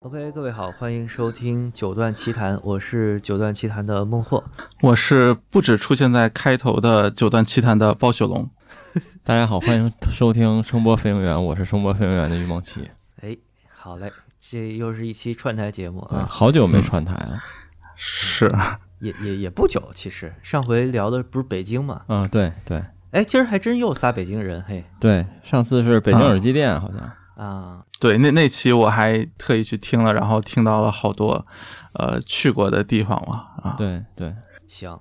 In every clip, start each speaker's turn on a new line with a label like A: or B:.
A: OK，各位好，欢迎收听《九段奇谈》，我是《九段奇谈》的孟获。
B: 我是不止出现在开头的九段奇谈的暴雪龙，
C: 大家好，欢迎收听声波飞行员，我是声波飞行员的于梦琪。
A: 哎，好嘞，这又是一期串台节目
C: 啊，
A: 啊，
C: 好久没串台了
B: 是
A: 也也也不久，其实上回聊的不是北京嘛？
C: 啊，对对
A: 哎，今儿还真又仨北京人，嘿
C: 对，上次是北京耳机店，好像
A: 啊，
B: 对那那期我还特意去听了，然后听到了好多呃去过的地方嘛啊，
C: 对对，
A: 行。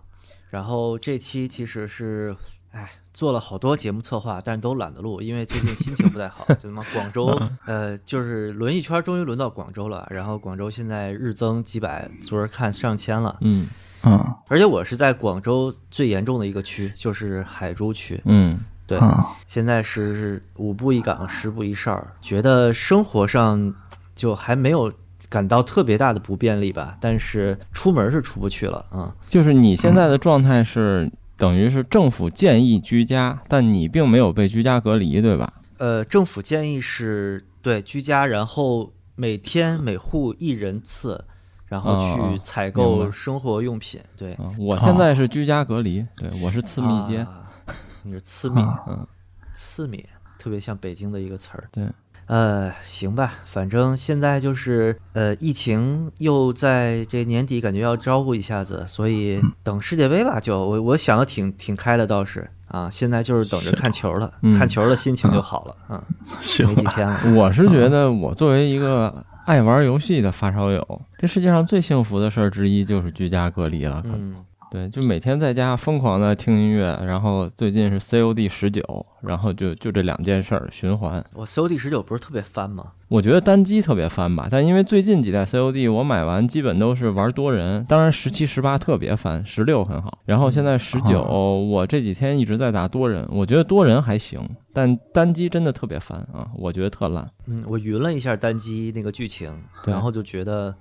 A: 然后这期其实是，哎，做了好多节目策划，但是都懒得录，因为最近心情不太好。就他妈广州，呃，就是轮一圈，终于轮到广州了。然后广州现在日增几百，昨儿看上千了。
C: 嗯
B: 嗯
A: 而且我是在广州最严重的一个区，就是海珠区。
C: 嗯
A: 对，
B: 嗯，
A: 现在是是五步一岗，十步一哨，觉得生活上就还没有感到特别大的不便利吧，但是出门是出不去了啊、
C: 就是你现在的状态是等于是政府建议居家，但你并没有被居家隔离，对吧？
A: 嗯。呃，政府建议是对居家，然后每天每户一人次，然后
C: 哦
A: 去采
C: 明
A: 购
C: 白
A: 生活用品。对，
C: 啊，我现在是居家隔离，对我是次密接，
A: 啊你是次密，
C: 嗯，
A: 次密，特别像北京的一个词儿。
C: 对，
A: 呃，行吧，反正现在就是呃，疫情又在这年底，感觉要招呼一下子，所以
C: 嗯
A: 等世界杯吧，就我我想的挺挺开的，倒是啊，现在就是等着看球了，
C: 嗯
A: 看球了心情就好了，嗯，
B: 行
A: 没几
B: 吧，
A: 天了，
C: 我是觉得我作为一个。爱玩游戏的发烧友，这世界上最幸福的事儿之一就是居家隔离了，可能
A: 嗯，
C: 对，就每天在家疯狂的听音乐，然后最近是 COD 十九，然后就就这两件事儿循环。
A: 我 COD 十九不是特别翻吗？
C: 我觉得单机特别翻吧，但因为最近几代 COD 我买完基本都是玩多人，当然十七、十八特别翻，十六很好，然后现在十九、
A: 嗯
C: 我这几天一直在打多人，我觉得多人还行，但单机真的特别翻啊，我觉得特烂，
A: 嗯，我云了一下单机那个剧情，
C: 对
A: 然后就觉得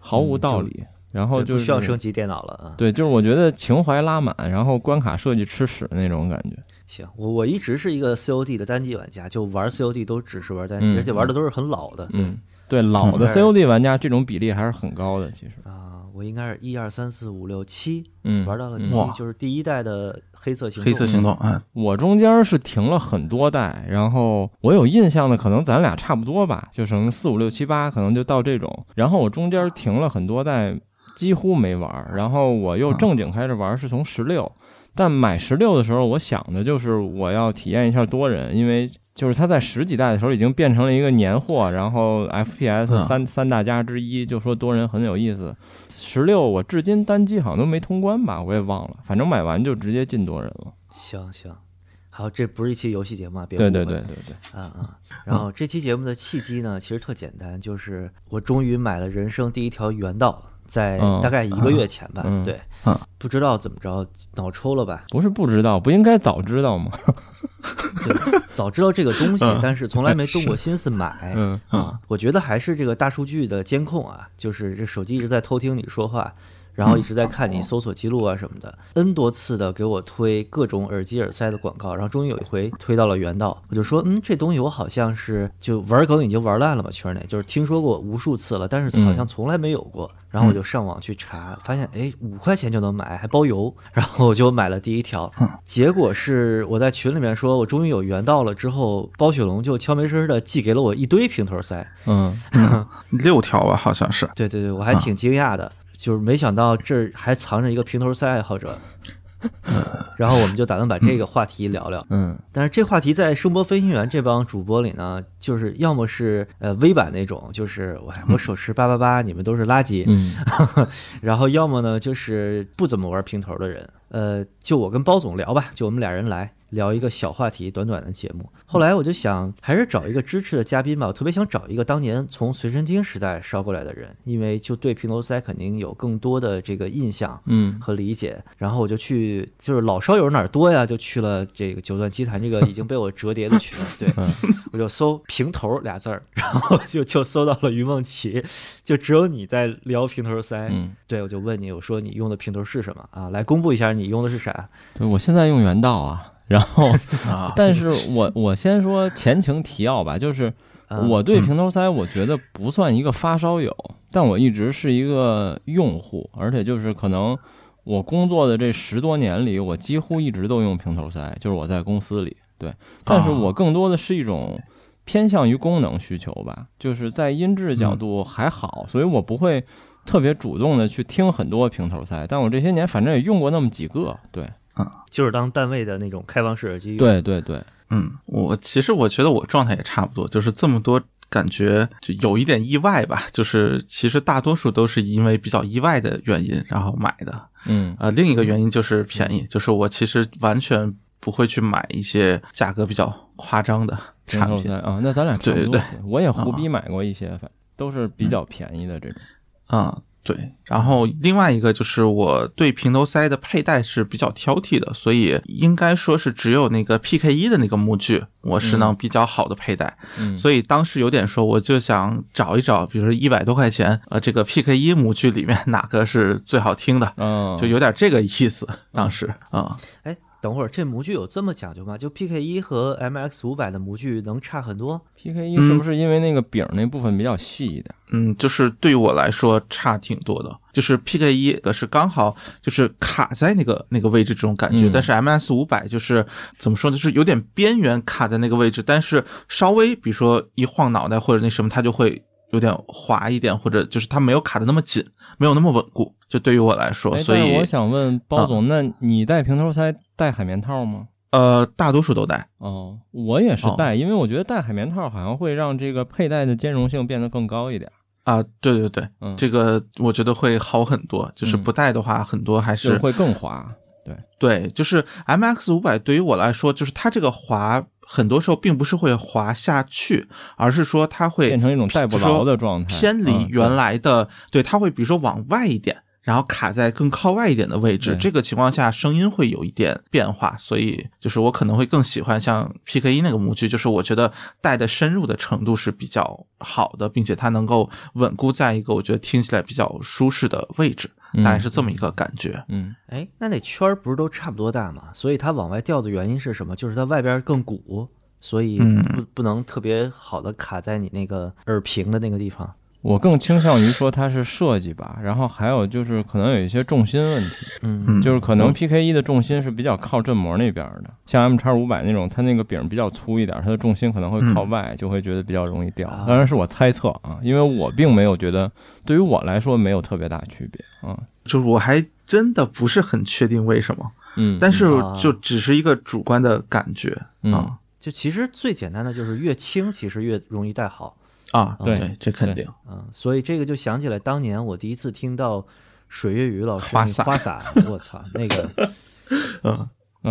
C: 毫无
A: 嗯
C: 道
A: 就
C: 理。然后
A: 对
C: 就
A: 不
C: 是
A: 需要升级电脑了啊。
C: 对，就是我觉得情怀拉满，然后关卡设计吃屎那种感觉。
A: 行，我我一直是一个 COD 的单机玩家，就玩 COD 都只是玩单机，
C: 嗯
A: 而且玩的都是很老的，对。
C: 嗯，对，老的
A: 嗯
C: COD 玩家这种比例还是很高的，其实。
A: 啊、我应该是一二三四五六七，
C: 嗯，
A: 玩到了
C: 嗯
A: 七、
B: 哇
A: 就是第一代的黑色行动。嗯
B: 黑色行动啊，
C: 我中间是停了很多代，然后我有印象的可能咱俩差不多吧，就什么四五六七八，可能就到这种。然后我中间停了很多代，几乎没玩儿。然后我又正经开始玩儿是从十六，但买十六的时候，我想的就是我要体验一下多人，因为就是它在十几代的时候已经变成了一个年货，然后 FPS
B: 嗯
C: 三、三大家之一，就说多人很有意思。十六我至今单机好像都没通关吧，我也忘了，反正买完就直接进多人了。
A: 行行，好，这不是一期游戏节目啊，别
C: 对
A: 误
C: 对
A: 会
C: 对对对，
A: 啊啊。然后这期节目的契机呢，其实特简单，就是我终于买了人生第一条原道，在
C: 嗯
A: 大概一个月前吧，
C: 嗯
A: 对，
B: 嗯
A: 不知道怎么着脑抽了吧，
C: 不是不知道，不应该早知道吗？
A: 对，早知道这个东西，但是从来没动过心思买。
C: 嗯
A: 啊，我觉得还是这个大数据的监控啊，就是这手机一直在偷听你说话，然后一直在看你搜索记录啊什么的，n 多次的给我推各种耳机耳塞的广告，然后终于有一回推到了原道，我就说，嗯，这东西我好像是就玩梗已经玩烂了吧，圈内就是听说过无数次了，但是好像从来没有过。然后我就上网去查，发现哎，五块钱就能买，还包邮，然后我就买了第一条。结果是我在群里面说我终于有原道了之后，包雪龙就悄没声儿的寄给了我一堆平头塞。
C: 嗯，
B: 六条吧好像是，
A: 对对对，我还挺惊讶的，就是没想到这儿还藏着一个平头塞爱好者。然后我们就打算把这个话题聊聊，
C: 嗯
A: 但是这话题在声波飞行员这帮主播里呢，就是要么是呃微版那种，就是我我手持八八八，你们都是垃圾，
C: 嗯
A: 然后要么呢就是不怎么玩平头的人，呃，就我跟包总聊吧，就我们俩人来聊一个小话题，短短的节目。后来我就想，还是找一个支持的嘉宾吧，我特别想找一个当年从随身听时代捎过来的人，因为就对平头塞肯定有更多的这个印象。
C: 嗯
A: 和理解，然后我就去，就是老烧友哪儿多呀，就去了这个九段奇谈这个已经被我折叠的群，对
C: 嗯，
A: 我就搜“平头”俩字儿，然后就就搜到了于梦琪，就只有你在聊平头塞，
C: 嗯，
A: 对，我就问你，我说你用的平头是什么啊？来公布一下你用的是啥？
C: 对我现在用 原道啊，然后
B: 啊
C: 但是我我先说前情提要吧，就是
A: 嗯
C: 我对
B: 嗯
C: 平头塞，我觉得不算一个发烧友，但我一直是一个用户，而且就是可能我工作的这十多年里，我几乎一直都用平头塞，就是我在公司里对，但是我更多的是一种偏向于功能需求吧，就是在音质角度还好，所以我不会特别主动的去听很多平头塞，但我这些年反正也用过那么几个，对
A: 就是当单位的那种开放式耳机用。
C: 对对对，
B: 嗯，我其实我觉得我状态也差不多，就是这么多感觉就有一点意外吧，就是其实大多数都是因为比较意外的原因然后买的，
C: 嗯
B: 呃，另一个原因就是便宜，就是我其实完全不会去买一些价格比较夸张的
C: 平
B: 产
C: 头
B: 品
C: 塞啊，那咱俩差不
B: 对
C: 多，
B: 对
C: 我也胡逼买过一些，反都是比较便宜的这种。
B: 啊、嗯对，然后另外一个就是我对平头塞的佩戴是比较挑剔的，所以应该说是只有那个 PK 一的那个模具，我是能比较好的佩戴。
C: 嗯，
B: 所以当时有点说，我就想找一找，比如说一百多块钱，呃，这个 PK 一模具里面哪个是最好听的，
C: 嗯，
B: 就有点这个意思。当时啊、
A: 哎，等会儿这模具有这么讲究吗？就 PK 一和 MX 五百的模具能差很多？
C: PK 一是不是因为那个柄儿那部分比较细一点？
B: 嗯，就是对我来说差挺多的，就是 PK 一呃是刚好就是卡在那个那个位置这种感觉，
C: 嗯
B: 但是 MS 五百就是怎么说呢，就是有点边缘卡在那个位置，但是稍微比如说一晃脑袋或者那什么，它就会有点滑一点，或者就是它没有卡的那么紧，没有那么稳固。就对于我来说，
C: 哎，
B: 哦所以啊
C: 但是我想问包总，那你戴平头塞戴海绵套吗？
B: 呃，大多数都戴。
C: 哦，我也是
B: 哦
C: 戴，因为我觉得戴海绵套好像会让这个佩戴的兼容性变得更高一点。
B: 啊，对对对，
C: 嗯，
B: 这个我觉得会好很多。就是
C: 嗯
B: 不戴的话，很多还
C: 就是会更滑。
B: 对，就是 M X 五百对于我来说，就是它这个滑，很多时候并不是会滑下去，而是说它会
C: 变成一种戴不
B: 就是说
C: 牢的状态
B: 偏离
C: 嗯
B: 原来的，对，它会比如说往外一点，然后卡在更靠外一点的位置。
C: 对
B: 这个情况下，声音会有一点变化，所以就是我可能会更喜欢像 PK 一那个模具，就是我觉得带的深入的程度是比较好的，并且它能够稳固在一个我觉得听起来比较舒适的位置，
C: 嗯
B: 大概是这么一个感觉。
C: 嗯，
A: 哎，那那圈儿不是都差不多大吗？所以它往外掉的原因是什么？就是它外边儿更鼓，所以
B: 嗯
A: 不不能特别好的卡在你那个耳屏的那个地方。
C: 我更倾向于说它是设计吧，然后还有就是可能有一些重心问题。
A: 嗯，
B: 嗯，
C: 就是可能 PK 一的重心是比较靠振膜那边儿的，像 M 叉五百那种，它那个柄比较粗一点儿，它的重心可能会靠
B: 嗯
C: 外，就会觉得比较容易掉
A: 啊。
C: 当然是我猜测啊，因为我并没有觉得，对于我来说没有特别大区别啊。
B: 就是我还真的不是很确定为什么，
C: 嗯，
B: 但是
A: 啊
B: 就只是一个主观的感觉
C: 嗯，
B: 啊
A: 就其实最简单的就是越轻，其实越容易戴好。
B: 啊，
C: 对
B: 对，这肯定
A: 嗯，所以这个就想起来当年我第一次听到水月雨老师
B: 花
A: 那
B: 洒
A: 花洒，我操，那 个
C: 嗯，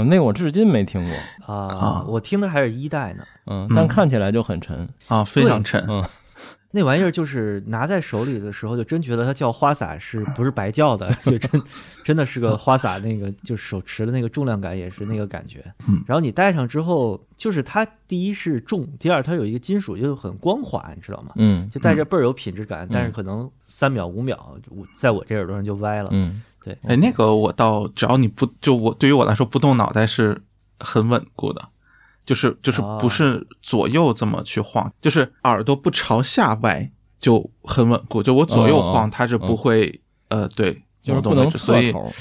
C: 那个我至今没听过，
A: 啊，我听的还是一代呢。
C: 嗯，但看起来就很沉。
B: 啊，非常沉
C: 嗯
A: 那玩意儿就是拿在手里的时候，就真觉得它叫花洒是不是白叫的？ 就真真的是个花洒，那个就手持的那个重量感也是那个感觉。
C: 嗯
A: 然后你戴上之后，就是它第一是重，第二它有一个金属就很光滑，你知道吗？
C: 嗯
A: 就戴着倍儿有品质感，但是可能三秒五秒，我在我这耳朵上就歪了。
C: 嗯，
A: 对，
B: 哎，那个我倒只要你不就我对于我来说不动脑袋是很稳固的，就是就是
A: 哦
C: 啊
B: 不是左右这么去晃，就是耳朵不朝下歪就很稳固，就我左右
C: 哦哦
B: 晃它是不会呃对，
C: 就是不
B: 挪动
C: 能
B: 位置所
C: 侧
B: 以
C: 头。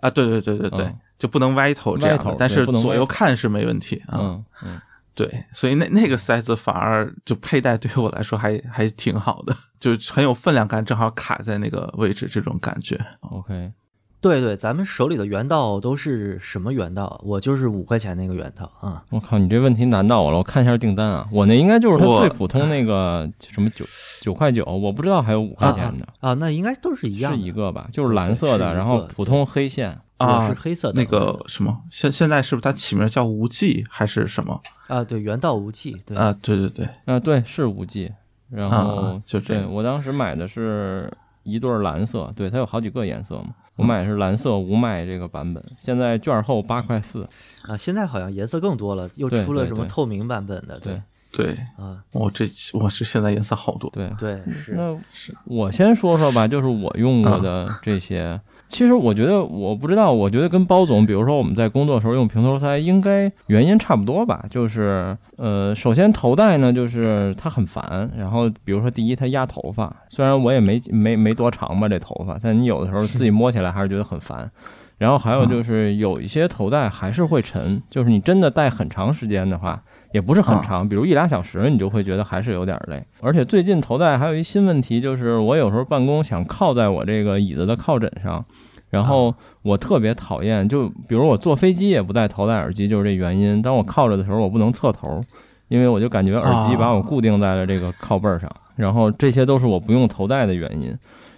B: 啊对对对对对
C: 嗯，
B: 就不能歪头这样
C: 歪头
B: 的，但
C: 对
B: 是
C: 不能
B: 左
C: 歪
B: 右
C: 头
B: 看是没问题啊。
C: 嗯嗯，
B: 对，所以那那个塞子反而就佩戴对我来说还还挺好的，就是很有分量感，正好卡在那个位置，这种感觉。
C: OK，
A: 对对，咱们手里的原道都是什么原道？我就是五块钱那个原道啊。
C: 我靠，你这问题难到我了。我看一下订单啊，我那应该就是它
B: 我
C: 最普通那个什么九九块九，我不知道还有五块钱的。
A: 啊，那应该都是一样
C: 是
A: 的。
C: 一个吧，就是蓝色
A: 对是一
C: 的，
A: 个
C: 然后普通黑线。
A: 我
B: 啊
A: 是黑色的
B: 那个什么，现现在是不是它起名叫无忌还是什么？
A: 啊，对，原道无忌，对，
B: 啊，对对对，
C: 啊，对，是五 G。然
B: 啊
C: 后
B: 啊就这
C: 对
B: 个
C: 我当时买的是一对儿蓝色，对，它有好几个颜色嘛。我
A: 嗯
C: 买的是蓝色无麦这个版本，现在券后八块四。
A: 啊，现在好像颜色更多了，又
C: 对
A: 出了
C: 对
A: 什么
C: 对
A: 透明版本的，对，
B: 对，
A: 啊，
B: 我、这我是现在颜色好多。
C: 对，
A: 对，是啊
C: 那我先说说吧，就是我用过的这些。其实我觉得，我不知道，我觉得跟包总，比如说我们在工作的时候用平头塞，应该原因差不多吧。就是，呃，首先头戴呢，就是它很烦。然后，比如说第一，它压头发，虽然我也没没没多长吧这头发，但你有的时候自己摸起来还是觉得很烦。然后还有就是有一些头戴还是会沉，就是你真的戴很长时间的话，也不是很长，比如一俩小时，你就会觉得还是有点累。而且最近头戴还有一新问题，就是我有时候办公想靠在我这个椅子的靠枕上，然后我特别讨厌，就比如我坐飞机也不戴头戴耳机，就是这原因。当我靠着的时候，我不能侧头，因为我就感觉耳机把我固定在了这个靠背儿上。然后这些都是我不用头戴的原因。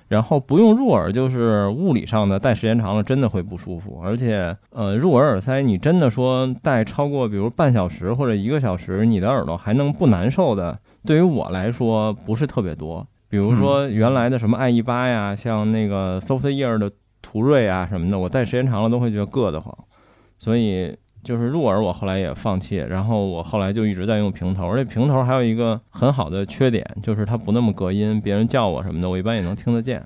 C: 然后不用入耳，就是物理上的戴时间长了真的会不舒服，而且呃入耳耳塞你真的说戴超过比如半小时或者一个小时，你的耳朵还能不难受的，对于我来说不是特别多。比如说原来的什么爱一八呀，像那个 Soft Ear 的途锐啊什么的，我戴时间长了都会觉得硌得慌，所以就是入耳我后来也放弃，然后我后来就一直在用平头，而且平头还有一个很好的缺点就是它不那么隔音，别人叫我什么的我一般也能听得见。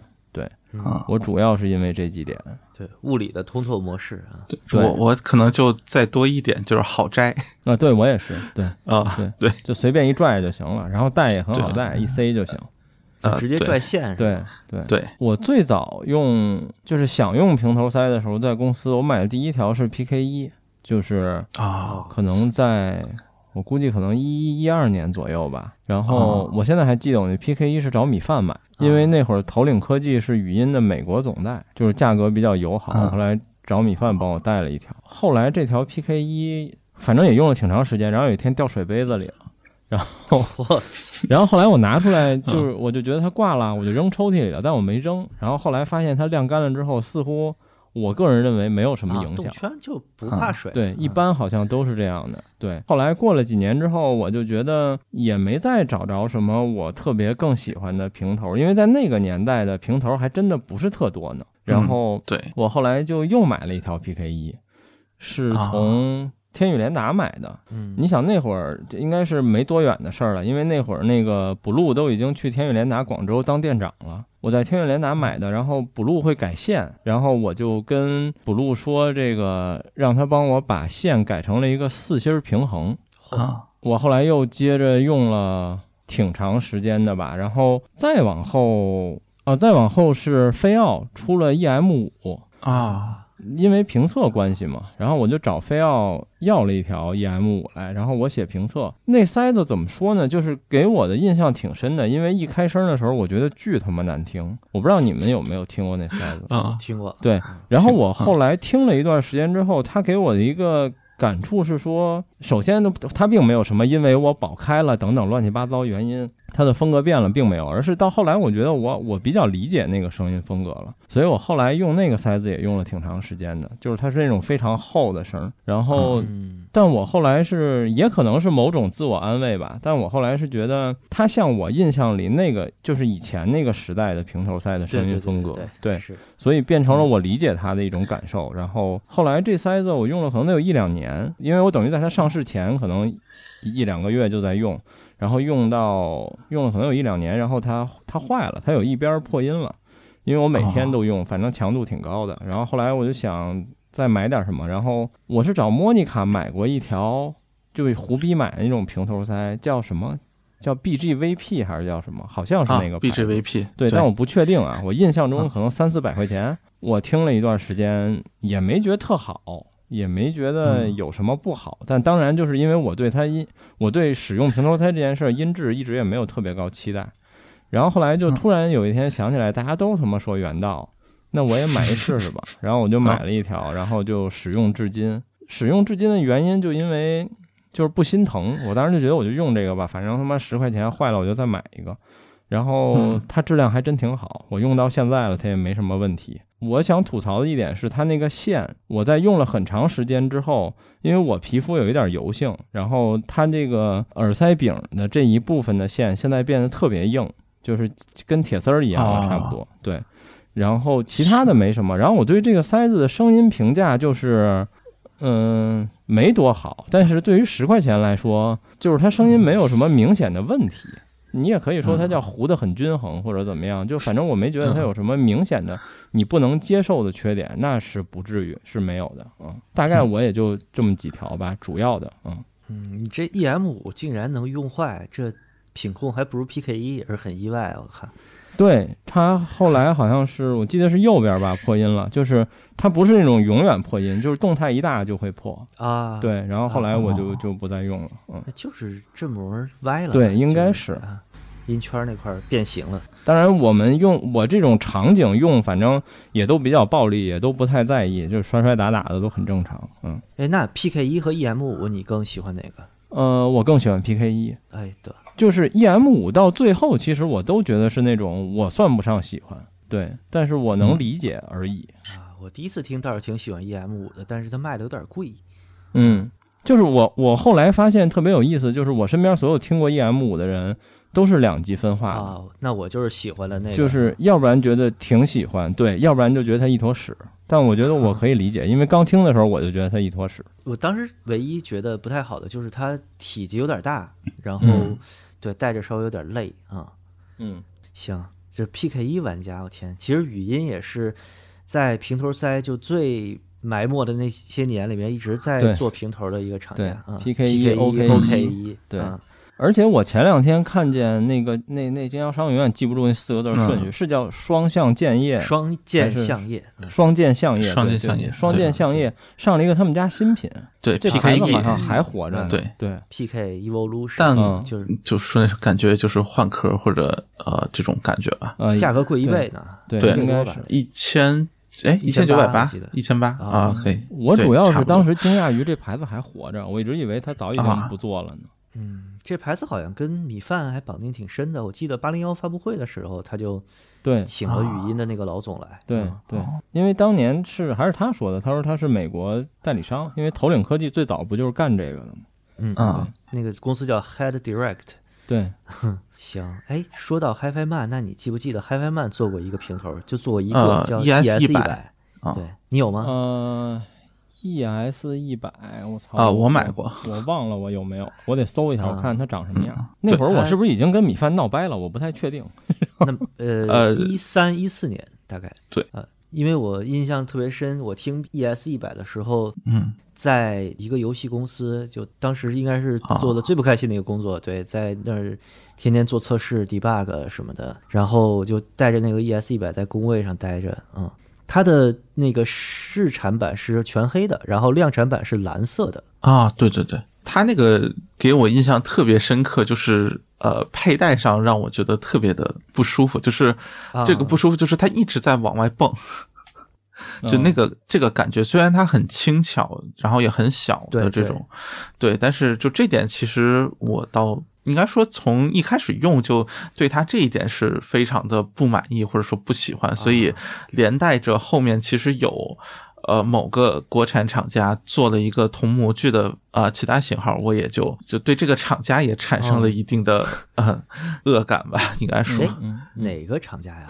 B: 啊，
C: 我主要是因为这几点，
A: 嗯对物理的通透模式啊，
C: 对
B: 我我可能就再多一点，就是好摘
C: 啊，对我也是，对，
B: 啊，对
C: 就随便一拽就行了，然后戴也很好戴，一塞就行。
A: 就
B: 啊
A: 直接
B: 对
A: 拽线上。
C: 呃对对，
B: 对，
C: 我最早用就是想用平头塞的时候，在公司我买的第一条是 PK 一，就是
B: 啊，
C: 可能在我估计可能一一一二年左右吧。然后我现在还记得，我那 PK 一是找米饭买，因为那会儿头领科技是语音的美国总代，就是价格比较友好。
B: 嗯
C: 后来找米饭帮我带了一条，后来这条 PK 一反正也用了挺长时间，然后有一天掉水杯子里了。
A: 我
C: 然后后来我拿出来，就是我就觉得它挂了，我就扔抽屉里了，但我没扔。然后后来发现它晾干了之后，似乎我个人认为没有什么
A: 啊嗯
C: 影
A: 动
C: 响。
A: 圈就不怕水。啊
C: 对，一般好像都是这样的。对，后来过了几年之后，我就觉得也没再找着什么我特别更喜欢的平头，因为在那个年代的平头还真的不是特多呢。然后
B: 对，
C: 我后来就又买了一条 PK 一，是从天宇联达买的。
A: 嗯，
C: 你想那会儿这应该是没多远的事儿了，因为那会儿那个 blue 都已经去天悦联达广州当店长了。我在天悦联达买的，然后 blue 会改线，然后我就跟 blue 说这个，让他帮我把线改成了一个四芯儿平衡。
B: 啊，
C: 我后来又接着用了挺长时间的吧，然后再往后，啊，再往后是飞奥出了 EM 五，
B: 啊，
C: 因为评测关系嘛，然后我就找菲奥要了一条 EM 五来，然后我写评测。那塞子怎么说呢？就是给我的印象挺深的，因为一开声的时候，我觉得巨他妈难听。我不知道你们有没有听过那塞子。
B: 啊，
A: 听过。
C: 对，然后我后来听了一段时间之后，他给我的一个感触是说，首先呢，他并没有什么因为我保开了等等乱七八糟原因，他的风格变了，并没有，而是到后来我觉得我 我比较理解那个声音风格了，所以我后来用那个塞子也用了挺长时间的，就是它是那种非常厚的声儿，然后
A: 嗯，
C: 但我后来是，也可能是某种自我安慰吧。但我后来是觉得，它像我印象里那个，就是以前那个时代的平头塞的
A: 对
C: 声
A: 对
C: 音
A: 对
C: 风格，
A: 对是
C: 所以变成了我理解它的一种感受。然后后来这塞子我用了可能得有一两年，因为我等于在它上市前可能一一两个月就在用，然后用到用了可能有一两年，然后它它坏了，它有一边破音了，因为我每天都用，反正强度挺高的。然后后来我就想再买点什么，然后我是找莫妮卡买过一条，就是胡逼买的那种平头塞，叫什么？叫 BGVP 还是叫什么？好像是
B: 啊
C: 那个牌子、
B: ，BGVP，
C: 对，但我不确定啊，我印象中
B: 嗯
C: 可能三四百块钱，我听了一段时间也没觉得特好，也没觉得
B: 嗯
C: 有什么不好，但当然就是因为我对它音，我对使用平头塞这件事儿音质一直也没有特别高期待，然后后来就
B: 嗯
C: 突然有一天想起来，大家都他妈说原道，那我也买一试试吧，然后我就
B: 嗯
C: 买了一条，然后就使用至今，使用至今的原因就因为。就是不心疼，我当时就觉得我就用这个吧，反正他妈十块钱坏了我就再买一个。然后
B: 嗯
C: 它质量还真挺好，我用到现在了，它也没什么问题。我想吐槽的一点是它那个线，我在用了很长时间之后，因为我皮肤有一点油性，然后它这个耳塞柄的这一部分的线现在变得特别硬，就是跟铁丝儿一样了，
B: 哦
C: 差不多。对，然后其他的没什么。然后我对这个塞子的声音评价就是，嗯，没多好，但是对于十块钱来说，就是它声音没有什么明显的问题。你也可以说它叫糊的很均衡或者怎么样，就反正我没觉得它有什么明显的你不能接受的缺点，那是不至于是没有的嗯。大概我也就这么几条吧，主要的嗯。
A: 嗯，你这 EM 五竟然能用坏，这品控还不如 PK 一，也是很意外。我看，
C: 对它后来好像是我记得是右边吧破音了，就是它不是那种永远破音，就是动态一大就会破。
A: 啊，，
C: 对，然后后来我就
B: 哦
C: 就不再用了，嗯。
A: 那就是振膜歪了，
C: 对应该
A: 就是啊，音圈那块儿变形了。
C: 当然，我们用我这种场景用，反正也都比较暴力，也都不太在意，就是摔摔打打的都很正常。嗯，
A: 哎，那 PK 一和 EM 五你更喜欢哪个？
C: 呃，我更喜欢 PK 一，
A: 哎，得，
C: 就是 EM 五到最后，其实我都觉得是那种我算不上喜欢，对，但是我能理解而已。
A: 啊，我第一次听倒是挺喜欢 EM 五的，但是它卖的有点贵。
C: 嗯，就是我我后来发现特别有意思，就是我身边所有听过 EM 五的人都是两极分化的。
A: 啊，那我就是喜欢的那个，
C: 就是要不然觉得挺喜欢，对，要不然就觉得它一坨屎。但我觉得我可以理解，因为刚听的时候我就觉得它一坨屎。
A: 我当时唯一觉得不太好的就是它体积有点大，然后、
C: 嗯
A: 对带着稍微有点累啊、
C: 嗯
A: 行，这 PK 一玩家，我天，其实语音也是在平头塞就最埋没的那些年里面一直在
C: 对
A: 做平头的一个厂
C: 对
A: 家啊、
C: PK 一
A: PK
C: OK 一
A: OK 一
C: 对
A: 啊
C: 而且我前两天看见那个那那经销商永远记不住那四个字儿顺序，是叫双向建业、
A: 双
C: 还
A: 剑
C: 是
A: 相叶，嗯
C: 双剑相业、
B: 双
C: 对
B: 剑
C: 对
B: 相
C: 对
B: 业
C: 双
B: 对
C: 剑
B: 吧
C: 相业上了一个他们家新品，
B: 对
C: 这牌
B: PK
C: 子好像
B: E，
C: 还活着呢。
B: 对
C: 对，
A: PK Evolution，
B: 但
C: 嗯
A: 就是
B: 就是感觉就是换壳或者呃这种感觉吧，
C: 呃，
A: 价格贵一
C: 对
A: 倍呢。啊
C: 对
B: 对
C: 应该
A: 多吧
C: 是。
B: 一千哎一千九百八
A: 我记得，
B: 一千八
A: 啊
B: 啊，可以。
C: 我
B: 对
C: 主要
B: 差
C: 是
B: 不多
C: 当时惊讶于这牌子还活着，我一直以为它早已经
B: 啊
C: 不做了呢。
A: 嗯，这牌子好像跟米饭还绑定挺深的。我记得八零幺发布会的时候，他就
B: 嗯
C: 对，
A: 请了语音的那个老总来。
C: 对
B: 哦
A: 嗯
C: 对，因为当年是还是他说的，他说他是美国代理商，因为头领科技最早不就是干这个的吗？
A: 嗯
B: 啊
A: 那个公司叫 Head Direct。
C: 对，
A: 行，哎，说到 HiFi Man，那你记不记得 HiFi Man 做过一个平头，就做过一个
B: 呃
A: 叫 E
B: ES
A: 一
B: 100
A: 百，
B: 啊
A: 对你有吗？
C: 呃，ES 一百，我操
B: 啊，
A: 哦
B: 我买过，
C: 我忘了我有没有，我得搜一下，
A: 啊
C: 我看它长什么样。
B: 嗯对
C: 那会儿我
A: 它
C: 是不是已经跟米饭闹掰了？我不太确定。
A: 那呃，
B: 呃
A: 一三一四年大概。
B: 对
A: 啊，因为我印象特别深，我听 ES 一百的时候，
B: 嗯，
A: 在一个游戏公司，就当时应该是
B: 啊
A: 做的最不开心的一个工作，对，在那儿天天做测试、debug 什么的，然后就带着那个 ES 一百在工位上待着，嗯，它的那个试产版是全黑的，然后量产版是蓝色的，
B: 啊，对对对，他那个给我印象特别深刻，就是呃，佩戴上让我觉得特别的不舒服，就是
A: 啊
B: 这个不舒服，就是它一直在往外蹦，
C: 嗯
B: 就那个这个感觉，虽然它很轻巧，然后也很小的
A: 对
B: 这种，对，但是就这点，其实我倒。应该说，从一开始用就对它这一点是非常的不满意，或者说不喜欢，所以连带着后面其实有呃某个国产厂家做了一个同模具的啊、呃其他型号，我也就就对这个厂家也产生了一定的、呃恶感吧，应该说。
A: 哎
B: 啊、
A: 哪个厂家呀？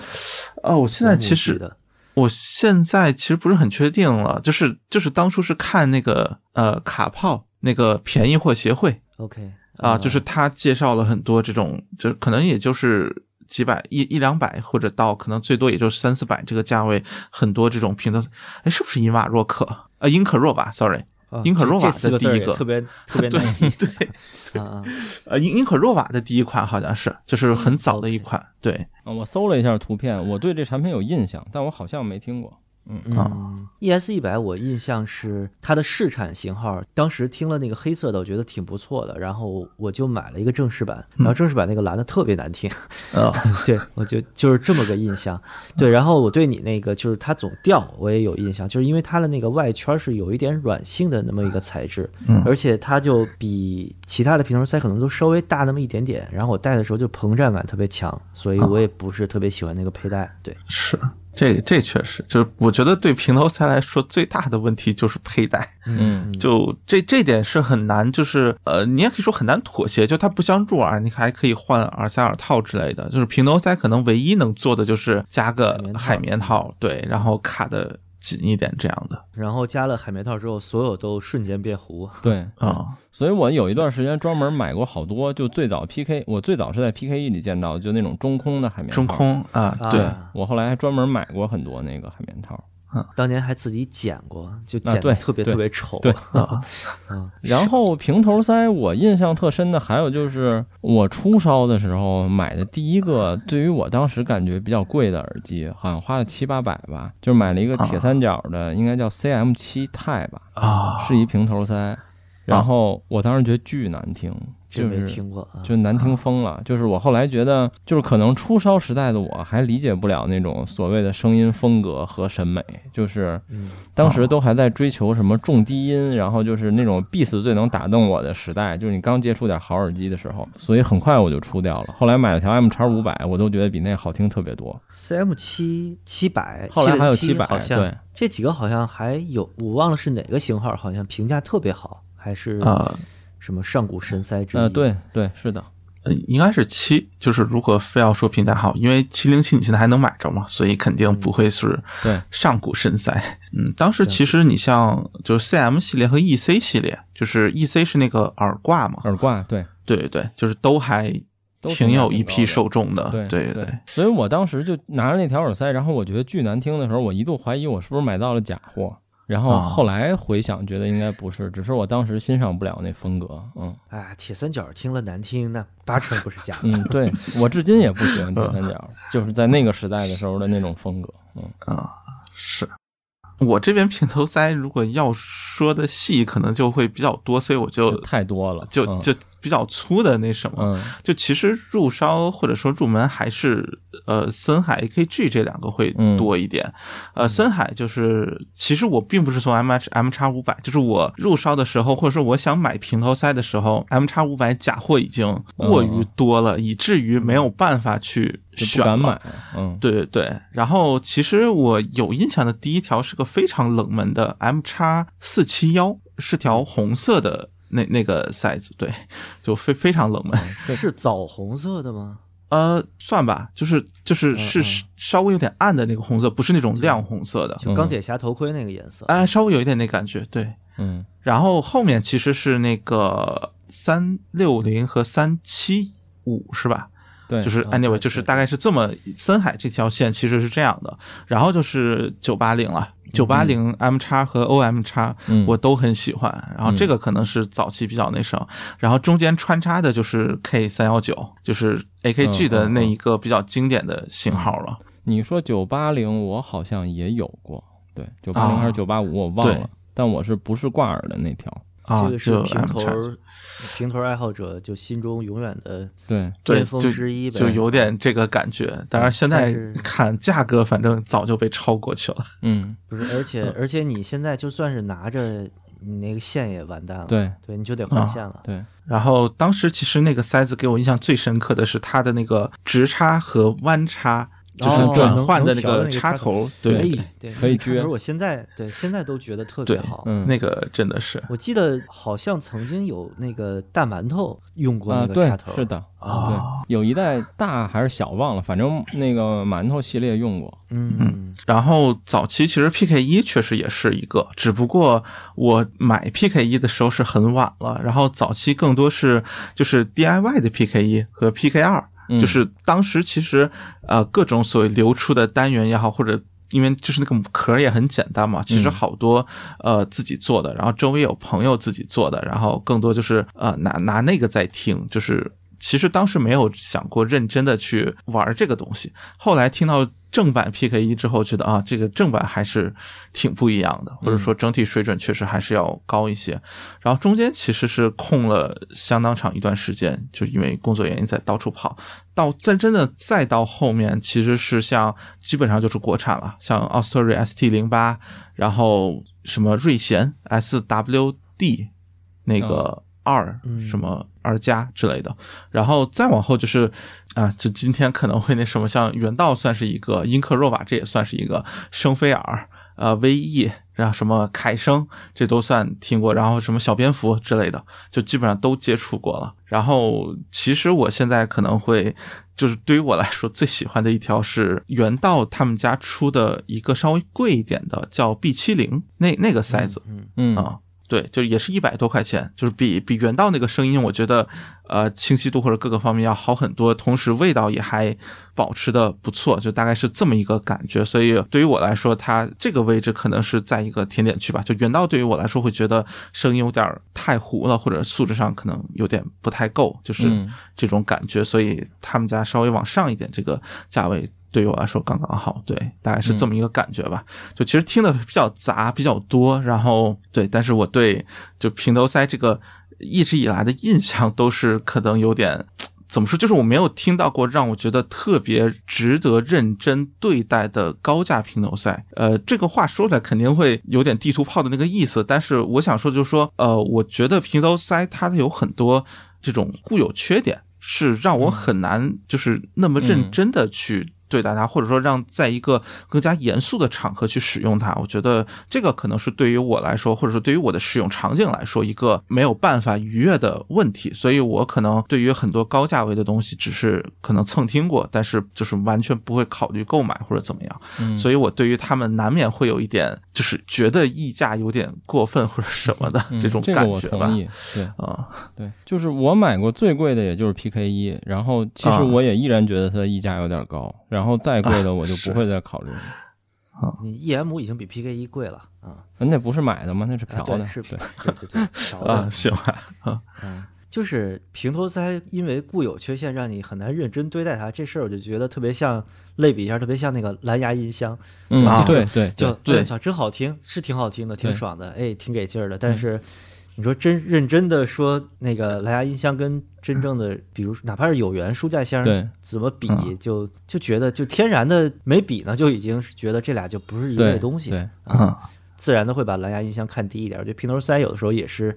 B: 哦我现在其
A: 我
B: 实
A: 记得
B: 我现在其实不是很确定了，就是就是当初是看那个呃卡炮那个便宜货协会
A: OK
B: 啊、就是他介绍了很多这种，就可能也就是。几百一一两百，或者到可能最多也就三四百这个价位，很多这种平头，哎，是不是英瓦若克啊？呃英可若吧，sorry，
A: 啊
B: 英可若
A: 这
B: 瓦
A: 四个
B: 的
A: 字儿
B: 第一
A: 也
B: 个
A: 特别特 别难记，对 啊啊
B: 呃，英英可若瓦的第一款好像是，就是很早的一款，对，
C: 啊，我搜了一下图片，我对这产品有印象，但我好像没听过。
A: 嗯，ES 一百，我印象是它的试产型号，当时听了那个黑色的，我觉得挺不错的，然后我就买了一个正式版，然后正式版那个蓝的特别难听，
B: 呃，
A: 对我就就是这么个印象。对，然后我对你那个就是它总掉，我也有印象，就是因为它的那个外圈是有一点软性的那么一个材质，而且它就比其他的平头塞可能都稍微大那么一点点，然后我戴的时候就膨胀感特别强，所以我也不是特别喜欢那个佩戴，对。
B: 是这这确实，就是我觉得对平头塞来说最大的问题就是佩戴，
C: 嗯，
B: 就这这点是很难，就是呃，你也可以说很难妥协，就它不像入耳，你还可以换耳塞、耳套之类的，就是平头塞可能唯一能做的就是加个
A: 海绵套
B: 海绵套，对，然后卡的紧一点这样的
A: 然后加了海绵套之后，所有都瞬间变 糊。
C: 对，
B: 啊、
C: 所以我有一段时间专门买过好多，就最早 PK，我最早是在 PKE 里见到，就那种中空的海绵套
B: 中。空啊，
A: 啊、
B: 对，
C: 我后来还专门买过很多那个海绵套，
A: 当年还自己剪过，就剪
C: 啊对
A: 的特别
C: 对
A: 特别丑。
C: 对
B: 啊
C: 然后平头塞，我印象特深的还有就是我初烧的时候买的第一个，对于我当时感觉比较贵的耳机，好像花了七八百吧，就是买了一个铁三角的，应该叫 CM 七 Ti 吧，
B: 啊，
C: 是一平头塞。然后我当时觉得巨难听，
A: 这
C: 就
A: 没
C: 是
A: 听过啊。
C: 就难听疯了。就是我后来觉得，就是可能初烧时代的我还理解不了那种所谓的声音风格和审美，就是
A: 嗯
C: 当时都还在追求什么重低音，然后就是那种 bass 最能打动我的时代，就是你刚接触点好耳机的时候，所以很快我就出掉了。后来买了条 M 叉五百，我都觉得比那好听特别多。
A: ，CM 七七百，
C: 后来还有
A: 707
C: 700
A: 好
C: 对
A: 像这几个好像还有，我忘了是哪个型号，好像评价特别好，还是
B: 啊，
A: 什么上古神塞之一。
C: 呃，对对，是的，
B: 呃应该是七，就是如果非要说评价好，因为七零七你现在还能买着嘛，所以肯定不会是
C: 对
B: 上古神塞。嗯，当时其实你像就是 CM 系列和 EC 系列，就是 EC 是那个耳挂嘛，
C: 耳挂对。
B: 对对对，就是都还
C: 都
B: 挺
C: 评价
B: 有
C: 挺
B: 一
C: 高
B: 批
C: 的
B: 受众的，
C: 对
B: 啊对
C: 对，所以我当时就拿着那条耳塞，然后我觉得巨难听的时候，我一度怀疑我是不是买到了假货。然后
B: 啊
C: 后来回想，觉得应该不是，只是我当时欣赏不了那风格。 嗯
A: 哎，铁三角听了难听，那八成不是假的。
C: 嗯，对我至今也不 喜欢铁三角，就是在那个时代的时候的那种风格。嗯，
B: 是我这边平头塞，如果要说的细，可能就会比较多，所以我就
C: 就太多了，
B: 就
C: 嗯
B: 就比较粗的那什么，
C: 嗯
B: 就其实入烧或者说入门还是呃森海 AKG 这两个会
C: 嗯
B: 多一点。呃，森海就是其实我并不是从 M H M 叉五百，就是我入烧的时候，或者说我想买平头塞的时候，M 叉五百假货已经过于多了，以至于没有办法去
C: 就
B: 选
C: 不敢
B: 了
C: 买。嗯，
B: 对对对，然后其实我有印象的第一条是个非常冷门的 M 叉四七幺，是条红色的那那个 size，对，就非非常冷门。
C: 对
A: 是枣红色的吗？
B: 呃，算吧，就是就是
A: 嗯
B: 是
A: 嗯
B: 稍微有点暗的那个红色，不是那种亮红色的，
A: 就钢铁侠头盔那个颜色。
C: 啊
B: 哎、稍微有一点那感觉，对。
C: 嗯
B: 然后后面其实是那个三六零和三七五是吧？
C: 对，
B: 就是
A: 啊
B: anyway，
A: 对
B: 就是
A: 对
B: 大概是这么，森海这条线其实是这样的，然后就是九八零了，九八零
A: 嗯
B: M 叉和 OM 叉
C: 嗯
B: 我都很喜欢，然后这个可能是早期比较那什么，然后中间穿插的就是 K 三幺九，就是 AKG
C: 嗯
B: 的
C: 嗯
B: 那一个比较经典的型号了，
C: 你说九八零，我好像也有过，对，九八零
B: 啊
C: 还是九八五，我忘
B: 对
C: 了，但我是不是挂耳的那条？
B: 啊
A: 这，个是
B: 就
A: 平
B: M
A: 头
B: 叉。
A: 平头爱好者就心中永远的
C: 对，
B: 对，
A: 巅峰
B: 就
A: 之一呗
B: 就有点这个感觉。当然，现
A: 但
B: 在
A: 是
B: 看价格，反正早就被超过去了。
C: 嗯，
A: 不是，而且而且你现在就算是拿着，你那个线也完蛋了。
C: 对啊
A: 对，你就得换线了。
C: 对，
B: 然后当时其实那个塞子给我印象最深刻的是它的那个直插和弯插，就是
C: 哦
B: 转换的
A: 能能调的
B: 个
A: 那个
B: 插
A: 插
B: 头，
C: 对
B: 对
A: 哎对，
C: 可以
A: 可是
C: 撅
A: 我现在对现在都觉得特别
B: 对
A: 好。
C: 嗯，
B: 那个真的是
A: 我记得好像曾经有那个大馒头用过
C: 啊，
A: 那个
C: 对
A: 插头，，
C: 是，的，
B: 啊
C: 对，有一代大还是小忘了，反正那个馒头系列用过，
A: 嗯，
B: 然后早期其实 PK 一确实也是一个，只不过我买 PK 一的时候是很晚了，然后早期更多是就是 DIY 的 PK 一和 PK 二、
C: 嗯
B: 就是当时其实呃各种所谓流出的单元也好，或者因为就是那个壳也很简单嘛，其实
C: 嗯
B: 好多、呃自己做的，然后周围有朋友自己做的，然后更多就是呃拿拿那个在听，就是。其实当时没有想过认真的去玩这个东西，后来听到正版 PK 一之后，觉得啊，这个正版还是挺不一样的，或
C: 嗯
B: 者说整体水准确实还是要高一些。然后中间其实是空了相当长一段时间，就因为工作原因在到处跑。到真真的再到后面，其实是像基本上就是国产了，像奥斯特瑞 ST 零八，然后什么瑞贤 SWD 那个二、
A: 嗯
B: 什么二加之类的，然后再往后就是啊、就今天可能会那什么，像原道算是一个，英克若瓦这也算是一个，圣菲尔呃 VE，然后什么凯声这都算听过，然后什么小蝙蝠之类的，就基本上都接触过了。然后其实我现在可能会就是对于我来说最喜欢的一条是原道他们家出的一个稍微贵一点的，叫 B 七零，那那个塞子
A: 嗯，
C: 嗯
B: 啊、对，就也是一百多块钱，就是比比原道那个声音，我觉得呃清晰度或者各个方面要好很多，同时味道也还保持的不错，就大概是这么一个感觉。所以对于我来说，它这个位置可能是在一个甜点区吧。就原道对于我来说会觉得声音有点儿太糊了，或者素质上可能有点不太够，就是
C: 嗯
B: 这种感觉。所以他们家稍微往上一点，这个价位。对于我来说刚刚好，对，大概是这么一个感觉吧。就其实听的比较杂，比较多，然后对，但是我对就平头塞这个一直以来的印象都是可能有点怎么说，就是我没有听到过让我觉得特别值得认真对待的高价平头塞。呃，这个话说出来肯定会有点地图炮的那个意思，但是我想说就是说，呃，我觉得平头塞它有很多这种固有缺点。是让我很难，就是那么认
C: 嗯
B: 真的去对待它，或者说让在一个更加严肃的场合去使用它。我觉得这个可能是对于我来说，或者说对于我的使用场景来说，一个没有办法逾越的问题。所以我可能对于很多高价位的东西，只是可能蹭听过，但是就是完全不会考虑购买或者怎么样。
C: 嗯
B: 所以我对于他们难免会有一点，就是觉得溢价有点过分或者什么的、
C: 嗯
B: 这种
C: 这
B: 感
C: 个我
B: 觉吧
C: 同。意，对
B: 啊、
C: 对，就是我买过最贵的也就是 PK 一，然后其
B: 啊
C: 实我也依然觉得它的溢价有点高，然后再贵的我就是不会再考虑了。
A: 你 EM 已经比 PK 一贵了啊，
C: 嗯那不是买的吗？那是
A: 啊
C: 嫖
A: 对
C: 的，
A: 是，
C: 对
A: 对对对，少
B: 啊，
A: 的，
B: 行吧，
A: 嗯，就是平头塞因为固有缺陷让你很难认真对待它，这事儿我就觉得特别像类比一下，特别像那个蓝牙音箱，
C: 嗯
B: 啊，
C: 对对对
A: 就
B: 对
A: 哎操，真好听，是挺好听的，挺
C: 对嗯
A: 爽的，哎，挺给劲儿的。但是你说真认真的说，那个蓝牙音箱跟真正的，比如哪怕是有源书架箱，
C: 嗯对
A: 怎么比，
B: 嗯
A: 就就觉得就天然的没比呢，就已经是觉得这俩就不是一类
C: 对
A: 东西，
C: 对，
B: 嗯
A: 自然的会把蓝牙音箱看低一点。我觉得平头塞有的时候也是，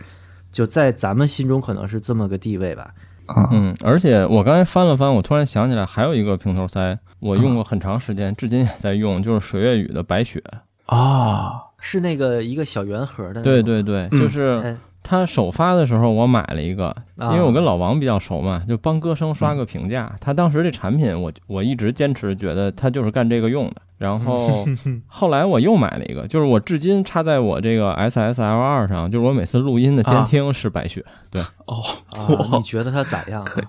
A: 就在咱们心中可能是这么个地位吧。
B: 嗯
C: 嗯，而且我刚才翻了翻，我突然想起来还有一个平头塞，我用过很长时间，至今也在用，就是水月雨的白雪。
B: 啊，
A: 是那个一个小圆盒的那种，
C: 对对对，
B: 嗯
C: 就是
A: 哎，
C: 他首发的时候，我买了一个，
A: 啊
C: 因为我跟老王比较熟嘛，就帮歌声刷个评价。他当时这产品我，我一直坚持觉得他就是干这个用的。然后后来我又买了一个，就是我至今插在我这个 SSL 二上，就是我每次录音的监听是白雪，
B: 哦，
A: 啊
B: 我
A: 你觉得它咋样啊？
B: 可以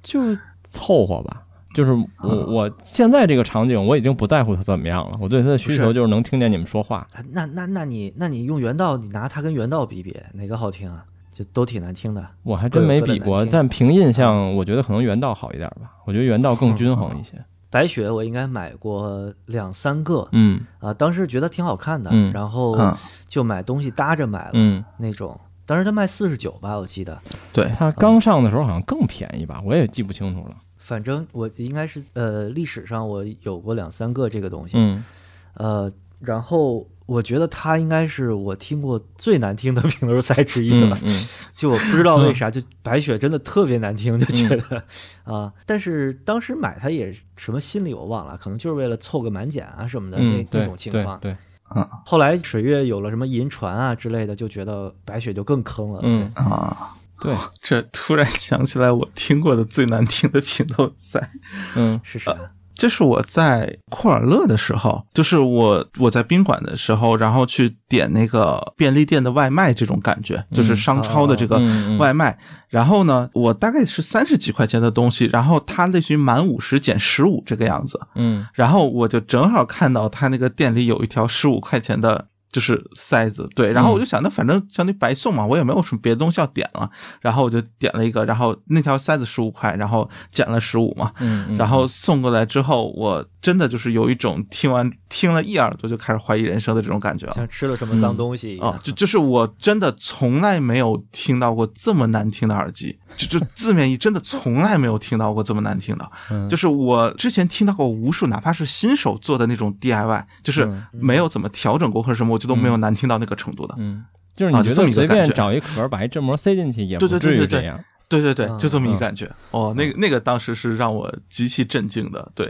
C: 就凑合吧。就是我
A: 嗯
C: 我现在这个场景，我已经不在乎它怎么样了，我对它的需
A: 不
C: 求
A: 是
C: 就是能听见你们说话。
A: 啊那那那你那你用原道，你拿它跟原道比比，哪个好听啊？就都挺难听的。
C: 我还真没比
A: 各有各的
C: 过，
A: 难听嗯
C: 但凭印象，我觉得可能原道好一点吧。我觉得原道更均衡一些。
A: 白雪我应该买过两三个
C: 嗯
A: 啊，当时觉得挺好看的，
C: 嗯
A: 然后
B: 嗯
A: 就买东西搭着买了、
C: 嗯，
A: 那种。当时它卖四十九吧，我记得。
B: 对，
C: 它刚上的时候好像更便宜吧，我也记不清楚了。
A: 反正我应该是呃，历史上我有过两三个这个东西，
C: 嗯，
A: 呃，然后我觉得它应该是我听过最难听的 平头塞之一了。
C: 嗯
A: 就我不知 道为啥，就白雪真的特别难听，就觉得
C: 嗯
A: 啊，但是当时买它也是什么心理我忘了，可能就是为了凑个满减啊什么的那
C: 嗯，
A: 那
C: 对
A: 种情
C: 对
A: 况。
C: 对，
A: 后来水月有了什么银船啊之类的，就觉得白雪就更坑了。
C: 嗯
B: 啊，
C: 对，
B: 这突然想起来，我听过的最难听的平头塞，
C: 嗯
A: 是啥？
B: 这是我在库尔勒的时候，就是我我在宾馆的时候，然后去点那个便利店的外卖，这种感觉，就是商超的这个
C: 嗯嗯
B: 外卖。然后呢，我大概是三十几块钱的东西，然后它类似于满五十减十五这个样子。
C: 嗯
B: 然后我就正好看到他那个店里有一条十五块钱的，就是 size，对，然后我就想，那反正相当于白送嘛，我也没有什么别的东西要点了，然后我就点了一个，然后那条 size 十五块，然后减了十五嘛，
C: 嗯，嗯
B: 然后送过来之后，我真的就是有一种听完听了一耳朵就开始怀疑人生的这种
C: 呃
B: 感觉了。
A: 像吃了什
C: 嗯
A: 么脏东
C: 哦
A: 西一
B: 啊
A: 样，。
B: 就就是我真的从来没有听到过这么难听的耳机，就就字面意真的从来没有听到过这么难听的，
C: 嗯
B: 就是我之前听到过无数，哪怕是新手做的那种 DIY，就是
C: 嗯
B: 没有怎么调整过或者什么，我觉得都没有难听到那个程度的。
C: 嗯，就是
B: 啊
C: 你
B: 就
C: 觉
B: 这么
C: 得
B: 一个
C: 随
B: 感
C: 便
B: 觉
C: 找一壳把一振膜塞进去也
B: 对
C: 不
B: 对对
C: 至
B: 对
C: 于
B: 对
C: 这样。
B: 对对对，
A: 嗯
B: 就这么一
C: 嗯
B: 感觉。哦，那个那个当时是让我极其震惊的。对，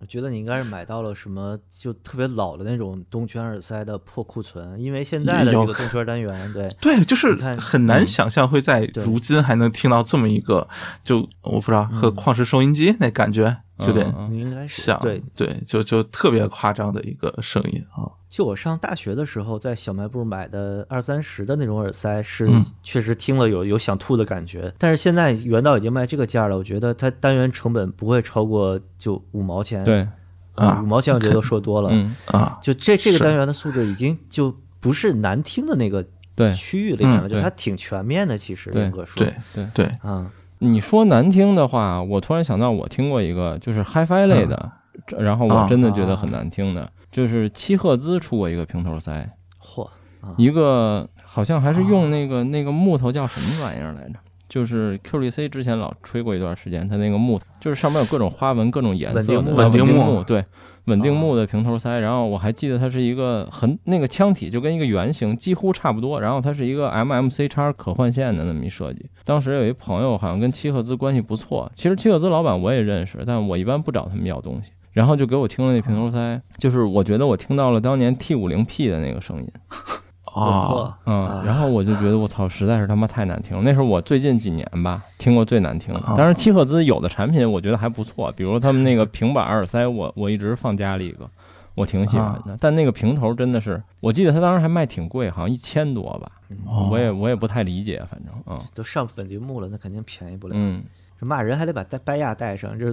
A: 我觉得你应该是买到了什么就特别老的那种动圈耳塞的破库存，因为现在的这
B: 有
A: 个动圈单元，对，
B: 对，就是
A: 你看
B: 很难想象会在
A: 对
B: 如今还能听到这么一个，就我不知道和矿石收音机那感觉有点
C: 嗯
A: 你应该是
B: 像，
A: 对。
B: 对，就就特别夸张的一个声音啊，
A: 就我上大学的时候，在小卖部买的二三十的那种耳塞，是
B: 嗯
A: 确实听了有有想吐的感觉。但是现在原道已经卖这个价了，我觉得它单元成本不会超过就五毛钱，
C: 嗯
A: 嗯
C: 对，
B: 啊
A: 五毛钱我觉得都说多了。
C: 嗯，
B: 啊，
A: 就这这个
B: 是
A: 单元的素质已经就不是难听的那个
C: 对
A: 区域里面了，
C: 嗯
A: 就
C: 对
A: 它挺全面的。其实
C: 对
A: 严格说，
B: 对
C: 对
B: 对，
A: 啊，
C: 你说难听的话，我突然想到，我听过一个就是 HiFi 类的，
B: 嗯
C: 然后
B: 啊
C: 我真的觉得很难听的，就是七赫兹出过一个平头塞，
A: 嚯，
C: 一个好像还是用那个那个木头叫什么玩意儿来着？就是 QDC 之前老吹过一段时间，它那个木头就是上面有各种花纹、各种颜色的
A: 稳定木
B: 稳定
C: 稳
B: 木
C: 木，对，稳定木的平头塞。然后我还记得它是一个很那个腔体就跟一个圆形几乎差不多，然后它是一个 MMC 叉可换线的那么一设计。当时有一朋友好像跟七赫兹关系不错，其实七赫兹老板我也认识，但我一般不找他们要东西。然后就给我听了那平头塞，就是我觉得我听到了当年 T 五零 P 的那个声音。
B: 哦，
A: 嚯啊
C: 嗯，然后我就觉得我操，实在是他妈太难听了。那是我最近几年吧听过最难听
A: 啊
C: 的。当然，七赫兹有的产品我觉得还不错，比如他们那个平板耳塞，我我一直放家里一个，我挺喜欢
A: 啊
C: 的。但那个平头真的是，我记得他当时还卖挺贵，好像一千多吧。
B: 哦
C: 我也我也不太理解，反正嗯
A: 都上本铃木了，那肯定便宜不了。
C: 嗯
A: 这骂人还得把带白亚带上，就是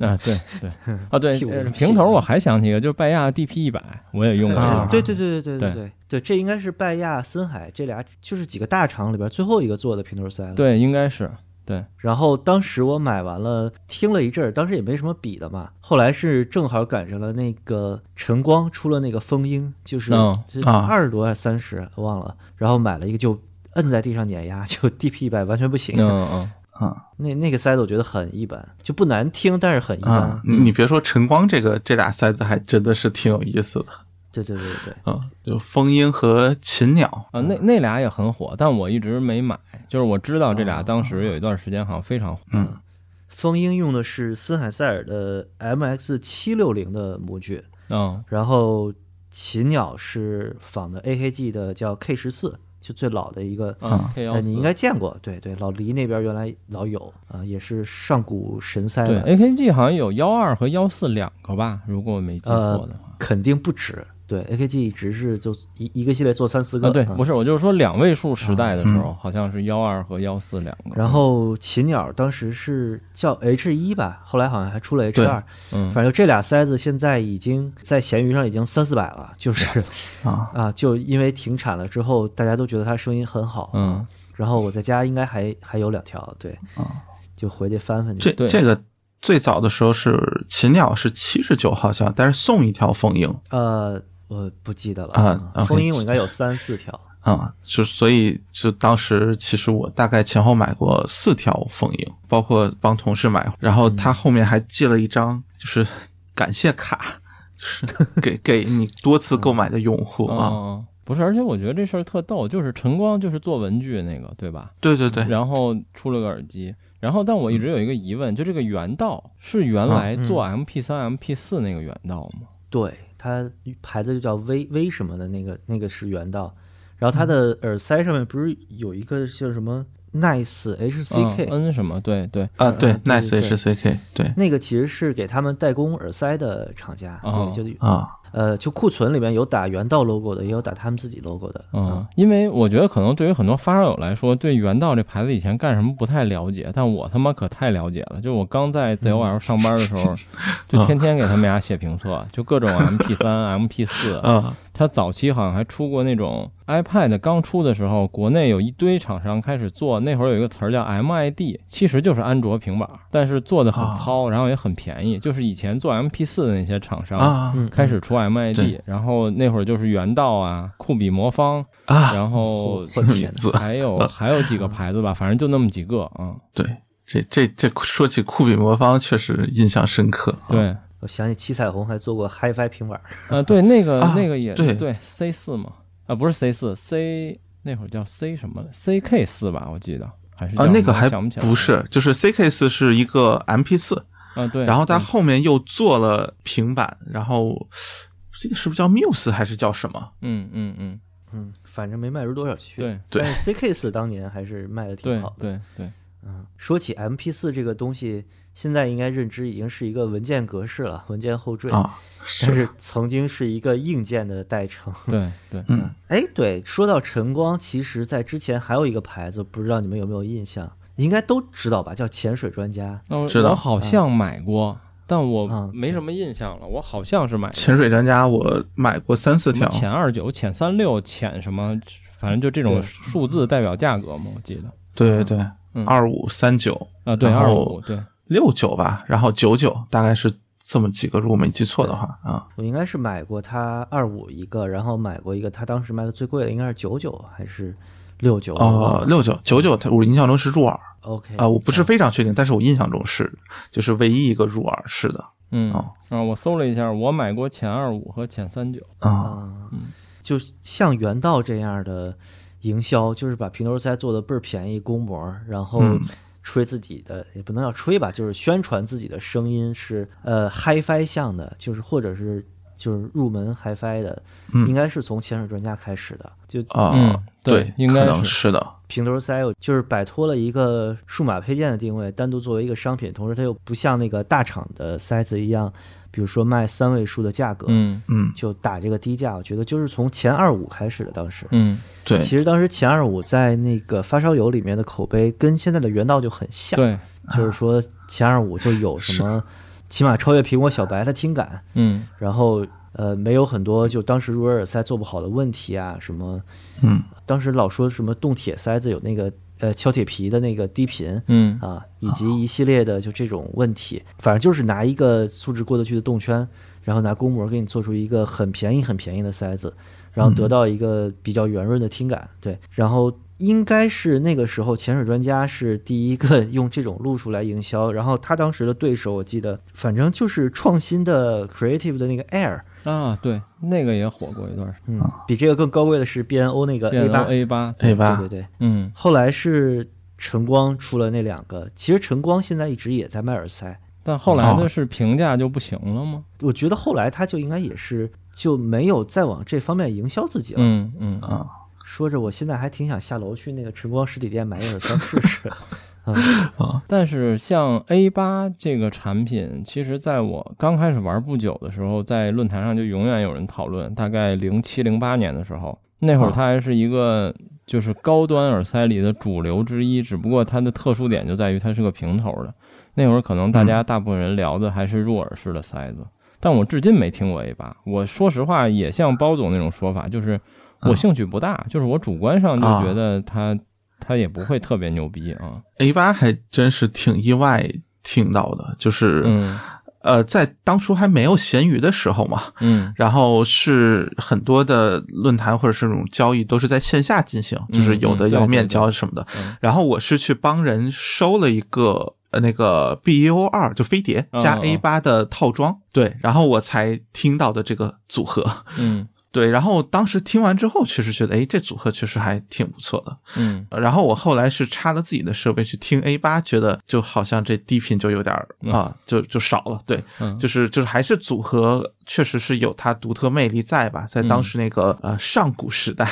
C: 啊对对 啊对
A: 屁股
C: 呃
A: 屁股
C: 平头我还想起一个，就是拜亚 DP 一百，我也用过。
B: 啊
A: 对对对对对
C: 对
A: 对对对，这应该是拜亚、森海这俩就是几个大厂里边最后一个做的平头塞了。
C: 对，应该是对
A: 然后当时我买完了，听了一阵儿，当时也没什么比的嘛。后来是正好赶上了那个晨光出了那个风鹰，就是
C: 嗯
B: 啊
A: 二十多还是三十忘了，然后买了一个就摁在地上碾压，就 DP 一百完全不行。
C: 嗯嗯
A: 那那个塞子我觉得很一般，就不难听，但是很一般。
B: 啊，你别说晨光这个这俩塞子还真的是挺有意思的，
A: 对对对对，
B: 嗯，就风鹰和禽鸟，
C: 啊那
A: 嗯
C: 那俩也很火，但我一直没买，就是我知道这
A: 哦
C: 俩当时有一段时间好像非常火。
B: 嗯
A: 风鹰用的是森海塞尔的 MX 七六零的模具，
C: 嗯
A: 然后禽鸟是仿的 AKG 的叫 K 十四，就最老的一个。
C: 啊，K 幺
A: 哎，
C: 四，
A: 你应该见过，对对，老黎那边原来老有啊、也是上古神啊塞
C: 对哎
A: 吧，
C: AKG 好像有幺二和幺四两个吧，如果我没记错的话。
A: 肯定不止。对，AKG 一直是就一一个系列做三四个，
C: 啊，对，
A: 嗯
C: 不是，我就是说两位数时代的时候，好像是幺二和幺四两个。
A: 然后禽鸟当时是叫 H 一吧，后来好像还出了 H
B: 对
A: 二，
C: 嗯
A: 反正就这俩塞子现在已经在闲鱼上已经三四百了，就是
B: 啊
A: 啊，就因为停产了之后，大家都觉得它声音很好，
C: 嗯，
A: 然后我在家应该还还有两条，对，
C: 哦
B: 啊，
A: 就回去翻翻去。
B: 这
C: 对
B: 这个最早的时候是禽鸟是七十九号箱，但是送一条风鹰
A: 呃，我不记得了
B: 啊
A: 嗯
B: OK
A: 风音我应该有三四条，
B: 啊，就所以就当时其实我大概前后买过四条风鹰，包括帮同事买，然后
C: 嗯
B: 他后面还寄了一张就是感谢卡，就是 给给你多次购买的用户啊，
C: 哦，不是，而且我觉得这事儿特逗，就是晨光就是做文具那个，对吧？
B: 对对对，
C: 然后出了个耳机，然后但我一直有一个疑问，就这个原道是
A: 嗯
C: 原来做 MP 三、MP 四那个原道吗？
A: 对，它牌子就叫 V V 什么的那个那个是原道，然后它的
C: 嗯
A: 耳塞上面不是有一个叫什么 Nice HCK，、
C: 嗯 N 什么？对对，
B: 啊对，Nice
A: 对
B: HCK 对
A: 那个其实是给他们代工耳塞的厂家，
C: 哦
A: 对，就
B: 啊
A: 呃就库存里面有打原道 logo 的，也有打他们自己 logo 的，
B: 啊
C: 嗯，因为我觉得可能对于很多发烧友来说，对原道这牌子以前干什么不太了解，但我他妈可太了解了。就我刚在 ZOL 上班的时 候，就天天给他们俩写评测，就各种 MP 三、MP 四。
B: 啊
C: 它早期好像还出过那种 iPad 刚出的时候，国内有一堆厂商开始做，那会儿有一个词儿叫 MID，其实就是安卓平板儿，但是做的很糙，然后也很便宜，就是以前做 MP 四的那些厂商。
B: 啊
A: 嗯，
C: 开始出 MID，
B: 对
C: 然后那会儿就是原道啊、酷比魔方，
B: 啊，
C: 然后
A: 我天哪
B: 字
C: 还 有还有几个牌子吧，反正就那么几个啊。
B: 对。这这这说起酷比魔方，确实印象深刻。啊
C: 对，
A: 我想起七彩虹还做过 HiFi 平板儿，
C: 呃，对，那个
B: 啊
C: 那个也
B: 对
C: 对 C 四嘛，啊，不是 C 四，C 那会儿叫 C 什么？CK 四吧，我记得还是
B: 啊，
C: 叫
B: 那
C: 什
B: 个
C: 么
B: 还
C: 想不起来
B: 不是，就是 CK 四是一个 MP 四，
C: 啊，对。
B: 然后它
C: 嗯
B: 后面又做了平板，然后这个是不是叫 Muse 还是叫什么？
C: 嗯嗯嗯，
A: 嗯，反正没卖出多少去。
C: 对
B: 对
A: 但是 CK 四当年还是卖的挺
C: 对
A: 好的。
C: 对 对，
A: 嗯，说起 MP 四这个东西，现在应该认知已经是一个文件格式了，文件后缀。
B: 啊，
A: 但是曾经是一个硬件的代称。
C: 对对，
B: 嗯，
A: 哎，对，说到晨光，其实在之前还有一个牌子，不知道你们有没有印象？你应该都知道吧，叫潜水专家。
C: 那我
B: 知道
C: 我好像买过，但我
A: 嗯
C: 没什么印象了。我好像是买过
B: 潜水专家我买过三四
C: 什么
B: 条，
C: 前二九、前三六、前什么，反正就这种
A: 对
C: 数字代表价格嘛，我记得
B: 对对对，
C: 嗯
B: 二五三九
C: 啊，对
B: 然
C: 二
B: 后
C: 五，对，
B: 六九吧，然后九九大概是这么几个，如果没记错的话啊，
A: 我应该是买过它二五一个，然后买过一个，它当时卖的最贵的应该是九九还是六九？
B: 哦，六九九九，它我印象中是入耳
C: 嗯
A: ，OK
B: 啊，我不是非常确定，但是我印象中是就是唯一一个入耳式的
C: 嗯
B: 哦
C: 啊，我搜了一下，我买过前二五和前三九，
B: 啊，
A: 啊，就像原道这样的营销，就是把平头塞做的倍儿便宜，公模，然后
B: 嗯
A: 吹自己的，也不能叫吹吧，就是宣传自己的声音是呃 HiFi 向的，就是或者是就是入门 HiFi 的，
B: 嗯
A: 应该是从潜水专家开始的，就
B: 啊、
C: 嗯对
B: 对，
C: 应该
B: 可能
C: 是
B: 是的，
A: 平头塞就是摆脱了一个数码配件的定位，单独作为一个商品，同时它又不像那个大厂的塞子一样，比如说卖三位数的价格。
C: 嗯
B: 嗯，
A: 就打这个低价，我觉得就是从前二五开始的，当时，
C: 嗯
B: 对，
A: 其实当时前二五在那个发烧友里面的口碑跟现在的原道就很像，
C: 对，啊
A: 就是说前二五就有什么，起码超越苹果小白的听感，
C: 嗯
A: 然后呃没有很多就当时入耳塞做不好的问题啊，什么
B: 嗯
A: 当时老说什么动铁塞子有那个呃敲铁皮的那个低频。
C: 嗯
A: 啊，以及一系列的就这种问题，反正就是拿一个素质过得去的动圈，然后拿公模给你做出一个很便宜很便宜的塞子，然后得到一个比较圆润的听感。对，然后应该是那个时候潜水专家是第一个 用这种路数来营销，然后他当时的对手我记得，反正就是创新的 creative 的那个 Air。
C: 啊，对，那个也火过一段时间，
A: 嗯，比这个更高贵的是 BNO 那个 A
C: 变
A: 八
C: 成 A 八，
B: ，A 八
A: 对对对，
C: 嗯
A: 后来是晨光出了那两个，其实晨光现在一直也在卖耳塞，
C: 但后来
B: 哦
C: 的是评价就不行了吗？
A: 我觉得后来他就应该也是就没有再往这方面营销自己了。
C: 嗯嗯，
B: 啊
A: 说着，我现在还挺想下楼去那个晨光实体店买一 耳塞试试。嗯
C: 但是像 A 八这个产品，其实在我刚开始玩不久的时候，在论坛上就永远有人讨论。大概零七零八年的时候，那会儿
B: 啊
C: 它还是一个就是高端耳塞里的主流之一，只不过它的特殊点就在于它是个平头的。那会儿可能大家大部分人聊的还是入耳式的塞子，但我至今没听过 A 八。我说实话，也像包总那种说法，就是我
B: 啊
C: 兴趣不大，就是我主观上就
B: 啊
C: 觉得它它也不会特别牛逼啊。
B: ，A 八还真是挺意外听到的，就是、
C: 嗯
B: 呃，在当初还没有闲鱼的时候嘛，
C: 嗯
B: 然后是很多的论坛或者是这种交易都是在线下进行，
C: 嗯
B: 就是有的
C: 嗯
B: 要
C: 对
B: 面
C: 对
B: 交什么的。
C: 嗯
B: 然后我是去帮人收了一个。呃，那个 B E O 二就飞碟加
C: 嗯嗯
B: A 八的套装，对，然后我才听到的这个组合，
C: 嗯
B: 对，然后当时听完之后，确实觉得，哎，这组合确实还挺不错的。
C: 嗯。
B: 呃然后我后来是插了自己的设备去听 A 八，觉得就好像这低频就有点儿
C: 嗯
B: 啊，就就少了，对，
C: 嗯
B: 就是就是还是组合确实是有它独特魅力在吧，在当时那个、呃上古时代，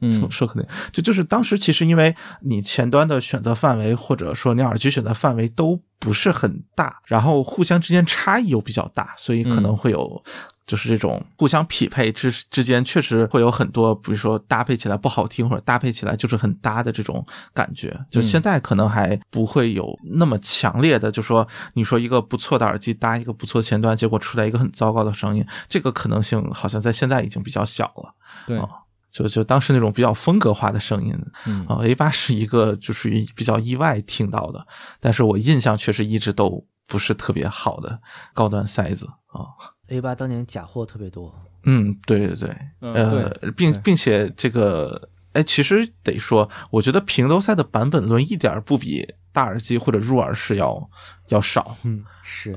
B: 怎 么
C: 嗯
B: 说可能就就是当时其实因为你前端的选择范围或者说你耳机选择范围都不是很大，然后互相之间差异又比较大，所以可能
C: 嗯
B: 会有。就是这种互相匹配之之间，确实会有很多，比如说搭配起来不好听，或者搭配起来就是很搭的这种感觉。就
C: 嗯
B: 现在可能还不会有那么强烈的，就说你说一个不错的耳机搭一个不错前端，结果出来一个很糟糕的声音，这个可能性好像在现在已经比较小了。
C: 对，
B: 就就当时那种比较风格化的声音
C: 嗯
B: 啊、a 八是一个就属于比较意外听到的，但是我印象确实一直都不是特别好的高端塞子啊。
A: A 八当年假货特别多，
B: 嗯，对对对，
C: 嗯
B: 呃，并并且这个，哎，其实得说，我觉得平头塞的版本论一点儿不比大耳机或者入耳式要要少，
A: 嗯，是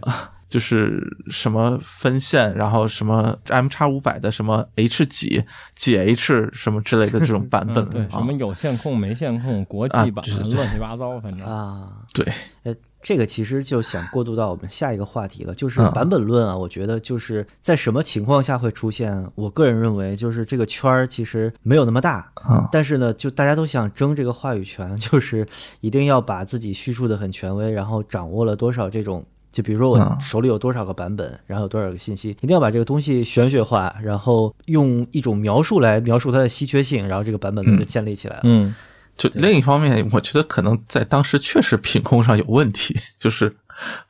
B: 就是什么分线，然后什么 M 叉五百的什么 H 几几 H 什么之类的这种版本
C: 嗯，对，
B: 啊
C: 什么有线控、没线控、国
B: 啊
C: 际版
B: 对、对
C: 乱七八糟，反正
A: 啊，
B: 对，
A: 呃，这个其实就想过渡到我们下一个话题了，就是
B: 嗯
A: 版本论啊。我觉得就是在什么情况下会出现？我个人认为，就是这个圈儿其实没有那么大，
B: 嗯
A: 但是呢，就大家都想争这个话语权， 就是一定要把自己叙述的很权威，然后掌握了多少这种。就比如说我
B: 嗯
A: 手里有多少个版本，然后有多少个信息，一定要把这个东西玄学化，然后用一种描述来描述它的稀缺性，然后这个版本论就建立起来了。
C: 嗯，
B: 就另一方面，我觉得可能在当时确实品控上有问题，就是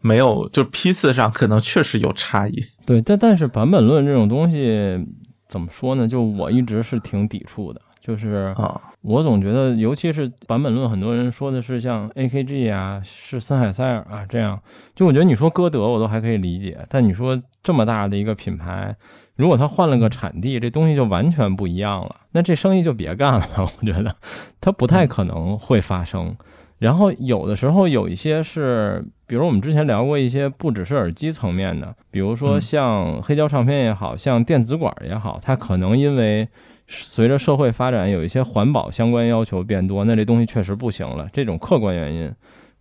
B: 没有，就批次上可能确实有差异。
C: 对，但但是版本论这种东西怎么说呢？就我一直是挺抵触的，就是
B: 啊，
C: 我总觉得，尤其是版本论，很多人说的是像 AKG 啊，是森海塞尔啊这样。就我觉得你说歌德我都还可以理解，但你说这么大的一个品牌，如果他换了个产地，这东西就完全不一样了，那这生意就别干了。 我觉得它不太可能会发生。然后有的时候有一些是，比如我们之前聊过一些不只是耳机层面的，比如说
B: 嗯
C: 像黑胶唱片也好像电子管也好，它可能因为随着社会发展，有一些环保相关要求变多，那这东西确实不行了。这种客观原因，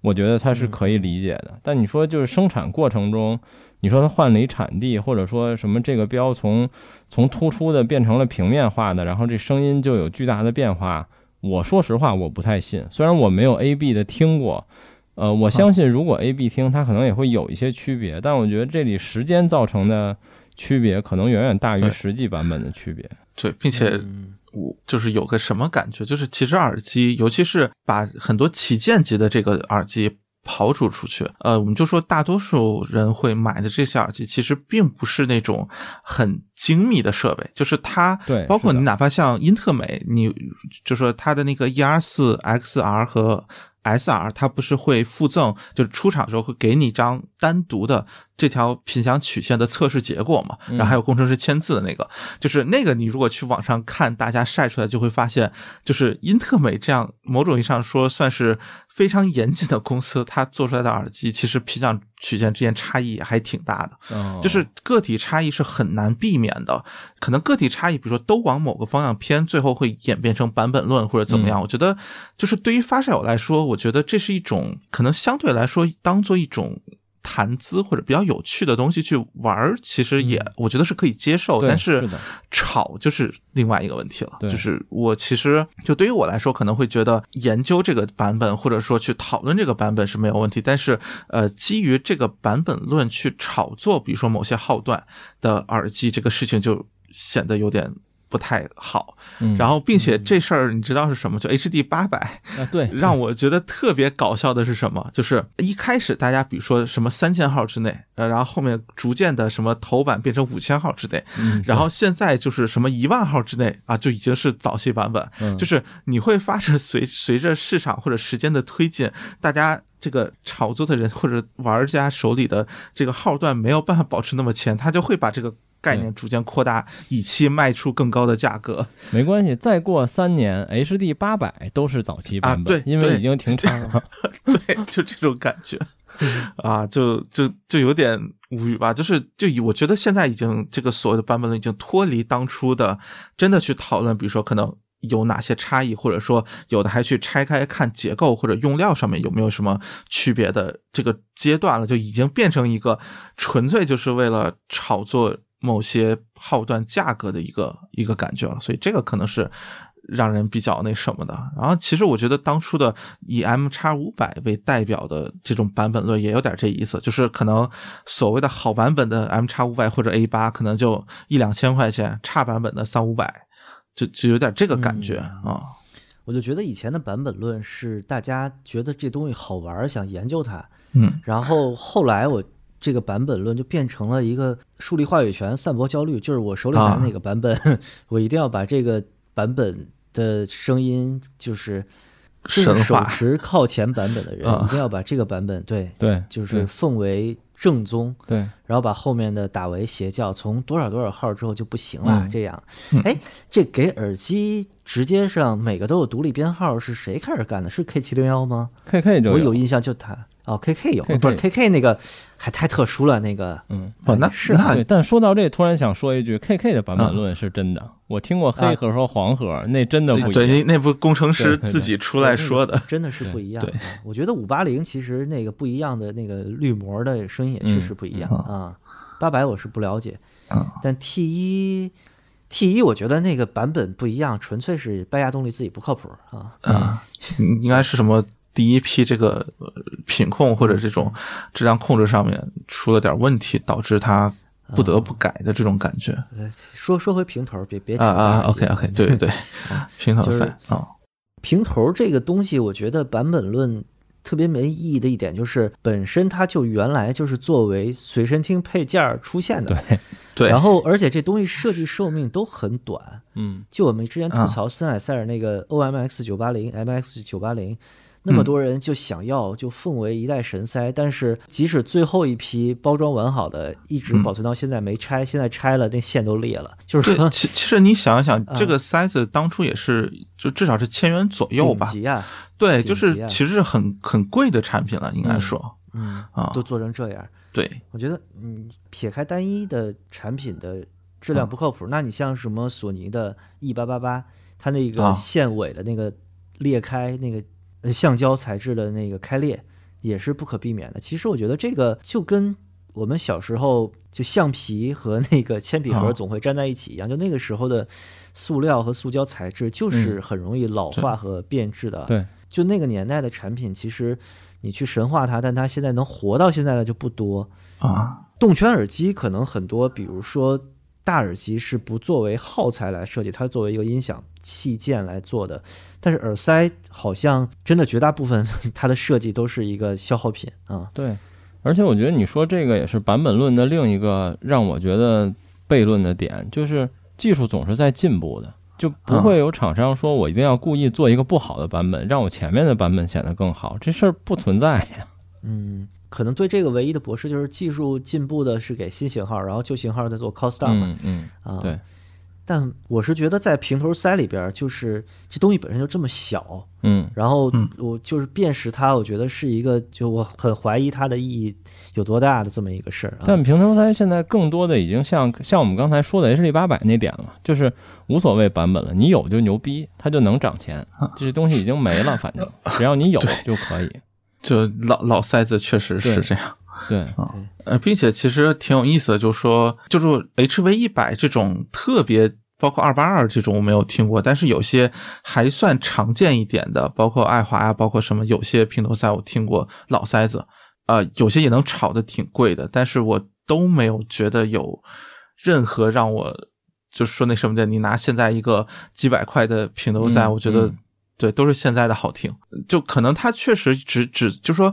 C: 我觉得它是可以理解的。但你说就是生产过程中，你说它换了一产地，或者说什么这个标从从突出的变成了平面化的，然后这声音就有巨大的变化，我说实话我不太信。虽然我没有 A B 的听过。
B: 嗯
C: 呃，我相信如果 A、B 听，它可能也会有一些区别，但我觉得这里时间造成的区别可能远远大于
B: 对
C: 实际版本的区别。
B: 对，并且
A: 嗯
B: 我就是有个什么感觉，就是其实耳机，尤其是把很多旗舰级的这个耳机刨除出去，呃，我们就说大多数人会买的这些耳机，其实并不是那种很精密的设备，就是它，
C: 对
B: 包括
C: 是的
B: 你哪怕像英特美，你就说它的那个 E R 四 X R 和 S R，它不是会附赠，就是出厂的时候会给你一张单独的这条频响曲线的测试结果嘛，然后还有工程师签字的那个，就是那个你如果去网上看大家晒出来，就会发现，就是英特美这样某种意义上说算是非常严谨的公司，它做出来的耳机其实频响曲线之间差异还挺大的。
C: 哦
B: 就是个体差异是很难避免的，可能个体差异，比如说都往某个方向偏，最后会演变成版本论或者怎么
C: 嗯
B: 样。我觉得，就是对于发烧友来说，我觉得这是一种可能相对来说当做一种谈资或者比较有趣的东西去玩儿，其实也、我觉得是可以接受，
C: 嗯对
B: 但
C: 是的
B: 吵就是另外一个问题了。
C: 对
B: 就是我其实就对于我来说，可能会觉得研究这个版本或者说去讨论这个版本是没有问题，但是呃，基于这个版本论去炒作，比如说某些号段的耳机这个事情，就显得有点不太好。
C: 嗯
B: 然后，并且这事儿你知道是什么？就 HD 八百，
C: 啊，对，
B: 让我觉得特别搞笑的是什么？就是一开始大家比如说什么三千号之内，呃，然后后面逐渐的什么头版变成五千号之内，
C: 嗯
B: 然后现在就是什么一万号之内啊，就已经是早期版本。
C: 嗯
B: 就是你会发现随随着市场或者时间的推进，大家这个炒作的人或者玩家手里的这个号段没有办法保持那么前，他就会把这个。概念逐渐扩大，以期卖出更高的价格。
C: 没关系，再过三年，HD 八百都是早期版本，
B: 啊对
C: 因为
B: 对
C: 已经停产了。
B: 对，就这种感觉啊，就就就有点无语吧。就是就以我觉得现在已经这个所谓的版本论已经脱离当初的，真的去讨论，比如说可能。有哪些差异，或者说有的还去拆开看结构或者用料上面有没有什么区别的这个阶段了，就已经变成一个纯粹就是为了炒作某些号段价格的一个一个感觉了，所以这个可能是让人比较那什么的。然后其实我觉得当初的以 M 叉五百为代表的这种版本论也有点这意思，就是可能所谓的好版本的 M 叉五百或者 A 八可能就一两千块钱，差版本的三五百，就就有点这个感觉啊、
A: 我就觉得以前的版本论是大家觉得这东西好玩儿，想研究它，
B: 嗯，
A: 然后后来我这个版本论就变成了一个树立话语权、散播焦虑，就是我手里拿
B: 啊
A: 哪个版本， 我一定要把这个版本的声音，就是
B: 神
A: 正手
B: 话
A: 持靠前版本的人，
B: 啊嗯
A: 一定要把这个版本对，
C: 对，
A: 就是奉为正宗。
C: 对对
A: 然后把后面的打为邪教，从多少多少号之后就不行了。
C: 嗯
A: 这样
B: 嗯，
A: 哎，这给耳机直接上每个都有独立编号，是谁开始干的？是 K 七零幺吗？
C: ，KK 就
A: 我有印象就他啊、哦，KK 有，
C: KK
A: 不是 KK 那个还太特殊了，那个
C: 嗯，
B: 哦，那
A: 是
B: 那
C: 对。但说到这，突然想说一句，KK 的版
B: 嗯
C: 本论是真的，我听过黑盒和黄盒，那真的不
B: 啊对，
C: 一样。
B: 那那不工程师
C: 对对
B: 自己出来说的，
A: 真的是不一样啊
B: 对。
A: 我觉得五八零其实那个不一样的那个绿膜的声音也确实不一样
B: 嗯
A: 啊。八百我是不了解
B: 嗯，
A: 但 T 一 T 一我觉得那个版本不一样，纯粹是拜亚动力自己不靠谱啊。
B: 啊，应该是什么第一批这个呃品控或者这种质量控制上面出了点问题，导致它不得不改的这种感觉。
A: 呃说说回平头，别别提
B: 啊啊
A: 大
B: ，OK
A: 姐
B: OK，对对对，平头
A: 嗯就是
B: 赛啊，
A: 平头这个东西，我觉得版本论特别没意义的一点就是，本身它就原来就是作为随身听配件儿出现的。
C: 对，
B: 对
A: 然，后，而且这东西设计寿命都很短。
C: 嗯，
A: 就我们之前吐
B: 啊
A: 槽森海塞尔那个 OMX 九八零、MX 九八
B: 嗯
A: 零，那么多人就想要，就奉为一代神塞。但是，即使最后一批包装完好的，一直保存到现在没拆，现在拆了，那线都裂了。就是
B: 嗯对，
A: 说，
B: 其其实你想一想，
A: 啊
B: 这个塞子当初也是就至少是千元左右
A: 顶
B: 吧，
A: 级啊，
B: 对，
A: 顶
B: 就
A: 级
B: 是
A: 啊
B: 其实是很很贵的产品了，应该说
A: 嗯，
B: 啊
A: 都，做成这样。
B: 对，
A: 我觉得，嗯，撇开单一的产品的质
B: 嗯
A: 量不靠谱，那你像什么索尼的 E 八八八，它那个
B: 啊
A: 线尾的那个裂开，那个呃橡胶材质的那个开裂，也是不可避免的。其实我觉得这个就跟我们小时候就橡皮和那个铅笔盒
B: 啊
A: 总会粘在一起一样，就那个时候的塑料和塑胶材质
B: 嗯
A: 就是很容易老化和变质
B: 啊
A: 的。
C: 对，
A: 就那个年代的产品，其实你去神化它，但它现在能活到现在的就不多。
B: 啊，
A: 动圈耳机可能很多，比如说大耳机是不作为耗材来设计，它作为一个音响器件来做的。但是耳塞好像真的绝大部分 它的设计都是一个消耗品啊。
C: 对，而且我觉得你说这个也是版本论的另一个让我觉得悖论的点，就是技术总是在进步的，就
B: 啊
C: 不会有厂商说我一定要故意做一个不好的版本，让我前面的版本显得更好，这事儿不存在呀。
A: 嗯，可能对这个唯一的驳斥就是技术进步的是给新型号，然后旧型号在做 cost down 嘛、
C: 嗯嗯，
A: 啊。
C: 对，
A: 但我是觉得在平头塞里边儿，就是这东西本身就这么小，
C: 嗯
A: 然后
B: 嗯
A: 我就是辨识它，我觉得是一个就我很怀疑它的意义有多大的这么一个事儿啊。
C: 但平头塞现在更多的已经像像我们刚才说的 H D 八百那点了，就是无所谓版本了，你有就牛逼，它就能涨钱，
A: 啊
C: 这东西已经没了， 反正只要你有就可以。
B: 就老老塞子确实是
C: 对
B: 这样。
A: 嗯
C: 对，
B: 呃，并且其实挺有意思的，就是说，就是 HV 一百这种特别，包括二八二这种我没有听过，但是有些还算常见一点的，包括爱华呀、包括什么，有些平头塞我听过老塞子，呃，有些也能炒的挺贵的，但是我都没有觉得有任何让我就是说那什么的，你拿现在一个几百块的平头塞，
C: 嗯
B: 我觉得、
C: 嗯
B: 对，都是现在的好听。就可能它确实只只就说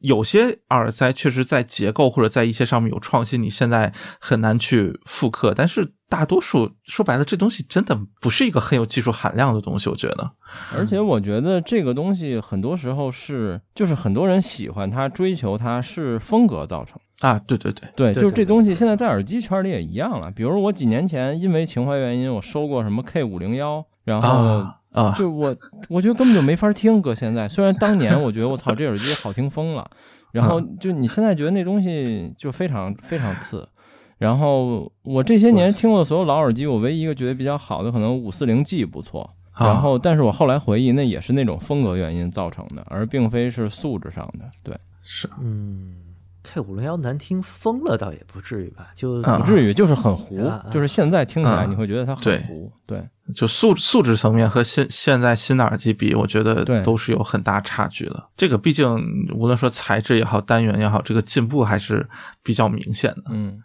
B: 有些耳塞确实在结构或者在一些上面有创新，你现在很难去复刻。但是大多数说白了，这东西真的不是一个很有技术含量的东西，我觉得。
C: 而且我觉得这个东西很多时候是，就是很多人喜欢它、追求它是风格造成的。
B: 啊，对对对，
C: 对，
A: 对
C: 就是这
A: 对
C: 东西现在在耳机圈里也一样了。比如我几年前因为情怀原因，我收过什么 K 五零幺，然后
B: 啊啊，
C: 就我我觉得根本就没法听搁现在。虽然当年我觉得我操这耳机好听疯了，然后
B: 嗯
C: 就你现在觉得那东西就非常非常次。然后我这些年听过的所有老耳机，我唯一一个觉得比较好的可能五四零 G 不错，
B: 啊
C: 然后但是我后来回忆那也是那种风格原因造成的，而并非是素质上的。对，
B: 是
A: 嗯，K 五零幺难听疯了倒也不至于吧，就、
B: 啊
C: 不至于就是很糊
A: 啊啊，
C: 就是现在听起来
B: 啊
C: 你会觉得它很
B: 对
C: 糊。对，
B: 就素素质层面和现现在新的耳机比，我觉得
C: 对
B: 都是有很大差距的。这个毕竟无论说材质也好，单元也好，这个进步还是比较明显的。
C: 嗯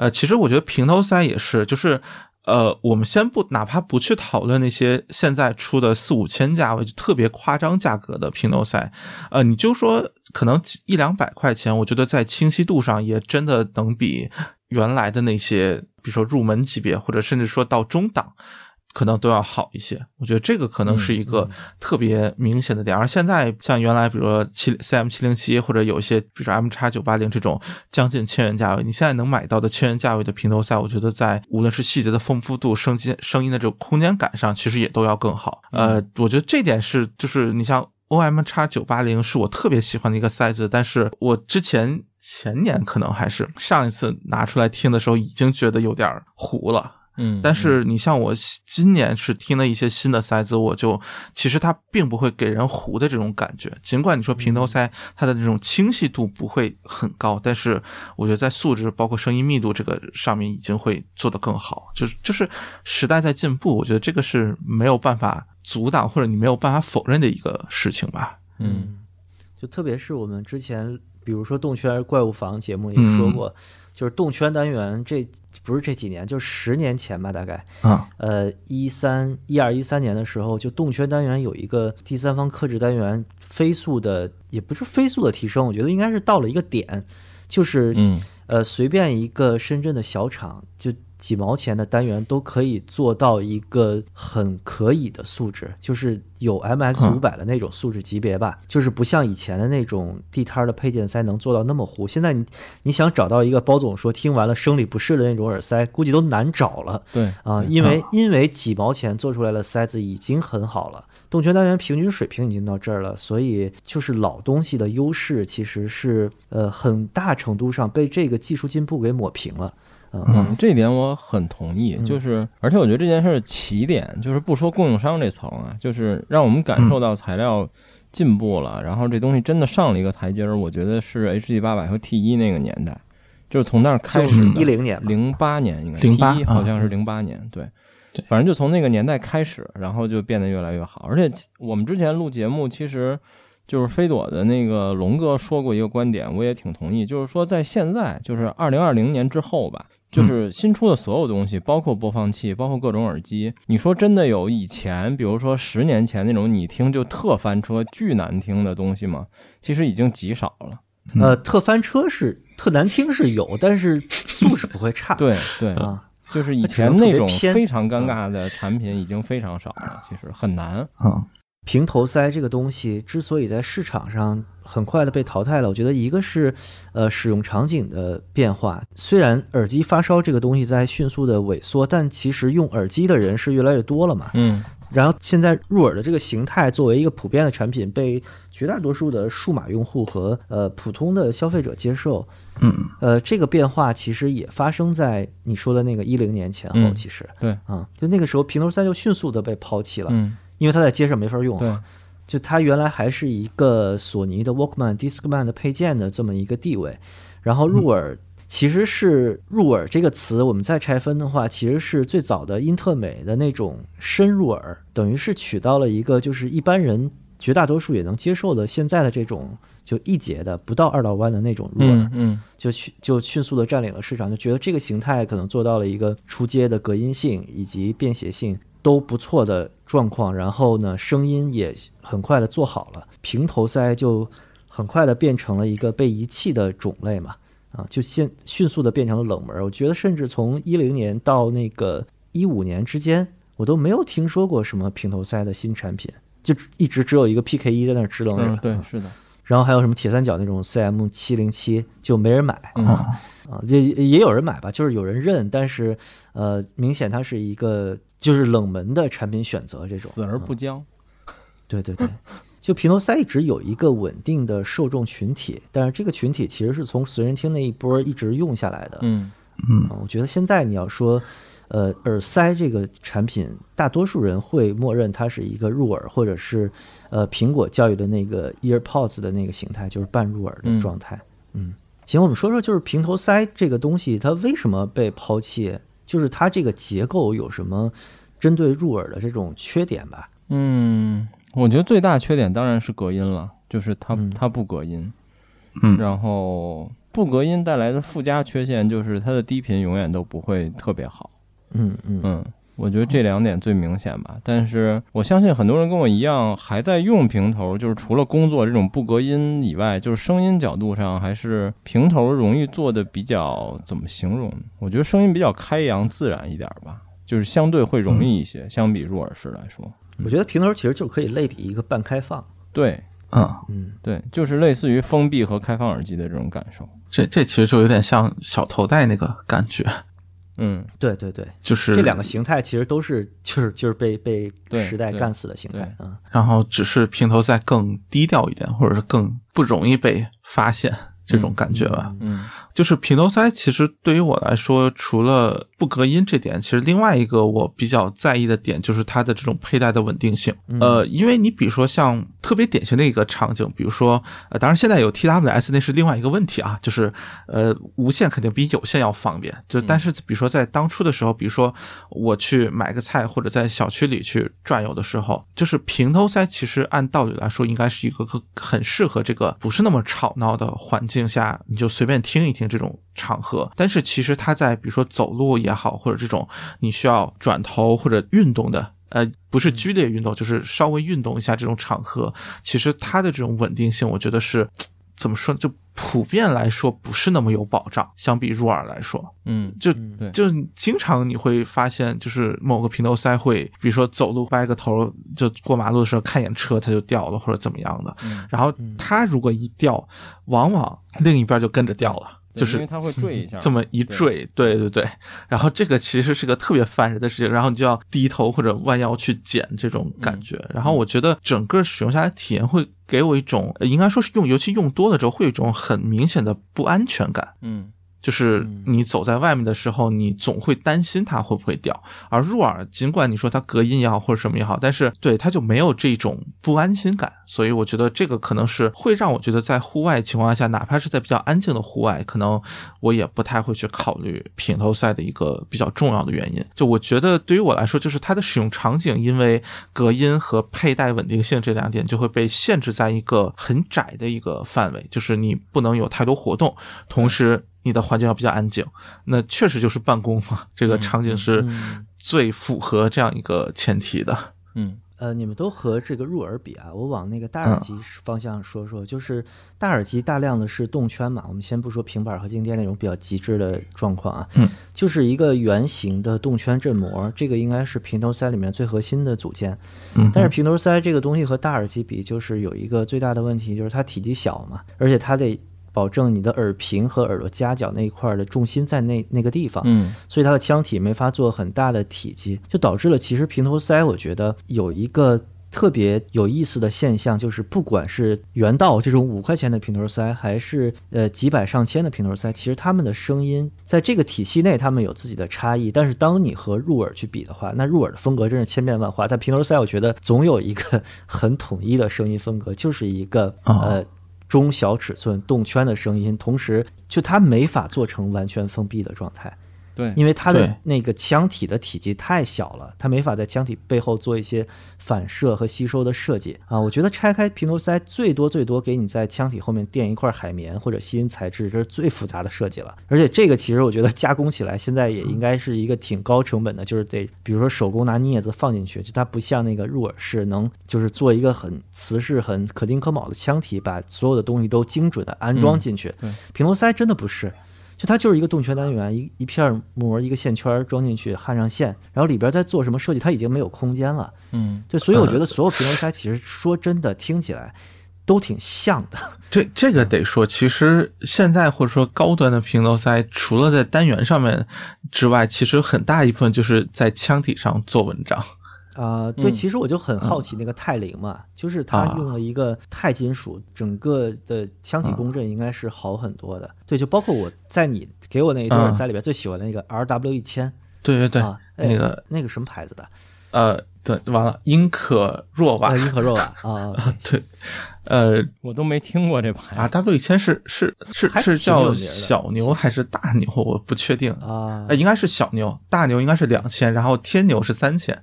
B: 呃，其实我觉得平头塞也是，就是呃，我们先不哪怕不去讨论那些现在出的四五千价位就特别夸张价格的平头塞，呃，你就说可能几一两百块钱，我觉得在清晰度上也真的能比原来的那些，比如说入门级别或者甚至说到中档。可能都要好一些，我觉得这个可能是一个特别明显的点。而现在像原来，比如说七 CM 七零七或者有一些，比如说 M 叉九八零这种将近千元价位，你现在能买到的千元价位的平头塞，我觉得在无论是细节的丰富度、声音声音的这个空间感上，其实也都要更好。呃，我觉得这点是就是你像。 O M X 九八零是我特别喜欢的一个塞子，但是我之前前年可能还是上一次拿出来听的时候，已经觉得有点儿糊了。
C: 嗯，
B: 但是你像我今年是听了一些新的塞子，我就其实它并不会给人糊的这种感觉。尽管你说平头塞它的这种清晰度不会很高，但是我觉得在素质包括声音密度这个上面已经会做得更好。就是就是时代在进步，我觉得这个是没有办法阻挡或者你没有办法否认的一个事情吧。
C: 嗯，
A: 就特别是我们之前，比如说《动圈怪物房》节目也说
C: 嗯
A: 过，就是动圈单元这不是这几年，就十年前吧，大概
B: 啊，
A: 呃一三一二一三年的时候，就动圈单元有一个第三方克制单元飞速的，也不是飞速的提升，我觉得应该是到了一个点，就是、
C: 嗯
A: 呃随便一个深圳的小厂就。几毛钱的单元都可以做到一个很可以的素质，就是有 MX 五百的那种素质级别吧，就是不像以前的那种地摊儿的配件塞能做到那么糊。现在你你想找到一个包总说听完了生理不适的那种耳塞，估计都难找了。
C: 对，
A: 啊，因为因为几毛钱做出来的塞子已经很好了，动圈单元平均水平已经到这儿了，所以就是老东西的优势其实是呃很大程度上被这个技术进步给抹平了。
C: 嗯，这一点我很同意，就是而且我觉得这件事儿起点就是不说供应商这层啊，就是让我们感受到材料进步了，然后这东西真的上了一个台阶儿，我觉得是 H D 八百和 T 一那个年代，就是从那儿开始
B: 嗯
A: 一
C: 的，
A: 零年吧，
C: 零八年应该
B: 08
C: T1 好像是零八年，对。
B: 对
C: 反正就从那个年代开始，然后就变得越来越好。而且其我们之前录节目，其实就是飞朵的那个龙哥说过一个观点，我也挺同意，就是说在现在，就是二零二零年之后吧，就是新出的所有东西，包括播放器，包括各种耳机，你说真的有以前，比如说十年前那种你听就特翻车、巨难听的东西吗？其实已经极少了。
B: 嗯
A: 呃，特翻车是特难听是有，但是素质不会差。
C: 对对，
A: 啊，
C: 就是以
A: 它只能
C: 前
A: 特
C: 那
A: 别
C: 种
A: 偏
C: 非常尴尬的产品已经非常少了，其实很难。
B: 嗯
A: 平头塞这个东西之所以在市场上很快的被淘汰了，我觉得一个是呃使用场景的变化。虽然耳机发烧这个东西在迅速的萎缩，但其实用耳机的人是越来越多了嘛。
C: 嗯
A: 然后现在入耳的这个形态作为一个普遍的产品，被绝大多数的数码用户和呃普通的消费者接受。
B: 嗯，
A: 呃，这个变化其实也发生在你说的那个一零年前后，
C: 嗯
A: 其实
C: 对
A: 啊、就那个时候平头塞就迅速的被抛弃了。
C: 嗯，
A: 因为它在街上没法用。
C: 对，
A: 就它原来还是一个索尼的 Walkman、Discman 的配件的这么一个地位，然后
C: 嗯
A: 入耳。其实是入耳这个词，我们再拆分的话，其实是最早的英特美的那种深入耳，等于是取到了一个就是一般人绝大多数也能接受的现在的这种就一节的不到二道弯的那种入耳，
C: 嗯嗯
A: 就迅就迅速的占领了市场，就觉得这个形态可能做到了一个出街的隔音性以及便携性都不错的状况，然后呢，声音也很快的做好了，平头塞就很快的变成了一个被遗弃的种类嘛，啊，就现迅速的变成了冷门儿。我觉得甚至从一零年到那个一五年之间，我都没有听说过什么平头塞的新产品，就一直只有一个 PK 一在那儿支棱着、啊
C: 嗯，对，是的，
A: 然后还有什么铁三角那种 CM 七零七就没人买
C: 嗯
A: 啊啊，也也有人买吧，就是有人认，但是呃，明显它是一个就是冷门的产品选择这种，啊
C: 死而不僵。
A: 对对对，就平头塞一直有一个稳定的受众群体，但是这个群体其实是从随身听那一波一直用下来的，
C: 嗯
A: 啊，我觉得现在你要说，呃，耳塞这个产品，大多数人会默认它是一个入耳，或者是呃苹果教育的那个 EarPods 的那个形态，就是半入耳的状态。嗯行，我们说说就是平头塞这个东西，它为什么被抛弃？就是它这个结构有什么针对入耳的这种缺点吧？
C: 嗯，我觉得最大缺点当然是隔音了，就是它
A: 嗯
C: 它不隔音，
B: 嗯
C: 然后不隔音带来的附加缺陷就是它的低频永远都不会特别好。
A: 嗯嗯
C: 嗯，我觉得这两点最明显吧。但是我相信很多人跟我一样，还在用平头，就是除了工作这种不隔音以外，就是声音角度上，还是平头容易做的比较怎么形容呢？我觉得声音比较开扬自然一点吧，就是相对会容易一
B: 嗯
C: 些，相比入耳式来说。
A: 我觉得平头其实就可以类比一个半开放。
C: 对
B: 嗯，
A: 嗯，
C: 对，就是类似于封闭和开放耳机的这种感受。
B: 这这其实就有点像小头戴那个感觉。
C: 嗯，
A: 对对对，
B: 就是
A: 这两个形态其实都是就是就是被被
C: 对
A: 时代
C: 对
A: 干死的形态
C: 对
A: 啊、
B: 然后只是平头再更低调一点，或者是更不容易被发现这种感觉吧。
C: 嗯，
B: 就是平头塞，其实对于我来说，除了不隔音这点，其实另外一个我比较在意的点就是它的这种佩戴的稳定性。呃，因为你比如说像特别典型的一个场景，比如说，呃，当然现在有 TWS 那是另外一个问题啊，就是呃，无线肯定比有线要方便。就但是比如说在当初的时候，比如说我去买个菜或者在小区里去转悠的时候，就是平头塞，其实按道理来说应该是一个个很适合这个不是那么吵闹的环境下，你就随便听一听这种场合。但是其实它在比如说走路也好，或者这种你需要转头或者运动的。呃，不是剧烈运动，就是稍微运动一下这种场合，其实它的这种稳定性，我觉得是怎么说，就普遍来说不是那么有保障。相比入耳来说，
C: 嗯，
B: 就
C: 对
B: 就是经常你会发现，就是某个平头塞会，比如说走路歪个头，就过马路的时候看一眼车，它就掉了或者怎么样的。
C: 嗯
B: 然后它如果一掉，往往另一边就跟着掉了，
C: 对
B: 就
C: 因
B: 是
C: 为它会坠一下，
B: 这么一坠，对对对。然后这个其实是个特别烦人的事情，然后你就要低头或者弯腰去捡这种
C: 嗯
B: 感觉。然后我觉得整个使用下来体验会给我一种，呃应该说是用，尤其用多了之后，会有一种很明显的不安全感。
C: 嗯
B: 就是你走在外面的时候，你总会担心它会不会掉。而入耳，尽管你说它隔音也好或者什么也好，但是对它就没有这种不安心感。所以我觉得这个可能是会让我觉得在户外情况下，哪怕是在比较安静的户外，可能我也不太会去考虑品头赛的一个比较重要的原因。就我觉得对于我来说，就是它的使用场景因为隔音和佩戴稳定性这两点就会被限制在一个很窄的一个范围，就是你不能有太多活动，同时。你的环境要比较安静，那确实就是办公嘛，这个场景是最符合这样一个前提的。
C: 嗯
A: 呃，你们都和这个入耳比啊，我往那个大耳
B: 嗯
A: 机方向说说，就是大耳机大量的是动圈嘛，我们先不说平板儿和静电那种比较极致的状况啊，
B: 嗯，
A: 就是一个圆形的动圈振膜，这个应该是平头塞里面最核心的组件，
B: 嗯
A: 但是平头塞这个东西和大耳机比，就是有一个最大的问题，就是它体积小嘛，而且它得保证你的耳屏和耳朵夹角那一块儿的重心在那那个地方，
C: 嗯
A: 所以它的腔体没法做很大的体积，就导致了其实平头塞，我觉得有一个特别有意思的现象，就是不管是原道这种五块钱的平头塞，还是呃几百上千的平头塞，其实他们的声音在这个体系内，他们有自己的差异。但是当你和入耳去比的话，那入耳的风格真是千变万化。但平头塞，我觉得总有一个很统一的声音风格，就是一个
B: 哦
A: 呃中小尺寸动圈的声音，同时就它没法做成完全封闭的状态。
C: 对，
A: 因为它的
B: 对
A: 那个腔体的体积太小了，它没法在腔体背后做一些反射和吸收的设计啊。我觉得拆开平头塞最多最多给你在腔体后面垫一块海绵或者吸音材质，这是最复杂的设计了。而且这个其实我觉得加工起来现在也应该是一个挺高成本的，就是得比如说手工拿镊子放进去，就它不像那个入耳式能就是做一个很瓷实、很可丁可卯的腔体，把所有的东西都精准的安装进去。
C: 嗯对
A: 平头塞真的不是，就它就是一个动圈单元，一一片膜，一个线圈装进去，焊上线，然后里边再做什么设计，它已经没有空间了。
C: 嗯
A: 对，所以我觉得所有平头塞其实说真的，听起来都挺像的。
B: 这这个得说，其实现在或者说高端的平头塞，除了在单元上面之外，其实很大一部分就是在腔体上做文章。
A: 啊、对，
C: 嗯
A: 其实我就很好奇那
B: 嗯
A: 个泰林嘛，就是它
B: 啊
A: 用了一个钛金属，整个的腔体共振应该是好很多
B: 啊
A: 的。对，就包括我在你给我那一对耳塞里边最喜欢的那个 R W 一千
B: 对嗯对对，
A: 啊，哎
B: 那个
A: 那个什么牌子的？
B: 呃，对，完了，英可若瓦
A: 啊，，英和若瓦 啊，
B: 对，呃
C: 我都没听过这牌
B: ，R
C: 子，
B: W 以前是是是
A: 还挺
B: 是
A: 有
B: 叫
A: 名的
B: 小牛还是大牛，我不确定。
A: 啊
B: 呃，应该是小牛，大牛应该是两千，然后天牛是三千，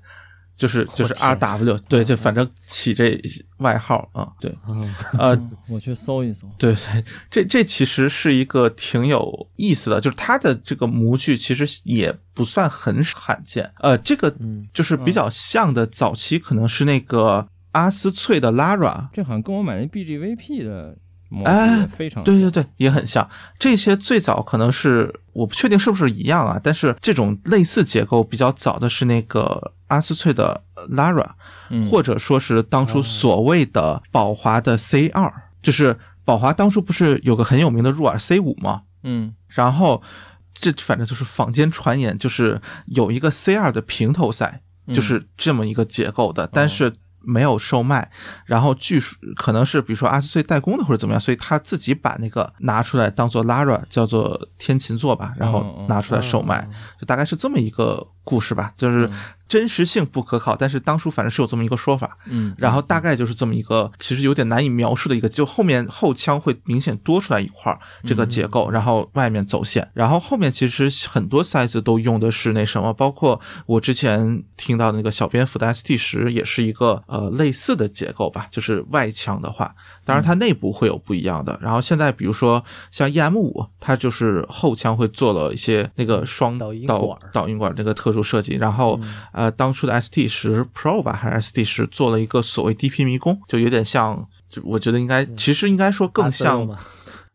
B: 就是就是
A: 我天嗯
B: RW，对，就反正起这外号啊、对，
A: 啊，
B: 呃，
C: 嗯我去搜一搜，
B: 对，所以这这其实是一个挺有意思的，就是它的这个模具其实也不算很罕见。呃，这个
A: 嗯
B: 就是比较像的，早期可能是那个阿斯翠的 Lara，
C: 这好像跟我买那 BGVP 的模
B: 哎
C: 式也非常
B: 对对
C: 像，
B: 对，也很像。这些最早可能是我不确定是不是一样啊，但是这种类似结构比较早的是那个阿斯翠的 Lara，、
C: 嗯
B: 或者说是当初所谓的宝华的 C 二、就是宝华当初不是有个很有名的入耳 C 五吗？
C: 嗯
B: 然后这反正就是坊间传言，就是有一个 C 二的平头赛，就是这么一个结构的，但是没有售卖。然后据说可能是比如说阿斯翠代工的或者怎么样，所以他自己把那个拿出来当做 Lara 叫做天琴座吧，然后拿出来售卖，就大概是这么一个故事吧，就是真实性不可考，但是当初反正是有这么一个说法。
C: 嗯，
B: 然后大概就是这么一个，其实有点难以描述的一个，就后面后腔会明显多出来一块儿这个结构，然后外面走线，然后后面其实很多 size 都用的是那什么，包括我之前听到的那个小蝙蝠的 ST 十也是一个呃类似的结构吧，就是外腔的话，当然它内部会有不一样的。然后现在比如说像 EM 五，它就是后腔会做了一些那个双
A: 导音
B: 导
A: 管儿
B: 导音管这个特殊设计，然后、呃，当初的 ST 十 Pro 吧，还是 ST 十做了一个所谓 DP 迷宫，就有点像，就我觉得应该，其实应该说更像
A: 嘛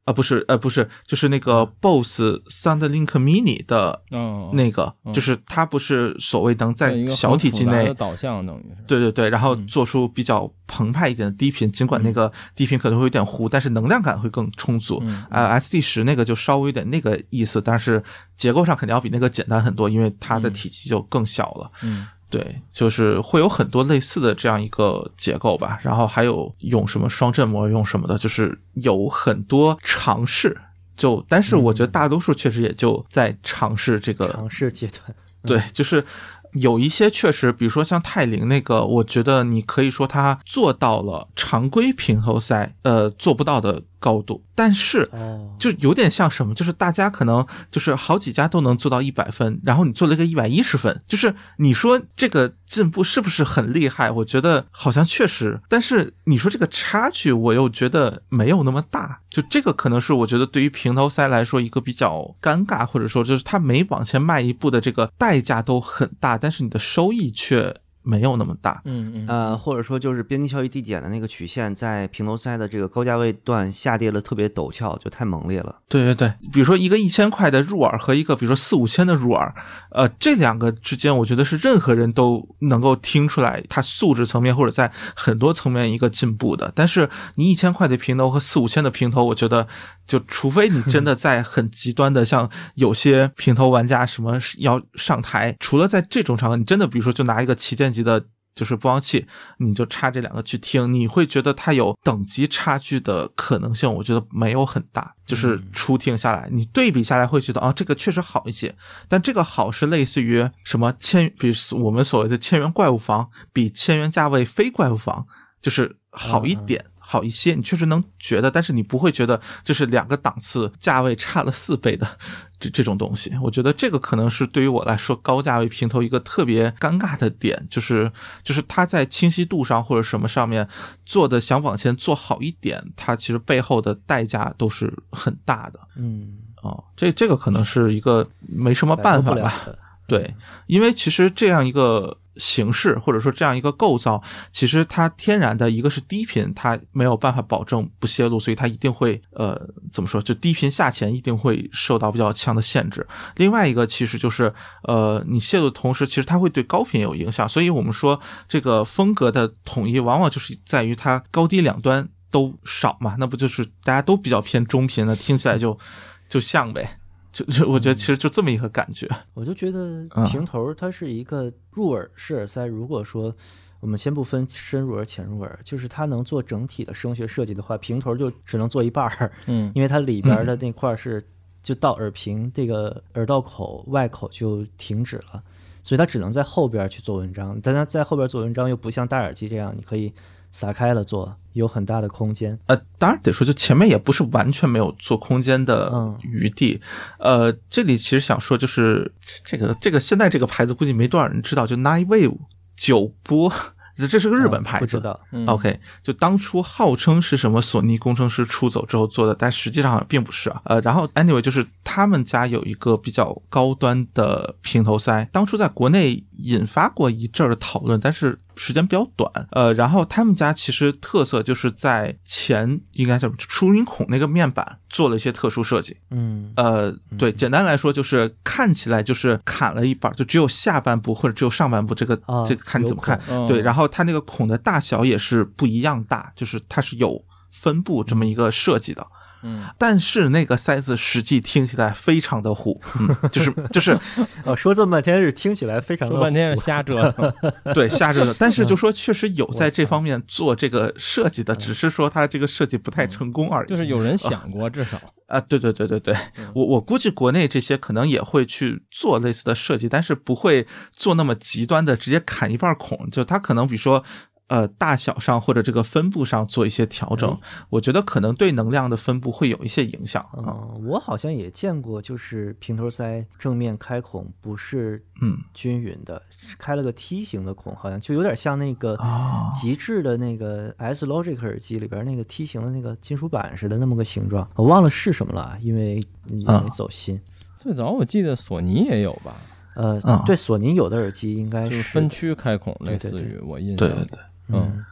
B: 啊、，不是呃不是，就是那个 BOSS SoundLink Mini 的
C: 哦，
B: 那个，
C: 嗯
B: 就是它不是所谓能
C: 有
B: 在
C: 一个
B: 小
C: 很
B: 体
C: 复
B: 积
C: 杂
B: 内
C: 的导向等于是，
B: 对对对，然
C: 嗯
B: 后做出比较澎湃一点的低频，尽管那个低频可能会有点糊，但是能量感会更充足。
C: 嗯
B: 呃，SD 十那个就稍微有点那个意思，但是结构上肯定要比那个简单很多，因为它的
C: 嗯
B: 体积就更小了。
C: 嗯，
B: 对，就是会有很多类似的这样一个结构吧，然后还有用什么双振膜，用什么的，就是有很多尝试。就，但是我觉得
C: 嗯
B: 大多数确实也就在尝试这个
A: 尝试阶段，
B: 对，就是有一些确实，比如说像泰林那个，我觉得你可以说他做到了常规平头赛呃做不到的高度，但是。
A: 哦，
B: 就有点像什么，就是大家可能就是好几家都能做到一百分，然后你做了一个一百一十分，就是你说这个进步是不是很厉害？我觉得好像确实，但是你说这个差距，我又觉得没有那么大。就这个可能是我觉得对于平头赛来说一个比较尴尬，或者说就是他每往前迈一步的这个代价都很大，但是你的收益却没有那么大。
C: 嗯嗯
A: 呃，或者说就是边际效益递减的那个曲线，在平头塞的这个高价位段下跌的特别陡峭，就太猛烈了。
B: 对对对，比如说一个一千块的入耳和一个比如说四五千的入耳，呃，这两个之间，我觉得是任何人都能够听出来，它素质层面或者在很多层面一个进步的。但是你一千块的平头和四五千的平头，我觉得就除非你真的在很极端的，像有些平头玩家什么要上台，除了在这种场合，你真的比如说就拿一个旗舰级的。就是播放器，你就插这两个去听，你会觉得它有等级差距的可能性，我觉得没有很大。就是初听下来，你对比下来会觉得啊，这个确实好一些，但这个好是类似于什么千，比如我们所谓的千元怪物房，比千元价位非怪物房就是好一点。好一些，你确实能觉得，但是你不会觉得就是两个档次价位差了四倍的这这种东西。我觉得这个可能是对于我来说高价位平头一个特别尴尬的点，就是就是它在清晰度上或者什么上面做的想往前做好一点，它其实背后的代价都是很大的。
A: 嗯，
B: 哦，这这个可能是一个没什么办法
A: 摆脱不
B: 吧。
A: 了的。
B: 对，因为其实这样一个形式或者说这样一个构造，其实它天然的一个是低频，它没有办法保证不泄露，所以它一定会呃怎么说，就低频下潜一定会受到比较强的限制。另外一个其实就是呃你泄露的同时，其实它会对高频有影响，所以我们说这个风格的统一，往往就是在于它高低两端都少嘛，那不就是大家都比较偏中频的，听起来就就像呗。就就我觉得其实就这么一个感觉，
A: 我就觉得
B: 嗯
A: 平头儿它是一个入耳式耳塞，如果说我们先不分深入耳、浅入耳，就是它能做整体的声学设计的话，平头儿就只能做一半儿，
C: 嗯
A: 因为它里边儿的那块儿是就到耳屏这个耳道口外口就停止了，所以它只能在后边儿去做文章。但它在后边儿做文章又不像戴耳机这样，你可以撒开了做，有很大的空间。
B: 呃，当然得说，就前面也不是完全没有做空间的
A: 嗯
B: 余地。呃，这里其实想说，就是这这个这个现在这个牌子估计没多少人知道，就 Nine Wave 九波， 这是个日本
A: 嗯
B: 牌
A: 不
B: 子。
A: 知道，
C: 嗯
B: OK，就当初号称是什么索尼工程师出走之后做的，但实际上好像并不是啊。呃，然后 anyway 就是他们家有一个比较高端的平头塞，当初在国内引发过一阵儿的讨论，但是时间比较短。呃，然后他们家其实特色就是在前应该叫什么出音孔那个面板做了一些特殊设计，
A: 嗯，
B: 呃，对，简单来说就是看起来就是砍了一半儿，就只有下半部或者只有上半部，这个、
A: 啊
B: 这个看你怎么看
A: 有。
C: 孔
B: 对，
C: 嗯
B: 然后它那个孔的大小也是不一样大，就是它是有分布这么一个设计的。
C: 嗯，
B: 但是那个塞子实际听起来非常的虎，嗯、就是就是
A: 哦，说这么半天是听起来非常的
C: 说半天是
A: 虎
C: 瞎折腾，
B: 对瞎折腾。但是就说确实有在这方面做这个设计
C: 嗯
B: 的，只是说它这个设计不太成功而已。
C: 就是有人想过，至少
B: 啊，对对对对对，我我估计国内这些可能也会去做类似的设计，但是不会做那么极端的，直接砍一半孔。就它可能比如说。呃，大小上或者这个分布上做一些调整，我觉得可能对能量的分布会有一些影响啊。
A: 嗯，我好像也见过，就是平头塞正面开孔不是
B: 嗯
A: 均匀的，是开了个梯形的孔，好像就有点像那个
B: 哦
A: 极致的那个 S Logic 耳机里边那个梯形的那个金属板似的那么个形状，我忘了是什么了啊，因为也
B: 啊
C: 嗯
A: 没走心。
C: 最早我记得索尼也有吧，
A: 呃
B: 啊，
A: 对，索尼有的耳机应该
C: 嗯就是是分区开孔，类
A: 对
C: 似
A: 对
C: 于我印象。
B: 哎对对对，
C: 嗯，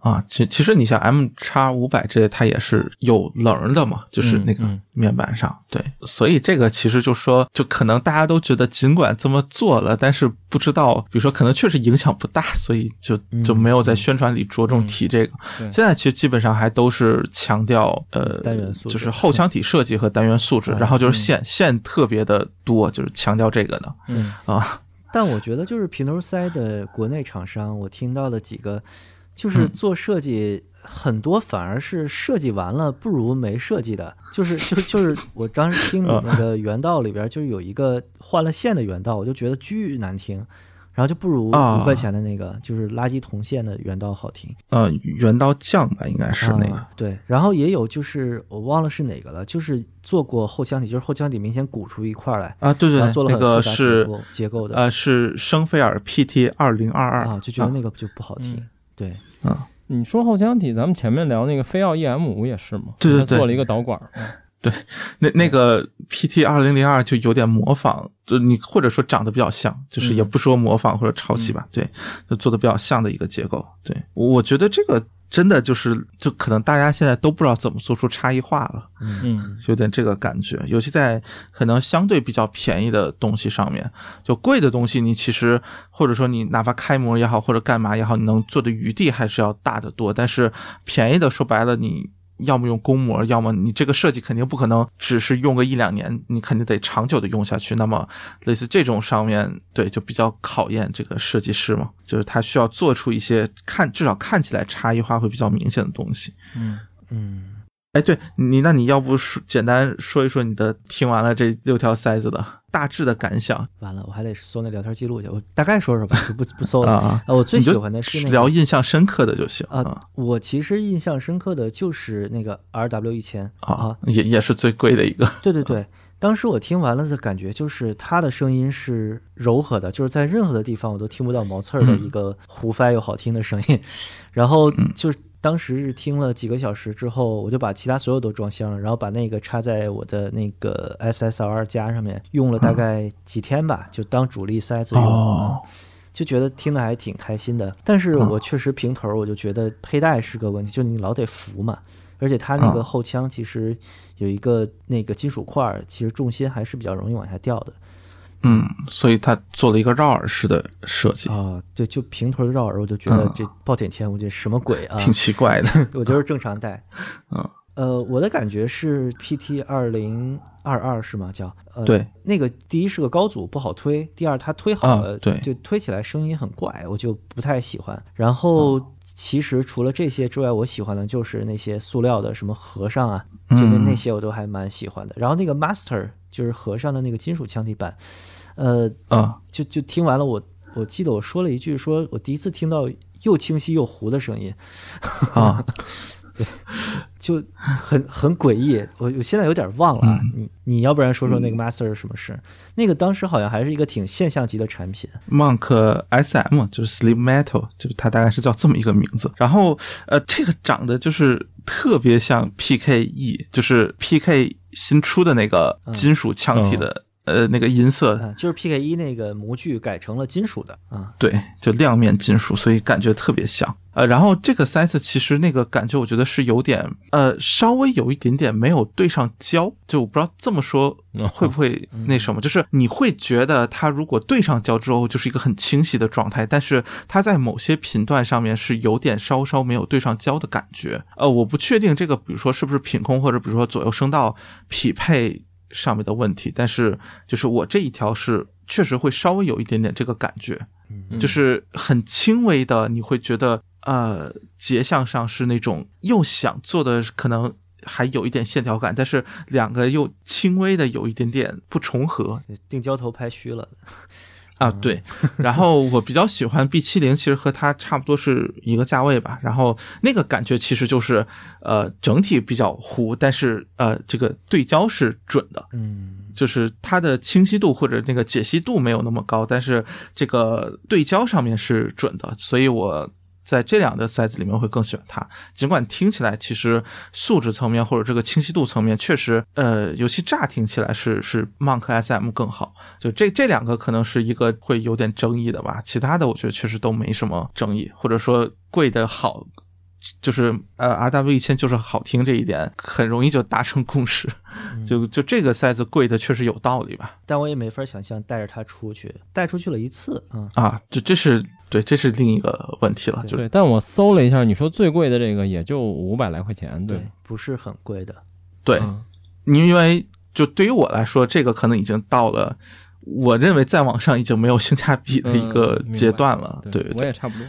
B: 啊，其其实你像 M 叉五百这些，它也是有棱儿的嘛，就是
C: 嗯
B: 那个
C: 嗯
B: 面板上。对，所以这个其实就说，就可能大家都觉得，尽管这么做了，但是不知道，比如说可能确实影响不大，所以就
A: 嗯
B: 就没有在宣传里着重提这个。
C: 对
B: 现在其实基本上还都是强调呃
A: 单元素质嗯
B: 就是后腔体设计和单元素质，然后就是线线特别的多，就是强调这个的。
C: 嗯
B: 啊，
A: 但我觉得就是平头塞的国内厂商，我听到的几个，就是
B: 嗯
A: 做设计很多反而是设计完了不如没设计的，就是就就是我当时听你
B: 嗯
A: 那个原道里边就是有一个换了线的原道，我就觉得巨难听，然后就不如
B: 啊
A: 五块钱的那个就是垃圾铜线的原道好听。
B: 呃，圆刀匠吧，应该是那个。
A: 啊对，然后也有就是我忘了是哪个了，就是做过后腔体，就是后腔体明显鼓出一块儿来，
B: 啊，对对
A: 然
B: 对，
A: 后做了
B: 那
A: 很
B: 个
A: 复杂结
B: 是
A: 构结构的
B: 呃，是生菲尔 PT 二零二二
A: 啊，就觉得那个就不好听。
B: 嗯
A: 对，
B: 啊，
C: 你说后腔体，咱们前面聊那个飞奥 EM 五也是嘛，
B: 对对
C: 它
B: 对
C: 做了一个导管儿，
B: 那那个 PT 二零零二就有点模仿，就你或者说长得比较像，就是
A: 嗯
B: 也不说模仿或者抄袭吧，对，就做的比较像的一个结构。对，我我觉得这个真的就是，就可能大家现在都不知道怎么做出差异化了，
C: 嗯，
B: 有点这个感觉，尤其在可能相对比较便宜的东西上面，就贵的东西，你其实或者说你哪怕开模也好，或者干嘛也好，你能做的余地还是要大得多。但是便宜的，说白了，你要么用公模，要么你这个设计肯定不可能只是用个一两年，你肯定得长久的用下去。那么类似这种上面，对，就比较考验这个设计师嘛，就是他需要做出一些看至少看起来差异化会比较明显的东西。
C: 嗯，
A: 嗯。
B: 哎，对你，那你要不说简单说一说你的听完了这六条塞子的大致的感想
A: 完了，我还得搜那聊天记录去。我大概说说吧，就不不搜了。
B: 啊？
A: 呃，我最
B: 你就
A: 喜欢的是那
B: 聊
A: 个
B: 印象深刻的就行
A: 啊，我其实印象深刻的就是那个 R W 一千
B: 啊，也也是最贵的一个
A: 对对对，当时我听完了的感觉就是它的声音是柔和的，就是在任何的地方我都听不到毛刺儿的一个胡翻又好听的声音。 然后就是当时是听了几个小时之后，我就把其他所有都装箱了，然后把那个插在我的那个 SSR 加上面，用了大概几天吧，就当主力塞子用。
B: 哦
A: 嗯就觉得听的还挺开心的，但是
B: 嗯
A: 我确实平头儿，我就觉得佩戴是个问题，就你老得扶嘛，而且它那个
B: 啊
A: 后腔其实有一个那个金属块儿，其实重心还是比较容易往下掉的
B: 嗯，所以他做了一个绕耳式的设计，
A: 啊、对，就平头绕耳，我就觉得
B: 嗯
A: 这暴殄天物这什么鬼啊？
B: 挺奇怪的。
A: 我就是正常戴。
B: 嗯，
A: 呃，我的感觉是 PT 二零二二是吗？叫呃，
B: 对，
A: 那个第一是个高阻不好推，第二它推好
B: 啊
A: 了，
B: 对
A: 就推起来声音很怪，我就不太喜欢。然后
B: 啊
A: 其实除了这些之外，我喜欢的就是那些塑料的什么和尚啊，就那
B: 嗯
A: 那些我都还蛮喜欢的。然后那个 Master 就是和尚的那个金属腔体版，呃，
B: 啊
A: 就就听完了我，我记得我说了一句，说我第一次听到又清晰又糊的声音，
B: 啊，
A: 就 很很诡异。我我现在有点忘了啊，你你要不然说说那个 Master 是什么事？那个当时好像还是一个挺现象级的产品，
B: Monk SM 就是 Sleep Metal，就是它大概是叫这么一个名字。然后呃，这个长得就是特 E，别像 PKE，就是 PK 新出的那个金属腔体的呃那个银色，
A: 嗯，就是 PK 一那个模具改成了金属的啊，
B: 对，就亮面金属，所以感觉特别像。呃，然后这个 size 其实那个感觉，我觉得是有点呃，稍微有一点点没有对上焦，就我不知道这么说
C: 嗯
B: 会不会那什么，就是你会觉得它如果对上焦之后就是一个很清晰的状态，但是它在某些频段上面是有点稍稍没有对上焦的感觉。呃，我不确定这个，比如说是不是品控或者比如说左右声道匹配上面的问题，但是就是我这一条是确实会稍微有一点点这个感觉。
A: 嗯
B: 嗯就是很轻微的，你会觉得呃，节相上是那种又想做的可能还有一点线条感，但是两个又轻微的有一点点不重合
A: 定焦头拍虚了，
B: 啊。对，然后我比较喜欢 B 七零，其实和它差不多是一个价位吧。然后那个感觉其实就是呃，整体比较糊，但是呃，这个对焦是准的。
A: 嗯，
B: 就是它的清晰度或者那个解析度没有那么高，但是这个对焦上面是准的，所以我在这两个 size 里面会更喜欢它。尽管听起来其实素质层面或者这个清晰度层面确实，呃，尤其乍听起来是是 Monk SM 更好，就这这两个可能是一个会有点争议的吧，其他的我觉得确实都没什么争议，或者说贵的好。就是呃，R W 一千就是好听这一点，很容易就达成共识。
C: 嗯
B: 就就这个 size 贵的确实有道理吧？
A: 但我也没法想象带着它出去，带出去了一次啊，
B: 啊，这这是对，这是另一个问题了。就
C: 对，但我搜了一下，你说最贵的这个也就五百来块钱，
A: 对
C: 吧，
A: 不是很贵的，
B: 对，
C: 嗯
B: 因为就对于我来说，这个可能已经到了我认为再往上已经没有性价比的一个
C: 嗯明白
B: 阶段了。对
C: 我
B: 对，
C: 也差不多。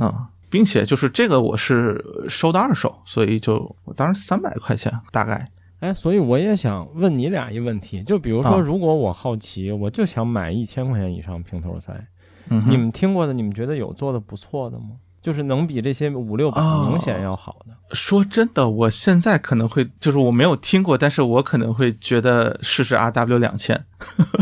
B: 嗯，并且就是这个我是收的二手，所以就我当时三百块钱大概。
C: 哎，所以我也想问你俩一问题，就比如
B: 啊
C: 说，如果我好奇，我就想买一千块钱以上平头塞，
B: 嗯哼
C: 你们听过的，你们觉得有做的不错的吗？就是能比这些五六百
B: 哦
C: 明显要好 的。
B: 说真的，我现在可能会就是我没有听过，但是我可能会觉得试试 R W 两千，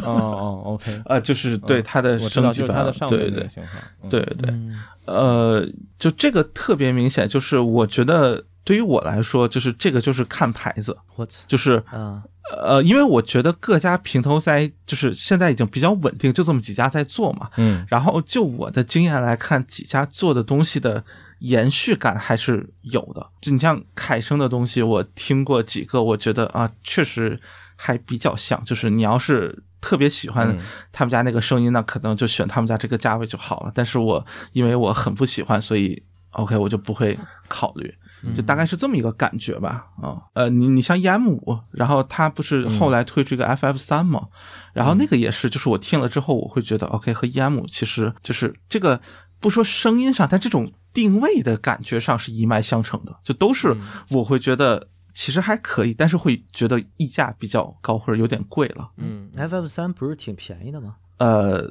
C: 哦哦，OK，
B: 呃，就是对
C: 嗯
B: 它的
C: 我知
B: 升
C: 道，
B: 级
C: 就是
B: 版，
C: 它的上
B: 对
C: 面
B: 对
C: 的型号。嗯
B: 对，对。
A: 嗯
B: 呃，就这个特别明显，就是我觉得对于我来说，就是这个就是看牌子，
A: 我操
B: 就是
A: 啊，
B: 呃，因为我觉得各家平头塞就是现在已经比较稳定，就这么几家在做嘛。
C: 嗯
B: 然后就我的经验来看，几家做的东西的延续感还是有的。就你像凯声的东西，我听过几个，我觉得啊，确实还比较像。就是你要是特别喜欢
C: 嗯
B: 他们家那个声音，那可能就选他们家这个价位就好了。但是我因为我很不喜欢，所以 OK 我就不会考虑。就大概是这么一个感觉吧，啊、呃，你你像 EM 五，然后它不是后来推出一个 FF 三嘛，然
C: 嗯
B: 后那个也是，就是我听了之后，我会觉得 OK 和 EM 其
C: 嗯
B: 实就是这个不说声音上，但这种定位的感觉上是一脉相承的，就都是我会觉得其实还可以，但是会觉得溢价比较高或者有点贵了。
C: 嗯，
A: ，FF 三不是挺便宜的吗？
B: 呃，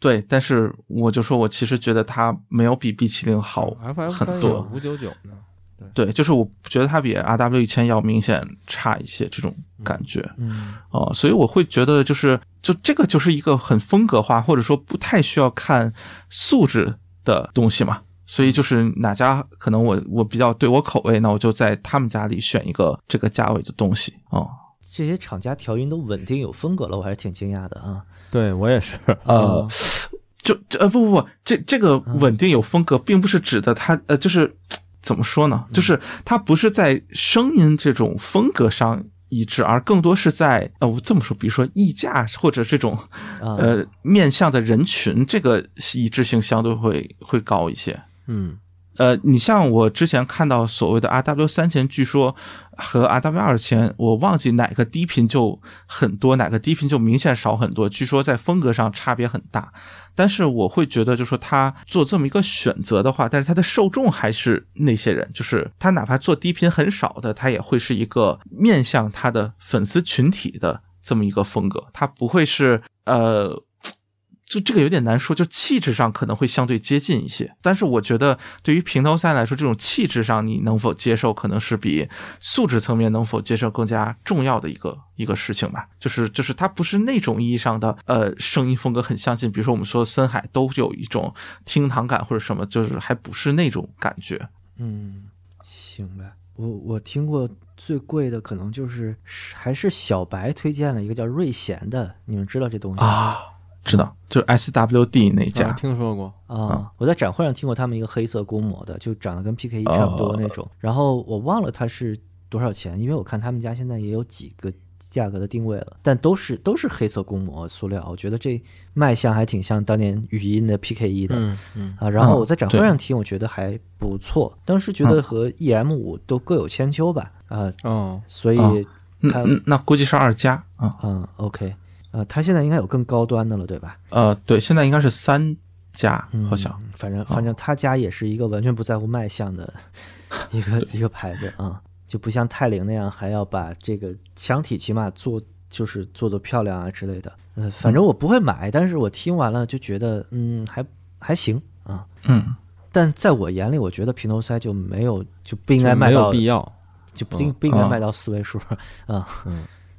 B: 对，但是我就说我其实觉得它没有比 B 7 0好
C: f f
B: 很
C: 三
B: 多
C: 有五九九呢。
B: 对，就是我觉得它比 R W 一千要明显差一些这种感觉
A: 嗯
B: 哦、所以我会觉得就是就这个就是一个很风格化，或者说不太需要看素质的东西嘛。所以就是哪家可能我我比较对我口味，那我就在他们家里选一个这个价位的东西哦。
A: 这些厂家调音都稳定有风格了，我还是挺惊讶的啊。
C: 对我也是。
A: 哦
B: 呃，就这呃不不不，这这个稳定有风格，并不是指的它呃，就是怎么说呢？就是它不是在声音这种风格上一致，而更多是在呃，我这么说，比如说溢价或者这种
A: 啊，
B: 呃面向的人群，这个一致性相对会会高一些。
A: 嗯
B: 呃，你像我之前看到所谓的 R W 三千，据说和 R W 二千，我忘记哪个低频就很多，哪个低频就明显少很多。据说在风格上差别很大，但是我会觉得，就说他做这么一个选择的话，但是他的受众还是那些人，就是他哪怕做低频很少的，他也会是一个面向他的粉丝群体的这么一个风格，他不会是呃就这个有点难说，就气质上可能会相对接近一些，但是我觉得对于平头赛来说，这种气质上你能否接受，可能是比素质层面能否接受更加重要的一个一个事情吧。就是就是它不是那种意义上的呃声音风格很相近，比如说我们说森海都有一种厅堂感或者什么，就是还不是那种感觉。
A: 嗯，行吧。我我听过最贵的可能就是还是小白推荐了一个叫瑞贤的，你们知道这东西吗？
B: 啊，知道，就是 SWD 那
C: 啊
B: 家，
C: 听说过，
A: 啊，我在展会上听过他们一个黑色公模的，就长得跟 PK 一差不多那种。然后我忘了它是多少钱，因为我看他们家现在也有几个价格的定位了，但都是都是黑色公模塑料，我觉得这卖相还挺像当年语音的 PK 一的。
C: 嗯嗯，
A: 啊，然后我在展会
B: 对
A: 上听，我觉得还不错，当时觉得和 EM 五都各有千秋吧，啊、
C: 哦，
A: 所以
B: 哦嗯
A: 它，
B: 嗯那估计是二加啊，
A: 嗯，OK，呃，它现在应该有更高端的了，对吧？
B: 呃，对，现在应该是三加，好像
A: 嗯反
C: 啊
A: 正反正他家也是一个完全不在乎卖相 的一个一个牌子啊、就不像泰凌那样还要把这个墙体起码做就是做做漂亮啊之类的。呃，反
C: 嗯
A: 正我不会买，但是我听完了就觉得嗯还还行啊、
B: 嗯，
A: 但在我眼里，我觉得平头塞就没有就不应该
C: 就
A: 卖
C: 没
A: 到
C: 有必嗯要。
A: 就不应不应该卖到四位数啊、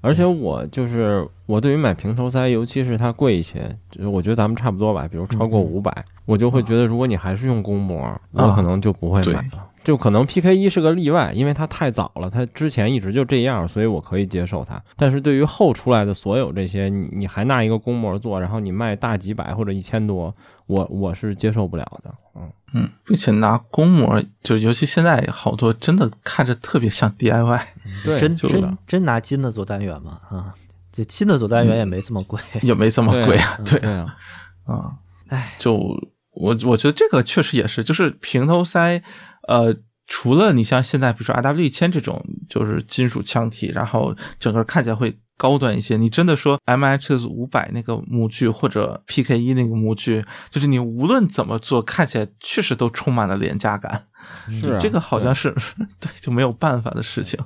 C: 而且我就是我对于买平头塞，尤其是它贵一些，就是我觉得咱们差不多吧，比如超过五百、我就会觉得如果你还是用公模，我可能就不会买了。就可能 PK 一是个例外，因为它太早了，它之前一直就这样，所以我可以接受它。但是对于后出来的所有这些，你你还拿一个公模做，然后你卖大几百或者一千多，我我是接受不了的。嗯，
B: 嗯，并且拿公模，就尤其现在好多真的看着特别像 DIY，
C: 对，
A: 真
B: 就是
A: 真真拿金的做单元吗？啊、这金的做单元也没这么贵。
B: 也没这么贵啊，对
C: 对啊，
B: 啊，
A: 唉，
B: 就我我觉得这个确实也是，就是平头塞，呃。除了你像现在，比如说 R W 一千这种，就是金属腔体，然后整个看起来会高端一些。你真的说 M H 五百那个模具或者 P K 一那个模具，就是你无论怎么做，看起来确实都充满了廉价感。
C: 是啊
B: 这个好
C: 对
B: 像是 对就没有办法的事情。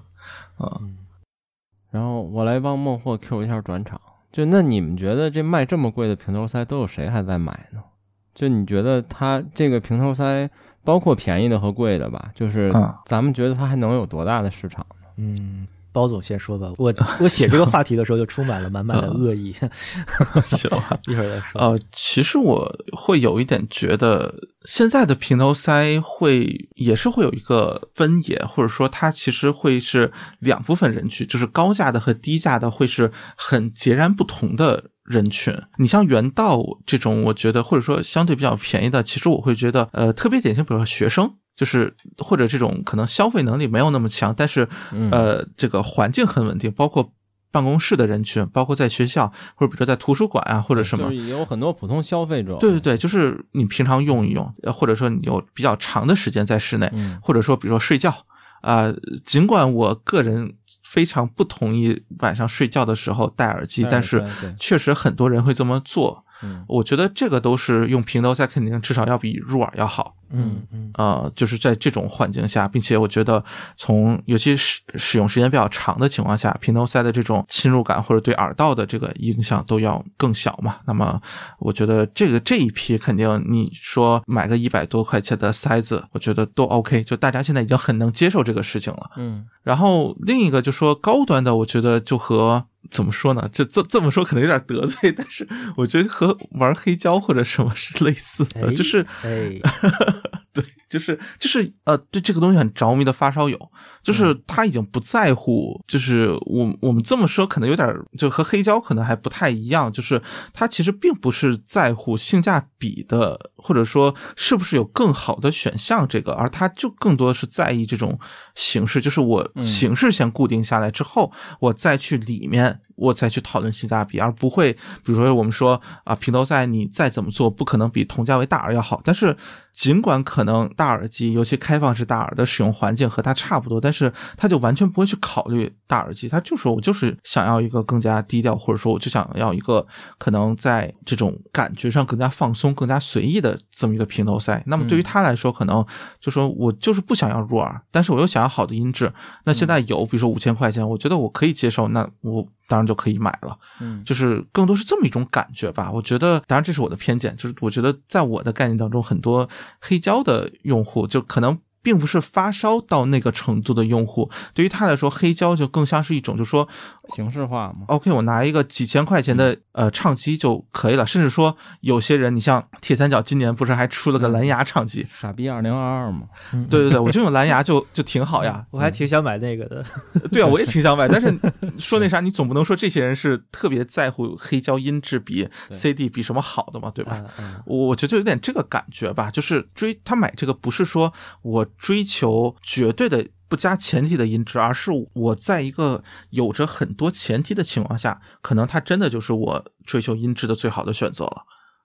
C: 然后我来帮孟获 Q 一下转场。就那你们觉得这卖这么贵的平头塞都有谁还在买呢？就你觉得它这个平头塞，包括便宜的和贵的吧，就是
B: 嗯
C: 咱们觉得它还能有多大的市场？
A: 嗯，包总先说吧。我我写这个话题的时候就充满了满满的恶意，
B: 行吧，
A: 一会儿再说。
B: 呃，其实我会有一点觉得，现在的平头塞会也是会有一个分野，或者说它其实会是两部分人群，就是高价的和低价的会是很截然不同的人群。你像原道这种，我觉得或者说相对比较便宜的，其实我会觉得，呃，特别典型，比如说学生。就是或者这种可能消费能力没有那么强，但是
C: 嗯
B: 呃，这个环境很稳定，包括办公室的人群，包括在学校或者比如说在图书馆啊或者什么，
C: 就是也有很多普通消费者。
B: 对对对，就是你平常用一用，呃或者说你有比较长的时间在室内，
C: 嗯
B: 或者说比如说睡觉啊、尽管我个人非常不同意晚上睡觉的时候戴耳机，
C: 戴
B: 但
C: 耳
B: 是
C: 塞对
B: 确实很多人会这么做。
C: 嗯
B: 我觉得这个都是用平头塞，肯定至少要比入耳要好。
A: 嗯嗯
B: 呃，就是在这种环境下，并且我觉得从尤其使使用时间比较长的情况下，平头塞的这种侵入感或者对耳道的这个影响都要更小嘛。那么我觉得这个这一批肯定你说买个一百多块钱的塞子，我觉得都 OK，就大家现在已经很能接受这个事情了。
C: 嗯，
B: 然后另一个就说高端的，我觉得就和怎么说呢？这这这么说可能有点得罪，但是我觉得和玩黑胶或者什么是类似的，
A: 哎
B: 就是
A: 哎，
B: 对，就是就是呃，对这个东西很着迷的发烧友，就是他已经不在乎，就是我我们这么说可能有点儿就和黑胶可能还不太一样，就是他其实并不是在乎性价比的，或者说是不是有更好的选项这个，而他就更多是在意这种形式，就是我
C: 嗯
B: 形式先固定下来之后，我再去里面。我再去讨论性价比，而不会，比如说我们说啊，平头塞你再怎么做，不可能比同价位大耳要好。但是，尽管可能大耳机，尤其开放式大耳的使用环境和它差不多，但是他就完全不会去考虑大耳机，他就说我就是想要一个更加低调，或者说我就想要一个可能在这种感觉上更加放松、更加随意的这么一个平头塞。那么对于他来说，可能就说我就是不想要入耳，但是我又想要好的音质。那现在有，比如说五千块钱，我觉得我可以接受，那我当然就可以买了。
C: 嗯
B: 就是更多是这么一种感觉吧。我觉得，当然这是我的偏见，就是我觉得在我的概念当中，很多黑胶的用户就可能。并不是发烧到那个程度的用户，对于他来说，黑胶就更像是一种，就说
C: 形式化嘛。
B: OK，我拿一个几千块钱的呃唱机就可以了，甚至说有些人，你像铁三角今年不是还出了个蓝牙唱机？
C: 傻逼二零二二嘛，
A: 嗯
B: 对对对，我就用蓝牙就就挺好呀。
A: 我还挺想买那个的。
B: 对啊，我也挺想买，但是说那啥，你总不能说这些人是特别在乎黑胶音质比 CD 比什么好的嘛，对吧？
A: 嗯嗯
B: 我我觉得就有点这个感觉吧，就是追他买这个不是说我追求绝对的不加前提的音质，而是我在一个有着很多前提的情况下，可能它真的就是我追求音质的最好的选择了。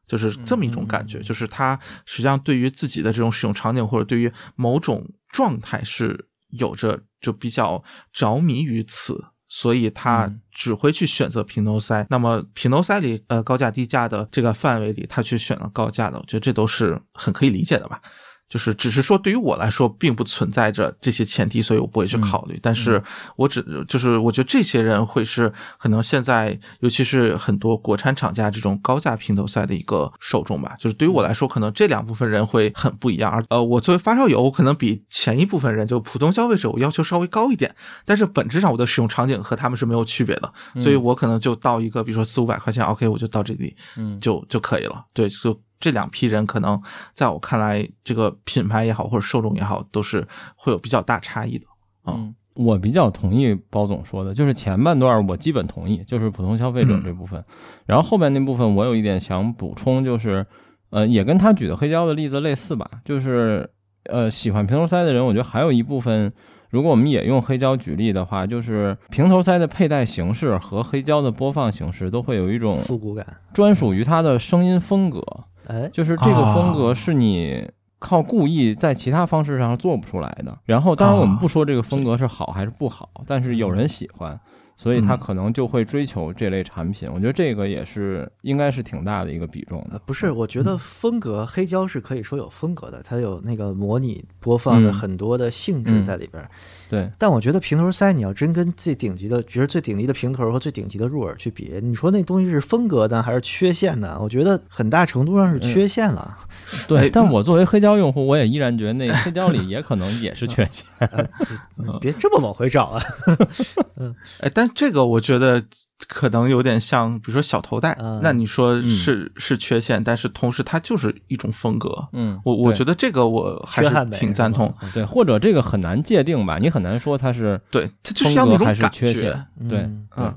B: 就是这么一种感觉，就是它实际上对于自己的这种使用场景或者对于某种状态是有着就比较着迷于此，所以他只会去选择平头塞。那么平头塞里呃高价低价的这个范围里，他去选了高价的，我觉得这都是很可以理解的吧。就是只是说，对于我来说，并不存在着这些前提，所以我不会去考虑。但是我只就是我觉得这些人会是可能现在，尤其是很多国产厂家这种高价平头赛的一个受众吧。就是对于我来说，可能这两部分人会很不一样。而呃，我作为发烧友，我可能比前一部分人就普通消费者，我要求稍微高一点，但是本质上我的使用场景和他们是没有区别的，所以我可能就到一个比如说四五百块钱，OK，我就到这里，
C: 嗯
B: 就就可以了。对，就这两批人可能在我看来，这个品牌也好或者受众也好，都是会有比较大差异的。
C: 嗯，我比较同意包总说的，就是前半段我基本同意，就是普通消费
A: 嗯
C: 者这部分，然后后面那部分我有一点想补充，就是呃，也跟他举的黑胶的例子类似吧，就是呃，喜欢平头塞的人，我觉得还有一部分。如果我们也用黑胶举例的话，就是平头塞的佩戴形式和黑胶的播放形式都会有一种
A: 嗯复古感，
C: 专属于它的声音风格，
A: 哎，
C: 就是这个风格
B: 啊
C: 是你靠故意在其他方式上做不出来的。然后，当然我们不说这个风啊格是嗯好还是不好，但是有人喜欢，所以他
B: 嗯
C: 可能就会追求这类产品。我觉得这个也是应该是挺大的一个比重的
A: 呃，。不是，我觉得风格黑胶是可以说有风格的，它有那个模拟播放的
B: 嗯
A: 很多的性
C: 嗯
A: 质在里边儿。
C: 对，
A: 但我觉得平头塞，你要真跟最顶级的，比如最顶级的平头和最顶级的入耳去比，你说那东西是风格呢，还是缺陷呢？我觉得很大程度上是缺陷了。
C: 对
B: 哎。
C: 但我作为黑胶用户，我也依然觉得那黑胶里也 可能也是缺陷。
B: 嗯
A: 你别这么往回找啊！
B: 哎，但这个我觉得可能有点像，比如说小头戴，
A: 嗯
B: 那你说是、是缺陷，但是同时它就是一种风格。
C: 嗯，
B: 我我
C: 对
B: 觉得这个我还
A: 缺憾
B: 是
A: 美
B: 挺赞同，
C: 对，或者这个很难界定吧，你很难说它是
B: 对，它就是
C: 风
B: 要那
C: 格
B: 种
C: 还是
B: 感
C: 缺
B: 觉。
C: 陷。对，
A: 嗯
B: 嗯，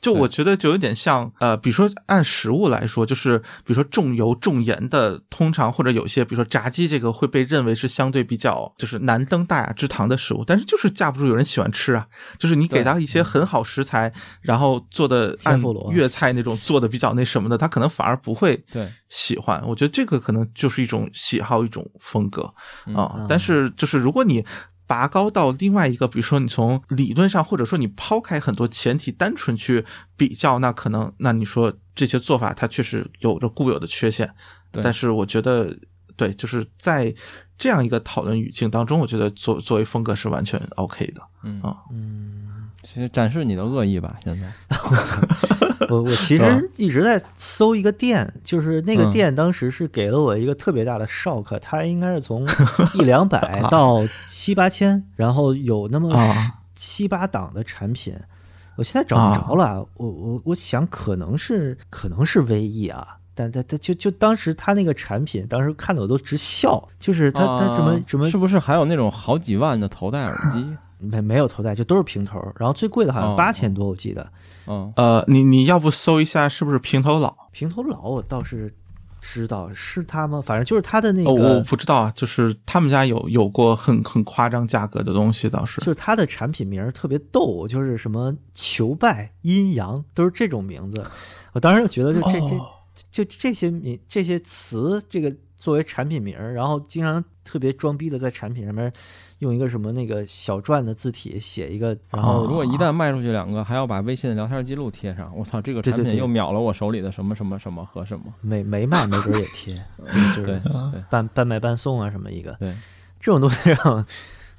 B: 就我觉得就有点像，呃，比如说按食物来说，就是比如说重油重盐的，通常或者有些，比如说炸鸡这个会被认为是相对比较就是难登大雅之堂的食物，但是就是架不住有人喜欢吃啊，就是你给
C: 对
B: 他一些很好食材，然后做的
A: 嗯
B: 按
A: 天妇罗
B: 粤菜那种做的比较那什么的，他可能反而不会
C: 对
B: 喜欢。我觉得这个可能就是一种喜好，一种风格。
C: 嗯
B: 啊、
A: 嗯
B: 但是就是如果你拔高到另外一个，比如说你从理论上，或者说你抛开很多前提，单纯去比较，那可能那你说这些做法它确实有着固有的缺陷，
C: 对
B: 但是我觉得对，就是在这样一个讨论语境当中，我觉得作作为风格是完全 OK 的。
C: 嗯
B: 啊
C: 其实展示你的恶意吧，现在。
A: 我我其
B: 嗯
A: 实一直在搜一个店，就是那个
C: 嗯
A: 店当时是给了我一个特别大的 shock，它应该是从一两 百
C: 啊
A: 到七八千，然后有那么
B: 啊
A: 七八档的产品，我现在找
C: 啊
A: 不着了。我我我想可能是可能是 V E 啊。但但但就就当时他那个产品，当时看的我都直笑，就是他他什么
C: 啊
A: 什么
C: 是不是还有那种好几万的头戴耳 机？
A: 没没有头戴，就都是平头，然后最贵的好
C: 哦
A: 像八千多，我记得，
C: 嗯，
B: 呃，你你要不搜一下是不是平头佬？
A: 平头佬我倒是知道是他吗？反正就是他的那
B: 哦，
A: 个，
B: 我不知道啊，就是他们家有有过很很夸张价格的东西，倒是
A: 就是他的产品名儿特别逗，就是什么求败、阴阳，都是这种名字。我当时就觉得就这这、
B: 哦
A: 就这些名这些词，这个作为产品名儿，然后经常特别装逼的在产品上面用一个什么那个小篆的字体写一个，然后
B: 哦
C: 如果一旦卖出去两个，还要把微信的聊天记录贴上，我操，这个
A: 对
C: 产
A: 对
C: 品
A: 对
C: 又秒了我手里的什么什么什么和什么。
A: 没没卖，没准儿也 贴，就
C: 对
A: 就是啊
C: 对
A: 半半卖半送啊什么一个
C: 对，
A: 这种东西让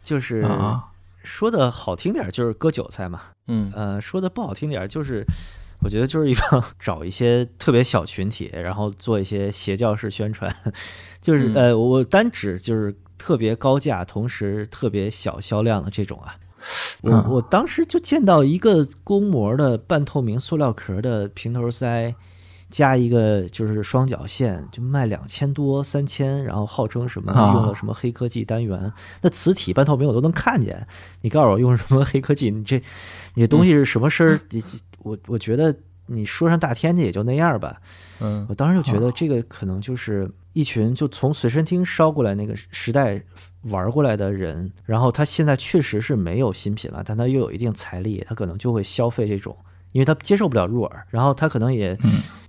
A: 就是。
B: 啊，
A: 说的好听点儿就是割韭菜嘛，
C: 嗯，
A: 呃，说的不好听点儿就是，我觉得就是一个 找一些特别小群体，然后做一些邪教式宣传，就是
C: 嗯
A: 呃，我单指就是特别高价，同时特别小销量的这种啊。我
B: 嗯
A: 我当时就见到一个公模的半透明塑料壳的平头塞，加一个就是双绞线，就卖两千多三千，然后号称什么
B: 啊
A: 用了什么黑科技单元，那磁体半透明我都能看见。你告诉我用什么黑科技？你这你这东西是什么声儿？你这我我觉得你说上大天去也就那样吧。
B: 嗯
A: 我当时就觉得这个可能就是一群就从随身听烧过来那个时代玩过来的人，然后他现在确实是没有新品了，但他又有一定财力，他可能就会消费这种，因为他接受不了入耳，然后他可能也。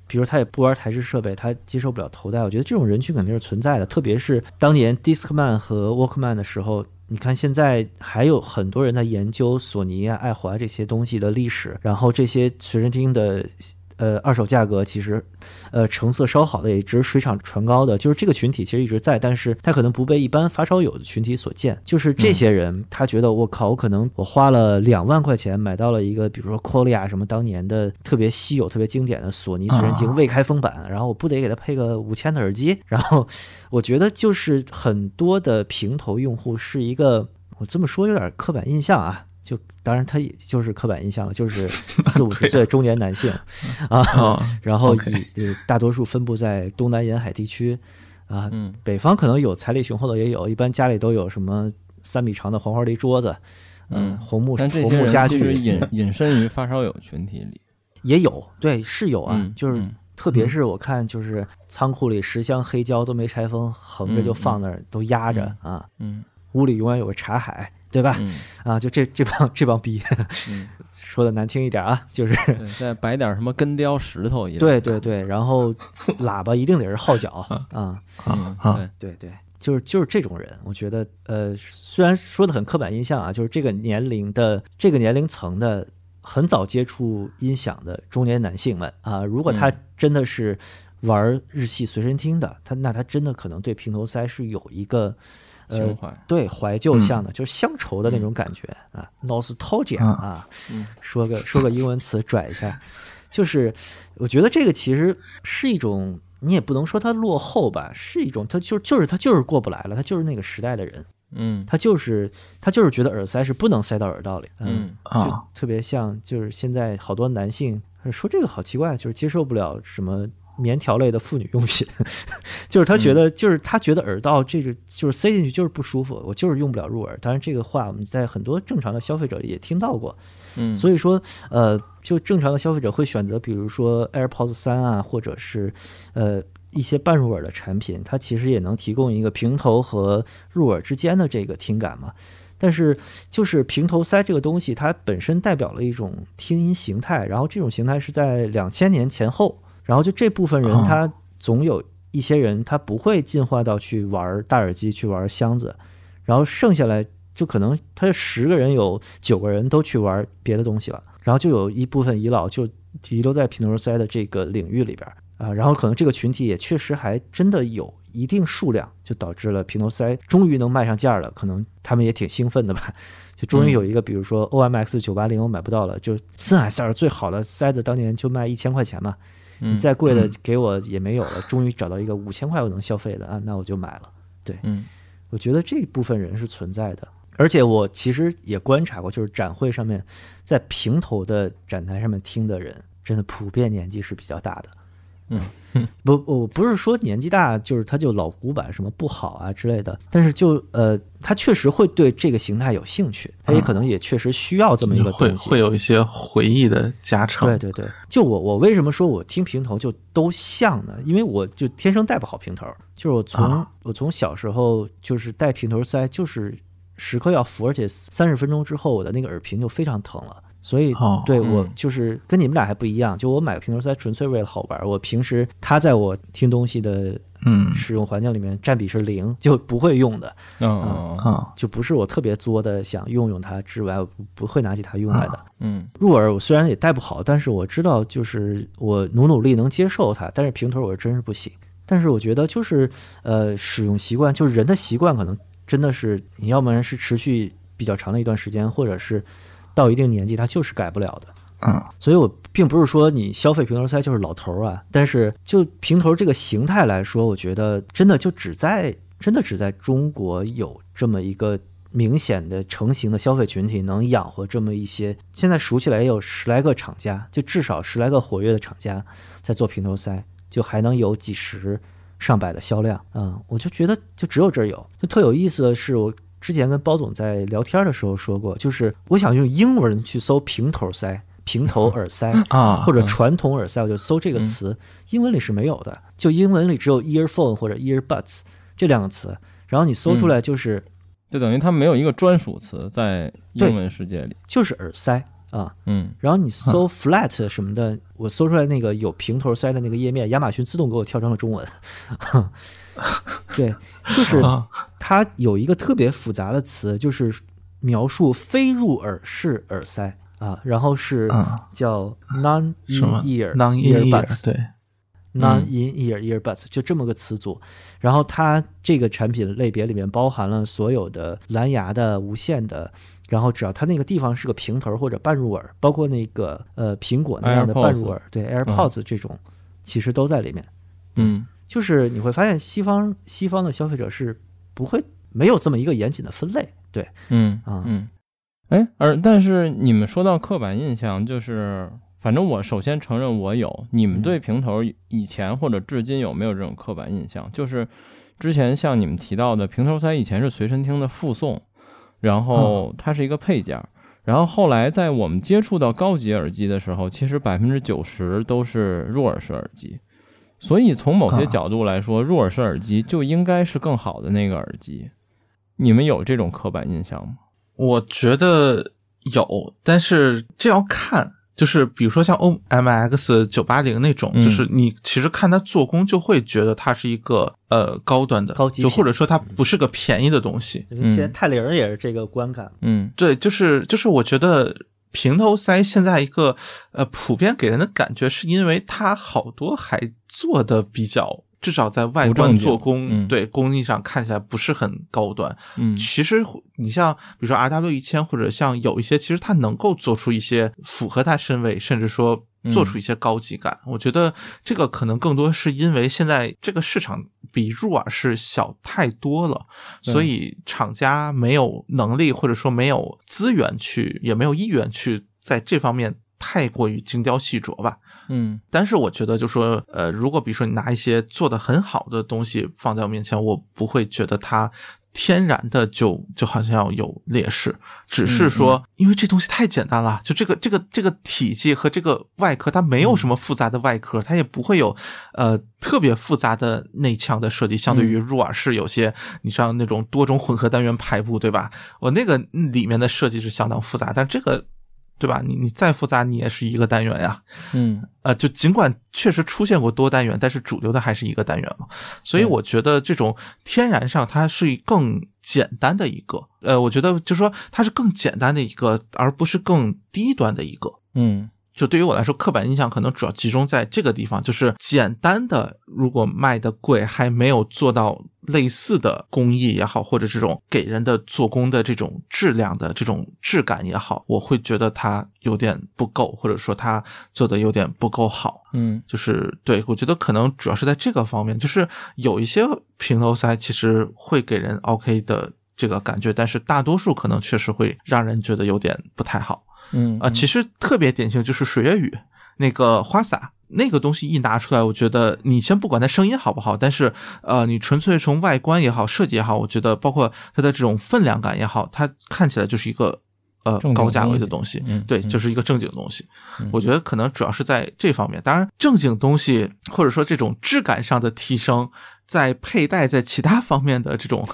A: 比如他也不玩台式设备，他接受不了头戴，我觉得这种人群肯定是存在的。特别是当年 Discman 和 Walkman 的时候，你看现在还有很多人在研究索尼啊、爱华这些东西的历史，然后这些随身听的呃二手价格其实呃成色稍好的也只是水涨船高的，就是这个群体其实一直在，但是他可能不被一般发烧友的群体所见。就是这
B: 嗯
A: 些人，他觉得我靠，我可能我花了两万块钱买到了一个，比如说 c o l i a 什么当年的特别稀有、特别经典的索尼随身听
B: 啊
A: 未开封版，然后我不得给他配个五千的耳机？然后我觉得就是很多的平头用户是一个，我这么说有点刻板印象啊。就当然，他也就是刻板印象了，就是 四五十岁的中年男性，
C: 嗯
A: 啊，
B: 哦
A: 然后以
B: OK
A: 呃大多数分布在东南沿海地区，啊，
C: 嗯
A: 北方可能有财力雄厚的也有，一般家里都有什么三米长的黄花梨桌子，
C: 嗯
A: 红木
C: 但这
A: 红
C: 些
A: 木家
C: 人其实
A: 具
C: 隐隐身于发烧友群体里。
A: 也有，对，是有啊，
C: 嗯
A: 就是
C: 嗯
A: 特别是我看就是仓库里十箱黑胶都没拆封，横着就放那儿、都压着啊，
C: 嗯
A: 屋里永远有个茶海，对吧？
C: 嗯，
A: 啊，就这这帮这帮逼，
C: 嗯
A: 说的难听一点啊，就是
C: 对再摆点什么根雕石头一类。
A: 对对对，然后喇叭一定得是号 角啊。
C: 嗯，
B: 啊
C: 对，
A: 对对，就是就是这种人，我觉得呃，虽然说的很刻板印象啊，就是这个年龄的这个年龄层的很早接触音响的中年男性们啊，如果他真的是玩日系随身听的，他那他真的可能对平头塞是有一个呃
C: 情。怀。
A: 对怀旧向的，就是乡愁的那种感觉、啊，nostalgia
B: 啊
A: 啊，说个说个英文词拽一下，就是我觉得这个其实是一种，你也不能说它落后吧，是一种，它就就是它就是过不来了，他就是那个时代的人，
C: 嗯
A: 他就是他就是觉得耳塞是不能塞到耳道里，嗯，
C: 嗯
B: 啊
A: 就特别像就是现在好多男性说这个好奇怪，就是接受不了什么。棉条类的妇女用品， 就是他觉得，就是他觉得耳道这个就是塞进去就是不舒服，我就是用不了入耳。当然，这个话我们在很多正常的消费者也听到过，
C: 嗯，
A: 所以说，呃，就正常的消费者会选择，比如说 AirPods 三啊，或者是呃一些半入耳的产品，它其实也能提供一个平头和入耳之间的这个听感嘛。但是，就是平头塞这个东西，它本身代表了一种听音形态，然后这种形态是在两千年前后，然后就这部分人
B: 哦
A: 他总有一些人他不会进化到去玩大耳机、去玩箱子，然后剩下来就可能他十个人有九个人都去玩别的东西了，然后就有一部分遗老就遗留在皮诺塞的这个领域里边儿啊，然后可能这个群体也确实还真的有一定数量，就导致了皮诺塞终于能卖上价儿了，可能他们也挺兴奋的吧。 就终于有一个，比如说 O M X 九八零我买不到了，就森海塞尔最好的塞子当年就卖一千块钱嘛，
C: 嗯
A: 你再贵的给我也没有了，终于找到一个五千块我能消费的啊，那我就买了。
C: 嗯
A: 我觉得这部分人是存在的。而且我其实也观察过，就是展会上面，在平头的展台上面听的人，真的普遍年纪是比较大的。啊
C: 嗯，
A: 不，我不是说年纪大就是他就老古板什么不好啊之类的，但是就呃，他确实会对这个形态有兴趣，他
C: 嗯
A: 也可能也确实需要这么一个
B: 会
A: 东西。
B: 会有一些回忆的加成。
A: 对对对，就我我为什么说我听平头就都像呢？因为我就天生戴不好平头，就是我从、
B: 啊
A: 我从小时候就是戴平头塞，就是时刻要扶，而且三十分钟之后我的那个耳屏就非常疼了。所以，
B: 哦
A: 对我
C: 嗯
A: 就是跟你们俩还不一样，就我买个平头塞纯粹为了好玩儿。我平时它在我听东西的
B: 嗯
A: 使用环境里面占比是零，就不会用的。
C: 嗯嗯
B: 啊
A: 就不是我特别作的想用用它之外，我不不会拿起它用来的。
C: 嗯
A: 入耳我虽然也戴不好，但是我知道就是我努努力能接受它，但是平头我真是不行。但是我觉得就是呃，使用习惯就是人的习惯，可能真的是你要不然是持续比较长的一段时间，或者是到一定年纪它就是改不了的。
B: 啊
A: 所以我并不是说你消费平头塞就是老头儿啊，但是就平头这个形态来说，我觉得真的就只在真的只在中国有这么一个明显的成型的消费群体，能养活这么一些。现在数起来也有十来个厂家，就至少十来个活跃的厂家在做平头塞，就还能有几十上百的销量啊、嗯！我就觉得就只有这儿有。就特有意思的是，我之前跟包总在聊天的时候说过，就是我想用英文去搜平头塞。平头耳塞
B: 啊
A: 或者传统耳塞，我就搜这个词，英文里是没有的，就英文里只有 earphone 或者 earbuds 这两个词，然后你搜出来就是
C: 就等于它没有一个专属词在
A: 对
C: 英文世界里。
A: 就是耳塞啊，
C: 嗯
A: 然后你搜 flat 什么的，我搜出来那个有平头塞的那个页面，亚马逊自动给我跳成了中文， 对，就是
B: 啊
A: 它有一个特别复杂的词，就是描述非入耳式耳塞啊，然后是
B: 啊，
A: 叫 non
B: 什么
A: in ear
B: non in
A: earbuds
B: ear，。对，
A: non
C: 嗯
A: in ear earbuds 就这么个词组，然后它这个产品类别里面包含了所有的蓝牙的、无线的，然后只要它那个地方是个平头或者半入耳，包括那个呃苹果那样的
C: AirPods
A: 半入耳，对 AirPods 这种，其实都在里面。
C: 嗯
A: 就是你会发现西方西方的消费者是不会没有这么一个严谨的分类，对，
C: 嗯
A: 啊
C: 嗯。哎，而但是你们说到刻板印象，就是反正我首先承认我有，你们对平头以前或者至今有没有这种刻板印象？就是之前像你们提到的，平头塞以前是随身听的附送，然后它是一个配件儿。然后后来在我们接触到高级耳机的时候，其实百分之九十都是入耳式耳机，所以从某些
B: 啊
C: 角度来说，入耳式耳机就应该是更好的那个耳机。你们有这种刻板印象吗？
B: 我觉得有，但是这要看，就是比如说像 O M X 九八零那种，
C: 嗯
B: 就是你其实看它做工就会觉得它是一个呃高端的，
A: 高级
B: 就
A: 品
B: 或者说它不是个便宜的东西。
A: 就跟现在
C: 嗯
A: 泰灵儿也是这个观感，
C: 嗯
B: 对，就是就是我觉得。平头塞现在一个呃普遍给人的感觉，是因为它好多还做的比较，至少在外
C: 不
B: 观
C: 正经
B: 做工、
C: 嗯
B: 对工艺上看起来不是很高端。
C: 嗯
B: 其实你像比如说 R W 一千，或者像有一些，其实它能够做出一些符合它身位，甚至说做出一些高级感。
C: 嗯
B: 我觉得这个可能更多是因为现在这个市场比入耳式小太多了，
C: 对
B: 所以厂家没有能力，或者说没有资源去，也没有意愿去在这方面太过于精雕细琢吧。
C: 嗯
B: 但是我觉得，就说，呃，如果比如说你拿一些做的很好的东西放在我面前，我不会觉得它天然的就就好像要有劣势，只是说、因为这东西太简单了，就这个这个这个体积和这个外壳，它没有什么复杂的外壳，它也不会有呃特别复杂的内腔的设计。相对于入耳式，有些你像那种多种混合单元排布，对吧？我那个嗯里面的设计是相当复杂，但这个。对吧？你你再复杂，你也是一个单元呀、
C: 嗯
B: 呃，就尽管确实出现过多单元，但是主流的还是一个单元嘛，所以
C: 对
B: 我觉得这种天然上它是更简单的一个，呃，我觉得就说它是更简单的一个，而不是更低端的一个。
C: 嗯
B: 就对于我来说，刻板印象可能主要集中在这个地方，就是简单的，如果卖的贵，还没有做到类似的工艺也好，或者这种给人的做工的这种质量的这种质感也好，我会觉得它有点不够，或者说它做的有点不够好。
C: 嗯
B: 就是对我觉得可能主要是在这个方面，就是有一些平头塞其实会给人 OK 的这个感觉，但是大多数可能确实会让人觉得有点不太好
C: 嗯
B: 啊、呃其实特别典型就是水月雨那个花洒。那个东西一拿出来，我觉得你先不管它声音好不好，但是呃，你纯粹从外观也好、设计也好，我觉得包括它的这种分量感也好，它看起来就是一个呃
C: 正经
B: 高价位的
C: 东
B: 东西。
C: 嗯
B: 对，
C: 嗯
B: 就是一个正经东西。
C: 嗯
B: 我觉得可能主要是在这方面。当然，正经东西或者说这种质感上的提升，在佩戴在其他方面的这种。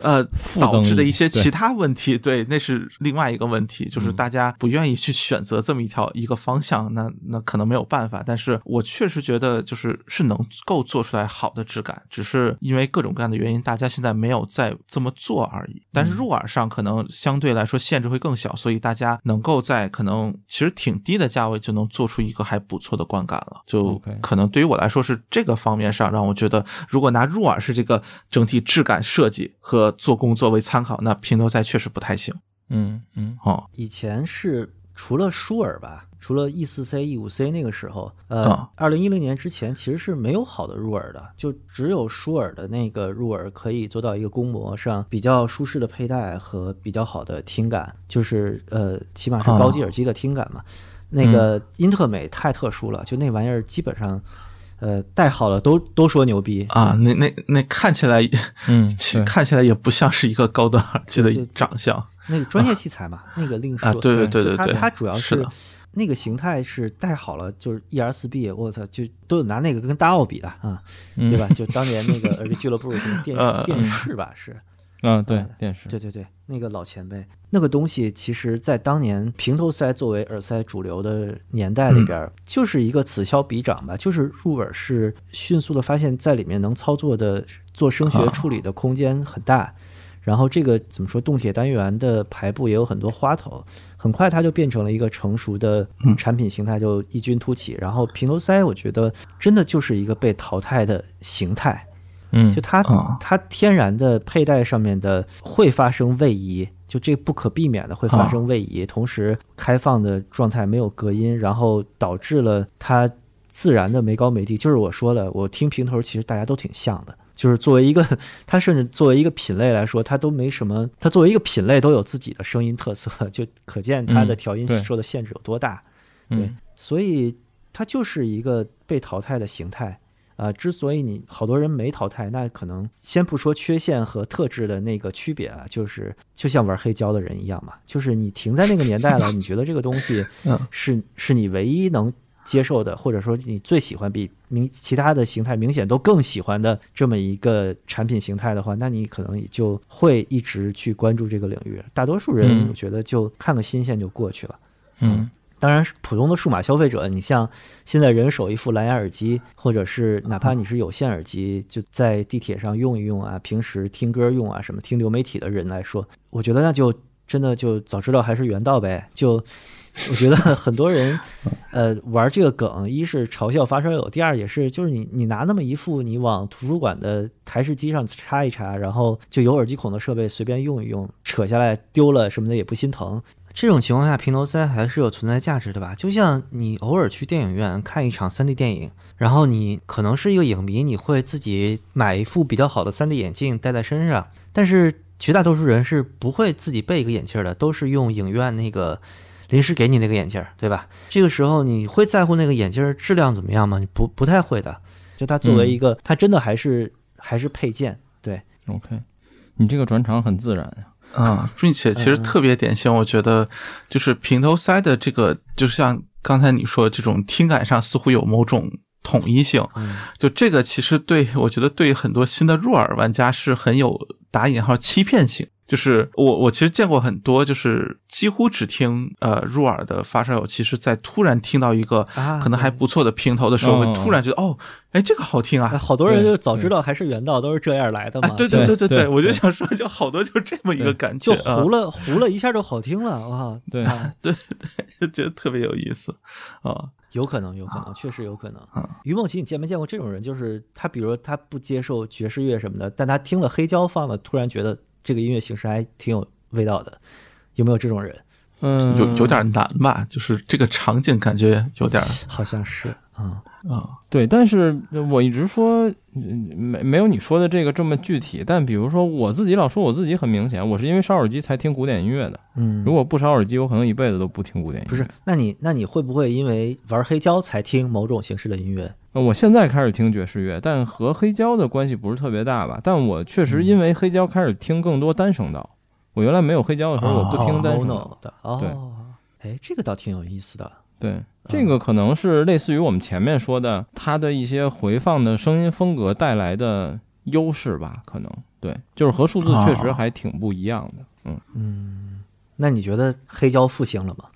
B: 呃，
C: 增
B: 导致的
C: 益
B: 一些
C: 对
B: 其他问题，对，那是另外一个问题，就是大家不愿意去选择这么一条一个方向，那那可能没有办法。但是我确实觉得，就是是能够做出来好的质感，只是因为各种各样的原因，大家现在没有再这么做而已。但是入耳上可能相对来说限制会更小，所以大家能够在可能其实挺低的价位就能做出一个还不错的观感了。就
C: OK
B: 可能对于我来说是这个方面上让我觉得，如果拿入耳式这个整体质感设计和做工作为参考，那平头塞确实不太行
C: 嗯嗯
B: 哦。
A: 以前是除了舒尔吧，除了 E 四 C、E 五 C 那个时候，
B: 啊
A: 呃，二零一零年之前其实是没有好的入耳的，就只有舒尔的那个入耳可以做到一个公模上比较舒适的佩戴和比较好的听感，就是呃，起码是高级耳机的听感嘛。那个英特美太特殊了，就那玩意儿基本上，呃，戴好了都都说牛逼，
B: 啊，那那那看起来，
C: 嗯，
B: 其
C: 对
B: 看起来也不像是一个高端耳机的
A: 对对对
B: 长相
A: 那个专业器材嘛，那个另说。
B: 啊，对对对
C: 对
B: 对
A: 它
B: 对，
A: 它主要
B: 是
A: 是
B: 的
A: 那个形态是带好了，就是 E R 四 B，我操，就都有拿那个跟大奥比的啊，
C: 嗯
A: 对吧？就当年 那个耳机俱乐部什么电
B: 呃
A: 视电视吧，是
C: 啊，对电视，
A: 对对对，那个老前辈，那个东西其实在当年平头塞作为耳塞主流的年代里边儿，就是一个此消彼长吧，就是入耳式迅速的发现，在里面能操作的做声学处理的空间很大。然后这个怎么说？动铁单元的排布也有很多花头，很快它就变成了一个成熟的产品形态，就异军突起。然后平头塞，我觉得真的就是一个被淘汰的形态。
C: 嗯
A: 就，它
B: 啊
A: 它天然的佩戴上面的会发生位移，就这不可避免的会发生位移，同时开放的状态没有隔音，然后导致了它自然的没高没低。就是我说的，我听平头其实大家都挺像的。就是作为一个， 它甚至作为一个品类来说，它都没什么，它作为一个品类都有自己的声音特色，就可见它的
C: 嗯
A: 调音
C: 对
A: 受的限制有多大。对
C: 嗯，
A: 所以它就是一个被淘汰的形态。啊、之所以你好多人没淘汰，那可能先不说缺陷和特质的那个区别啊，就是就像玩黑胶的人一样嘛，就是你停在那个年代 了，你觉得这个东西
B: 嗯
A: 是是你唯一能接受的，或者说你最喜欢比明其他的形态明显都更喜欢的这么一个产品形态的话，那你可能也就会一直去关注这个领域。大多数人
C: 嗯
A: 我觉得就看个新鲜就过去了。
C: 嗯
A: 当然，普通的数码消费者，你像现在人手一副蓝牙耳机，或者是哪怕你是有线耳机，就在地铁上用一用啊，平时听歌用啊，什么听流媒体的人来说，我觉得那就真的就早知道还是原道呗。就我觉得很多人，呃，玩这个梗，一是嘲笑发烧友，第二也是就是你你拿那么一副，你往图书馆的台式机上插一插，然后就有耳机孔的设备随便用一用，扯下来丢了什么的也不心疼。这种情况下，平头塞还是有存在价值的吧？就像你偶尔去电影院看一场 3D 电影，然后你可能是一个影迷，你会自己买一副比较好的 3D 眼镜戴在身上，但是绝大多数人是不会自己备一个眼镜儿的，都是用影院那个临时给你那个眼镜儿，对吧？这个时候你会在乎那个眼镜儿质量怎么样吗？你不不太会的。就它作为一个，它真的还是还是配件，对，
C: ，OK，你这个转场很自然啊，
B: 啊，并且其实特别典型，我觉得就是平头塞的这个，就像刚才你说的这种听感上似乎有某种统一性，
A: 嗯
B: 就这个其实对我觉得对很多新的入耳玩家是很有打引号欺骗性。就是我我其实见过很多，就是几乎只听呃入耳的发烧友，其实在突然听到一个
A: 啊
B: 可能还
A: 对
B: 不错的平头的时候，会
C: 嗯
B: 突然觉得哦，哎这个好听啊
A: 哎，好多人
C: 对
A: 就早知道还是原道，都是这样来的嘛。
B: 啊对
A: 就
B: 对对
C: 对对
B: 我就
C: 对
B: 想说，就好多就是这么一个
C: 对
B: 感觉
A: 就
B: 啊，
C: 呃
A: 糊了，糊了一下就好听了， 哇！
C: 对
A: 啊
B: 就觉得特别有意思啊。
A: 有可能，有可能，确实有可能
C: 嗯
B: 啊。
A: 于梦琪，你见没见过这种人？就是他，比如说他不接受爵士乐什么的，但他听了黑胶放了，突然觉得这个音乐形式还挺有味道的，有没有这种人？
C: 嗯，
B: 有有点难吧，就是这个场景感觉有点
A: 好像是啊，
B: 啊，
C: 对，但是我一直说嗯没没有你说的这个这么具体，但比如说我自己老说我自己很明显，我是因为烧耳机才听古典音乐的，
A: 嗯
C: 如，果不烧耳机，我可能一辈子都不听古典音乐。
A: 不是，，那你那你会不会因为玩黑胶才听某种形式的音乐？
C: 呃我现在开始听爵士乐，但和黑胶的关系不是特别大吧？但我确实因为黑胶开始听更多单声道。我原来没有黑胶的时候，我不听单
A: mono
C: 声道。
A: ？Oh 的哦，哎，这个倒挺有意思的。
C: 对，这个可能是类似于我们前面说的，它的一些回放的声音风格带来的优势吧？可能对，就是和数字确实还挺不一样的。嗯
A: 那你觉得黑胶复兴了吗？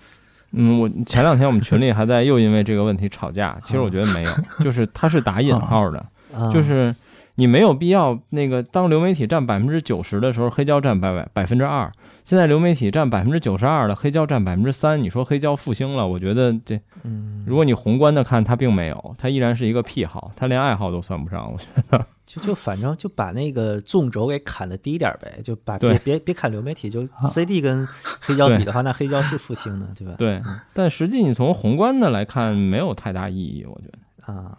C: 嗯，我前两天我们群里还在又因为这个问题吵架，其实我觉得没有，就是它是打引号的，
A: 啊
C: 就是你没有必要那个当流媒体占百分之九十的时候，黑胶占百百百分之二。现在流媒体占百分之九十二了，黑胶占百分之三。你说黑胶复兴了，我觉得这，如果你宏观的看，它并没有，它依然是一个癖好，它连爱好都算不上。我觉得
A: 就就反正就把那个纵轴给砍的低一点儿呗，就把
C: 对啊
A: 别别别砍流媒体，就 CD 跟黑胶比的话，那黑胶是复兴的，对吧？
C: 对，但实际你从宏观的来看，没有太大意义。我觉得，
A: 啊，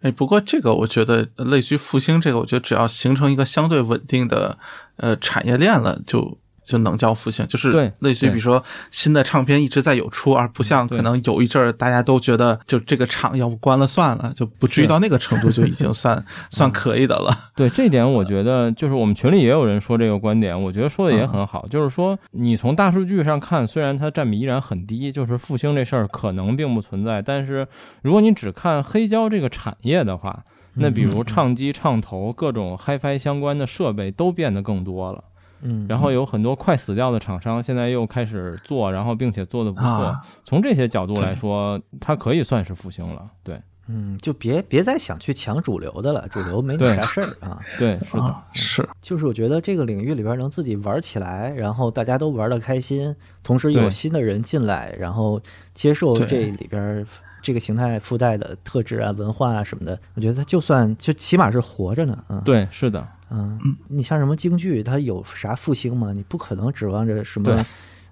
B: 哎，不过这个我觉得呃类似于复兴这个，我觉得只要形成一个相对稳定的呃产业链了，就就能叫复兴。就是
C: 对
B: 类似于
C: 对嗯
B: 比如说新的唱片一直在有出，而不像
C: 对
B: 可能有一阵儿大家都觉得就这个厂要不关了算了，就不至于
C: 是嗯
B: 到那个程度，就已经算算可以的了。
C: 对这点，我觉得就是我们群里也有人说这个观点，我觉得说的
B: 嗯
C: 也很好。就是说，你从大数据上看，虽然它占比依然很低，就是复兴这事儿可能并不存在，但是如果你只看黑胶这个产业的话，那
B: 嗯
C: 比如唱机、唱头各种 HiFi 相关的设备都变得更多了。
A: 嗯，
C: 然后有很多快死掉的厂商现在又开始做，然后并且做得不错
B: 啊。
C: 从这些角度来
B: 对
C: 说，它可以算是复兴了。对
A: 嗯，就别别再想去抢主流的了，主流没你
C: 对
A: 啥事儿啊。
C: 对，是的，
B: 啊是，
A: 就是我觉得这个领域里边能自己玩起来，然后大家都玩的开心，同时有
C: 对
A: 新的人进来，然后接受
B: 对
A: 这里边这个形态附带的特质啊、文化啊什么的，我觉得它就算就起码是活着呢，嗯，
C: 对，是的，
A: 嗯，你像什么京剧，它有啥复兴吗？你不可能指望着什么
C: 对，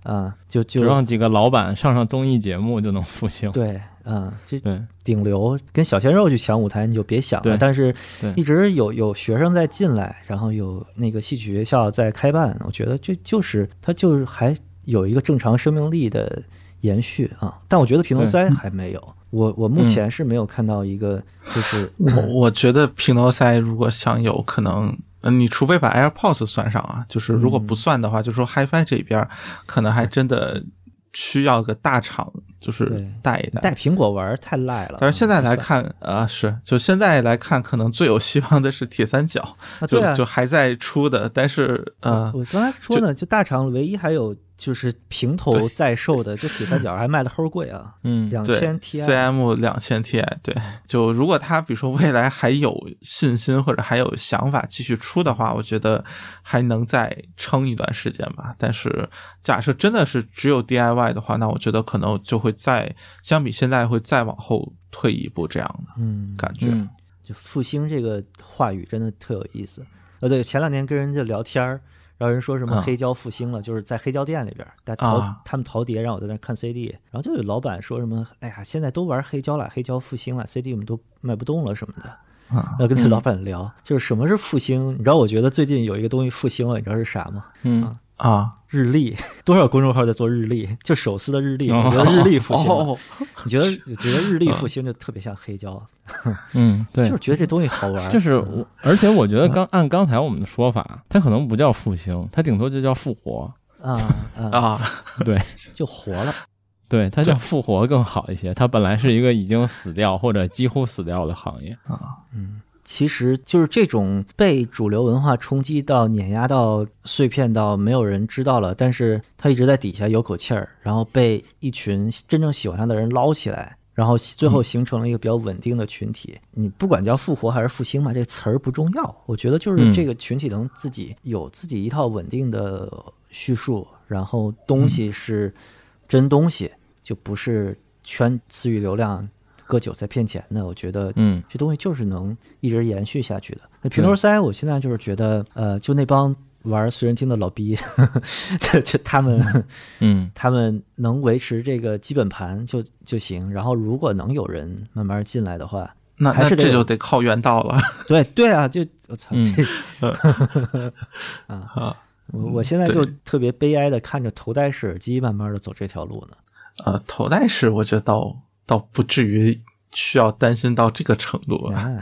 A: 啊，就就
C: 只让几个老板上上综艺节目就能复兴。
A: 对，嗯，这
C: 对
A: 顶流跟小鲜肉去抢舞台，你就别想了。
C: 对
A: 但是
C: 对，
A: 一直有有学生在进来，然后有那个戏曲学校在开办，我觉得这就是它就是还有一个正常生命力的延续啊。但我觉得平头
C: 对
A: 塞还没有，我我目
C: 嗯
A: 前是没有看到一个就是
B: 我我觉得平头塞如果想有可能。呃你除非把 AirPods 算上啊，就是如果
A: 嗯
B: 不算的话，就说 HiFi 这边儿可能还真的需要个大厂，就是
A: 对
B: 带一带。
A: 带哎苹果玩儿太赖了。
B: 但是现在
A: 嗯
B: 来，看啊、是就现在来看，可能最有希望的是铁三角，
A: 啊
B: 就、
A: 对啊，
B: 就还在出的，但是 呃，
A: 我刚才说呢，就大厂唯一还有就是平头
B: 对
A: 在售的，就铁三角还卖的齁贵啊，
C: 嗯，
A: 两
B: 对
A: 千嗯 Ti。
B: CM 两千 Ti，对，就如果他比如说未来还有信心或者还有想法继续出的话，我觉得还能再撑一段时间吧。但是假设真的是只有 DIY 的话，那我觉得可能就会再相比现在会再往后退一步这样的
A: 嗯，
B: 感觉。
C: 嗯，
A: 就复兴这个话语真的特有意思。呃，对，前两天跟人家聊天儿，然后人说什么
B: 啊
A: 黑胶复兴了，就是在黑胶店里边儿，在淘、
B: 啊
A: 他们淘碟，让我在那儿看 CD，然后就有老板说什么，哎呀，现在都玩黑胶了，黑胶复兴了，CD 我们都卖不动了什么的。
B: 啊
A: 要跟那老板聊，就是什么是复兴？你知道，我觉得最近有一个东西复兴了，你知道是啥吗？
C: 嗯，
B: 啊，
A: 日历，多少公众号在做日历？就手撕的日历，
C: 哦
A: 我觉得日历复兴了。
B: 哦，
A: 你觉得你觉得日历复兴就特别像黑胶，
C: 嗯，对
A: 就，是觉得这东西好玩儿，
C: 就是
A: 嗯
C: 我，而且我觉得刚按刚才我们的说法，它可能不叫复兴，它顶多就叫复活。
A: 啊啊，
B: 啊，
A: 就活了。
C: 对，它
B: 对
C: 叫复活更好一些。它本来是一个已经死掉或者几乎死掉的行业。
A: 其实就是这种被主流文化冲击到、碾压到、碎片到没有人知道了，但是他一直在底下有口气儿，然后被一群真正喜欢他的人捞起来，然后最后形成了一个比较稳定的群体。你不管叫复活还是复兴嘛，这词儿不重要，我觉得就是
C: 嗯
A: 这个群体能自己有自己一套稳定的叙述，然后东西是真东西，就不是圈词语流量。割韭菜骗钱的，我觉得
C: 嗯
A: 这东西就是能一直延续下去的。那平头塞，我现在就是觉得，呃，就那帮玩随身听的老逼， 这这他们
C: 嗯，
A: 他们能维持这个基本盘就就行。然后如果能有人慢慢进来的话，
B: 那
A: 还
B: 那
A: 是得
B: 这
A: 有
B: 就得靠原道 了。
A: 对对啊，就我操，
C: 嗯
A: 这
B: 啊
A: 我我现在就
B: 对
A: 特别悲哀的看着头戴式耳机慢慢的走这条路呢。
B: 呃，头戴式我觉得倒倒不至于需要担心到这个程度吧。
A: 哎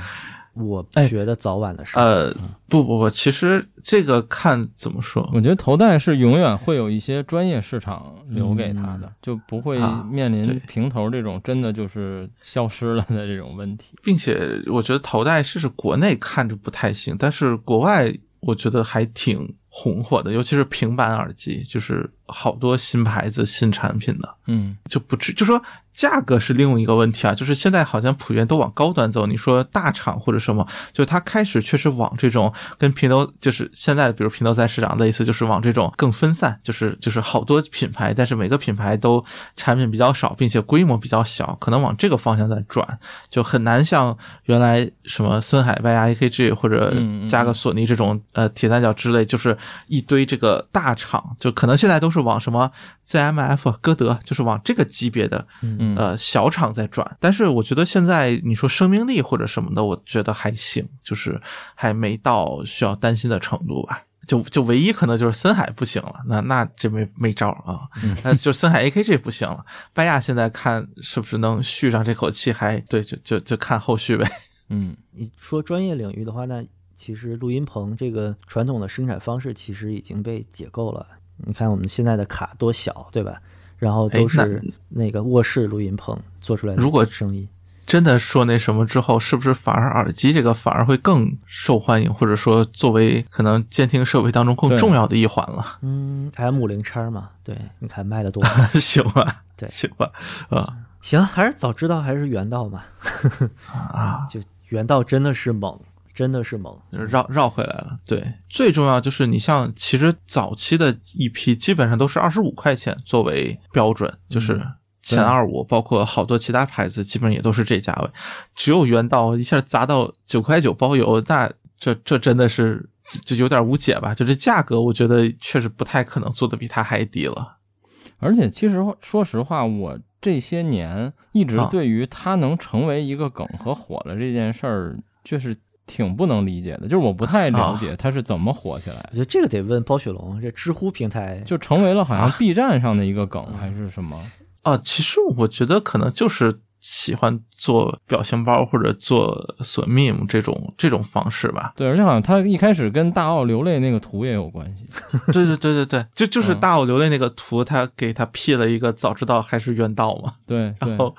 A: 我
B: 哎
A: 觉得早晚的事儿。
B: 呃，不不不，其实这个看怎么说，
C: 我觉得头戴是永远会有一些专业市场留给它的，就不会
B: 啊
C: 面
B: 对
C: 临平头这种真的就是消失了的这种问题。
B: 并且我觉得头戴式是国内看着不太行，但是国外我觉得还挺红火的，尤其是平板耳机，就是好多新牌子、新产品的，
C: 嗯
B: 就不止就说价格是另外一个问题啊，就是现在好像普遍都往高端走。你说大厂或者什么，就它开始确实往这种跟平头，就是现在比如平头赛市场类似，就是往这种更分散，就是就是好多品牌，但是每个品牌都产品比较少，并且规模比较小，可能往这个方向在转，就很难像原来什么森海外啊、AKG 或者
C: 嗯嗯
B: 加个索尼这种呃铁三角之类，就是一堆这个大厂，就可能现在都是往什么 ZMF、歌德，就是往这个级别的
C: 嗯
B: 呃小厂在转。但是我觉得现在你说生命力或者什么的，我觉得还行，就是还没到需要担心的程度吧。就就唯一可能就是森海不行了，那那这没没招儿 啊，那就森海 AKG 不行了。拜亚现在看是不是能续上这口气还，对，就就就看后续呗。
C: 嗯
A: 你说专业领域的话，那其实录音棚这个传统的生产方式其实已经被解构了。你看我们现在的卡多小，对吧？然后都
B: 哎那
A: 是那个卧室录音棚做出来的
B: 如果
A: 声音，
B: 真的说那什么之后，是不是反而耳机这个反而会更受欢迎，或者说作为可能监听设备当中更
C: 对
B: 重要的一环了？
A: 嗯，M 五零叉嘛，对，你看卖的多好
B: 行吧，
A: 对
B: 行吧，啊、
A: 行，还是早知道还是原道嘛，
B: 啊，
A: 就原道真的是猛，真的是猛，
B: 就是绕绕回来了。对，最重要就是你像其实早期的一批基本上都是二十五块钱作为标准，就是。前
C: 对
B: 二五，包括好多其他牌子，基本也都是这价位。只有原道一下砸到九块九包邮，那这这真的是这这有点无解吧？就这价格，我觉得确实不太可能做的比它还低了。
C: 而且其实说实话，我这些年一直
B: 啊
C: 对于它能成为一个梗和火了这件事儿，就是挺不能理解的，就是我不太了
B: 啊
C: 解它是怎么火起来
A: 我觉
C: 的，
A: 得这个得问包雪龙，这知乎平台
C: 就成为了好像
B: 啊
C: B 站上的一个梗还是什么？
B: 啊，其实我觉得可能就是喜欢做表情包或者做索 meme 这种这种方式吧。
C: 对，而且好像它一开始跟大奥流泪那个图也有关系。
B: 对对对对对，就就是
C: 嗯
B: 大奥流泪那个图，他给他 P 了一个早知道还是原道嘛。
C: 对对
B: 然后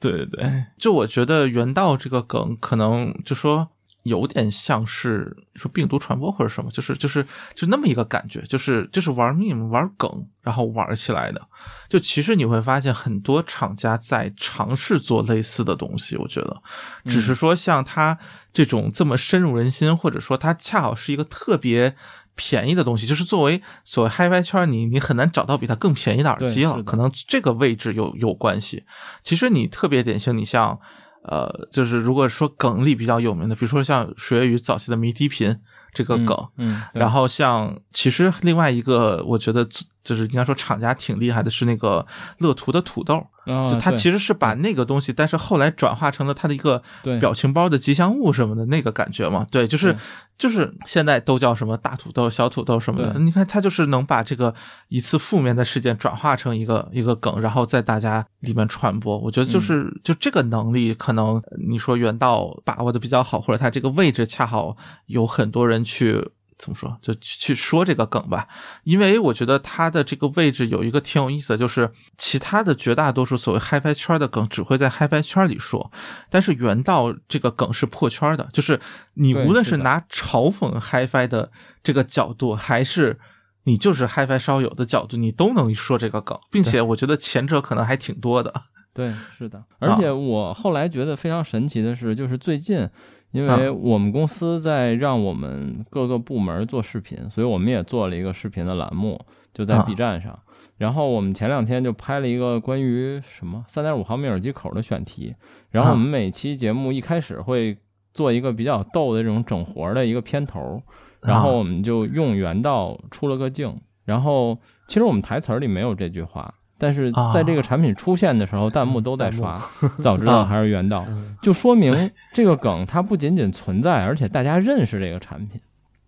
C: 对
B: 对 对对，就我觉得原道这个梗可能就说有点像是说病毒传播或者什么，就是就是就那么一个感觉，就是就是玩命玩梗，然后玩起来的。就其实你会发现很多厂家在尝试做类似的东西，我觉得，只是说像它这种这么深入人心，或者说它恰好是一个特别。便宜的东西，就是作为所谓 HiFi 圈，你你很难找到比它更便宜的耳
C: 对
B: 机
C: 是
B: 了，
C: 的
B: 可能这个位置有有关系。其实你特别典型，你像呃，就是如果说梗里比较有名的，比如说像水鱼早期的迷笛频这个梗，
C: 嗯，嗯
B: 然后像其实另外一个，我觉得最就是应该说厂家挺厉害的是那个乐图的土豆，就它
C: 实
B: 其实是把那个东西，但是后来转化成了它的一个
C: 嗯对
B: 表情包的吉祥物什么的那个感觉嘛。对，就是
C: 对
B: 就是现在都叫什么大土豆、小土豆什么的。
C: 对
B: 你看它就是能把这个一次负面的事件转化成一个一个梗，然后在大家里面传播。我觉得就是、
C: 嗯
B: 就这个能力，可能你说原道把握的比较好，或者它这个位置恰好有很多人去。怎么说？就去去说这个梗吧，因为我觉得它的这个位置有一个挺有意思的，就是其他的绝大多数所谓 HiFi 圈的梗只会在 HiFi 圈里说，但是原道这个梗是破圈的，就是你
C: 对
B: 无论
C: 是
B: 是
C: 的
B: 拿嘲讽 HiFi 的这个角度，还是你就是 HiFi 烧友的角度，你都能说这个梗，并且我觉得前者可能还挺多的。
C: 对是的，而且我后来觉得非常神奇的是，就是最近。因为我们公司在让我们各个部门做视频，所以我们也做了一个视频的栏目，就在
B: 啊
C: B 站上。然后我们前两天就拍了一个关于什么三点五毫米耳机口的选题。然后我们每期节目一开始会做一个比较逗的这种整活儿的一个片头，然
B: 啊
C: 后我们就用原道出了个镜。然后其实我们台词儿里没有这句话，但是在
B: 啊
C: 这个产品出现的时候，弹幕都在刷。早知道还是原道，
A: 嗯
C: 就说明这个梗它不仅仅存在，而且大家认识这个产品。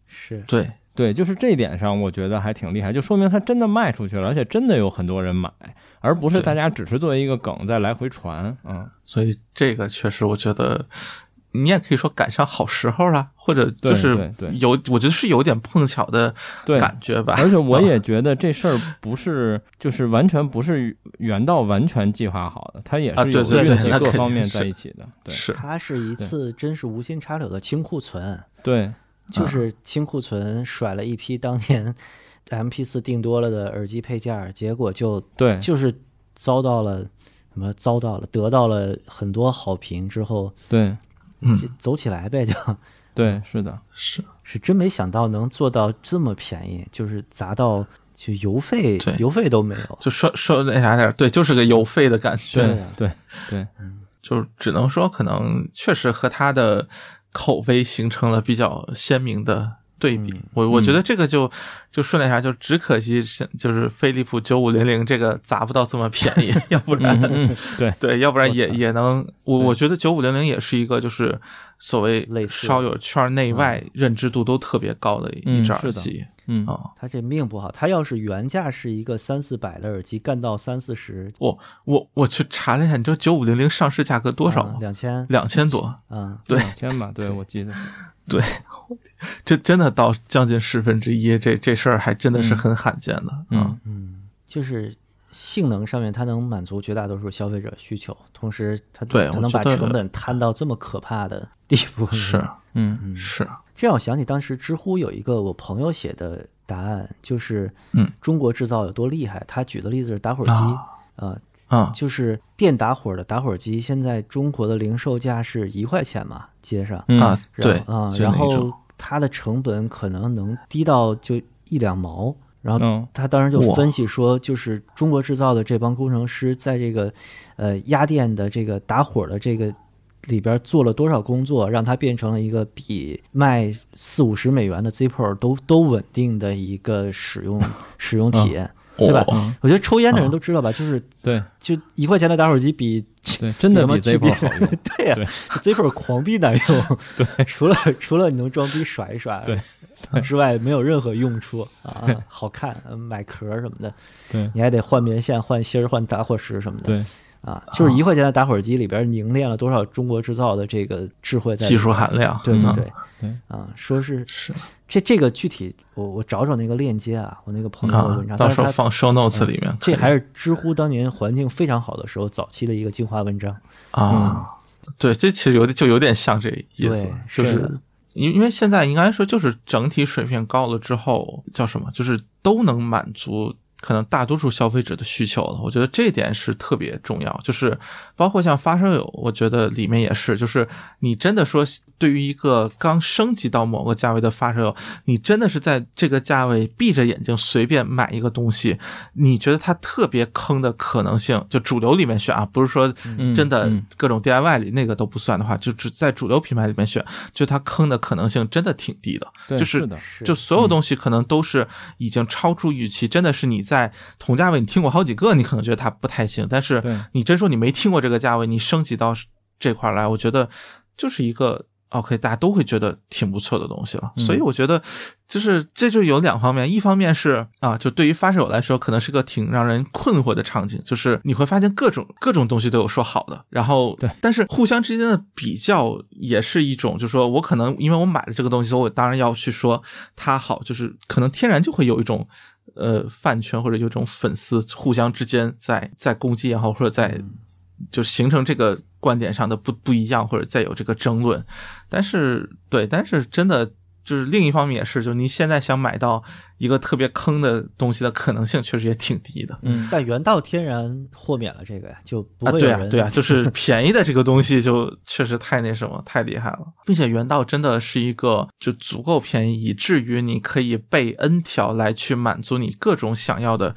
A: 是
B: 对，
C: 对，就是这一点上，我觉得还挺厉害，就说明它真的卖出去了，而且真的有很多人买，而不是
B: 对
C: 大家只是作为一个梗在来回传。嗯，
B: 所以这个确实，我觉得你也可以说赶上好时候了，或者就
C: 对
B: 是
C: 对对
B: 有，我觉得是有点碰巧的
C: 对，
B: 感觉吧。
C: 而且我
B: 啊
C: 也觉得这事儿不是，就是完全不是原道完全计划好的，它也
B: 啊
C: 是有
B: 对对
C: 运
A: 对
C: 气
B: 那
C: 各
B: 肯定
C: 方面
B: 是
C: 在一起的。对
B: 是
A: 它是一次真是无心插柳的清库存，
C: 对
B: 嗯
A: 就是清库存甩了一批当年 MP 四定多了的耳机配件儿，结果就
C: 对，
A: 就是遭到了什么遭到了得到了很多好评之后，
C: 对，
B: 嗯，
A: 就走起来呗，就
C: 对，是的，
B: 是
A: 是真没想到能做到这么便宜，就是砸到就邮费
B: 对
A: 邮费都没有，
B: 就说说那啥点儿，对，就是个邮费的感觉，
C: 对
A: 对啊，
C: 对，对，
B: 就只能说可能确实和他的口碑形成了比较鲜明的对比。
C: 嗯
B: 我我觉得这个就就顺带啥，就只可惜是就是飞利浦九五零零这个砸不到这么便 宜，要不然、
C: 嗯，对，
B: 对，要不然也
A: 我操
B: 也能，我
C: 对
B: 我觉得九五零零也是一个就是所谓
A: 类似的
B: 稍有圈内外认知度都特别高的一
C: 嗯
B: 只
C: 是
B: 耳
C: 的
B: 机
C: 嗯，
B: 啊。
A: 他这命不好，他要是原价是一个三四百的耳机，干到三四十，
B: 我我我去查了一下，你知道九五零零上市价格多少吗？
A: 嗯两千，
B: 两千多，
A: 嗯，
B: 对
C: 两千吧，对我记得是，
B: 这真的到将近十分之一，这这事儿还真的是很罕见的。啊
C: 嗯，
A: 就是性能上面它能满足绝大多数消费者需求，同时它
B: 对
A: 它
B: 我
A: 能把
B: 觉得
A: 成本摊到这么可怕的地步，
B: 是
C: 嗯，
B: 是，
A: 这让我想起当时知乎有一个我朋友写的答案，就是
B: 嗯
A: 中国制造有多厉害。他举的例子是打火机，
B: 啊
A: 呃，
B: 嗯，
A: 就是电打火的打火机，现在中国的零售价是一块钱嘛，街上，
C: 嗯
B: 啊，对
A: 然后啊，，
B: 就
A: 然
B: 那
A: 后
B: 种
A: 它的成本可能能低到就一两毛，然后
B: 哦
C: 嗯，
A: 他当时就
B: 哇
A: 分析说，就是中国制造的这帮工程师在这个呃压电的这个打火的这个里边做了多少工作，让它变成了一个比卖四五十美元的 Zippo 都都稳定的一个使 用使用体验，对吧？
B: 哦
A: 我觉得抽烟的人都知道吧，就是
C: 对
A: 就一块钱的打火机比
C: 对，真的
A: 比
C: 比
A: 他妈
C: Zippo 好用，
A: 对呀、
C: 对
A: z i p p o 狂逼难用，对，除了除了你能装逼甩一甩，啊
C: 对
A: 之外没有任何用处啊，好看，呃买壳儿什么的，
C: 对
A: 你还得换棉线、换芯儿、换打火石什么的，
C: 对，
A: 啊，就是一块钱的打火机里边凝练了多少中国制造的这个智慧在里
B: 技
A: 边
B: 术含量，
A: 对对
B: 嗯
A: 对，
C: 对
A: 啊，说是
B: 是
A: 这这个具体，我我找找那个链接啊，我那个朋友的
B: 啊
A: 文章，，
B: 到
A: 但
B: 时
A: 是
B: 候
A: 他
B: 放 show notes 里 面可以，
A: 这还是知乎当年环境非常好的时候早期的一个进化文章，
B: 啊，对，这其实有点就有点像这意思
A: 对，
B: 就是是
C: 的
B: 因因为现在应该说就是整体水平高了之后，叫什么，就是都能满足。可能大多数消费者的需求了，我觉得这一点是特别重要。就是包括像发烧友，我觉得里面也是，就是你真的说对于一个刚升级到某个价位的发烧友，你真的是在这个价位闭着眼睛随便买一个东西，你觉得它特别坑的可能性，就主流里面选啊，不是说
C: 嗯
B: 真的
C: 嗯
B: 各种 DIY 里那个都不算的话，就只在主流品牌里面选，就它坑的可能性真的挺低的。
C: 对，
B: 就是是
C: 的，
A: 是
B: 就所有东西可能都是已经超出预期，真的是你在同价位你听过好几个，你可能觉得它不太行，但是
C: 对
B: 你真说你没听过这个价位，你升级到这块儿来，我觉得就是一个 OK，大家都会觉得挺不错的东西了。
C: 嗯
B: 所以我觉得就是这就有两方面，一方面是啊，就对于发烧友来说，可能是个挺让人困惑的场景，就是你会发现各种各种东西都有说好的，然后
C: 对，
B: 但是互相之间的比较也是一种，就是说我可能因为我买了这个东西，所以我当然要去说它好，就是可能天然就会有一种。呃，饭圈或者有一种粉丝互相之间在在攻击也好，或者在就形成这个观点上的不不一样，或者再有这个争论。但是对，但是真的就是另一方面也是，就是你现在想买到一个特别坑的东西的可能性，确实也挺低的。
C: 嗯，
A: 但原道天然豁免了这个呀，就不
B: 啊，
A: 会有
B: 对啊
A: 人，
B: 对啊，就是便宜的这个东西就确实太那什么，太厉害了，并且原道真的是一个就足够便宜，以至于你可以备 n 条来去满足你各种想要的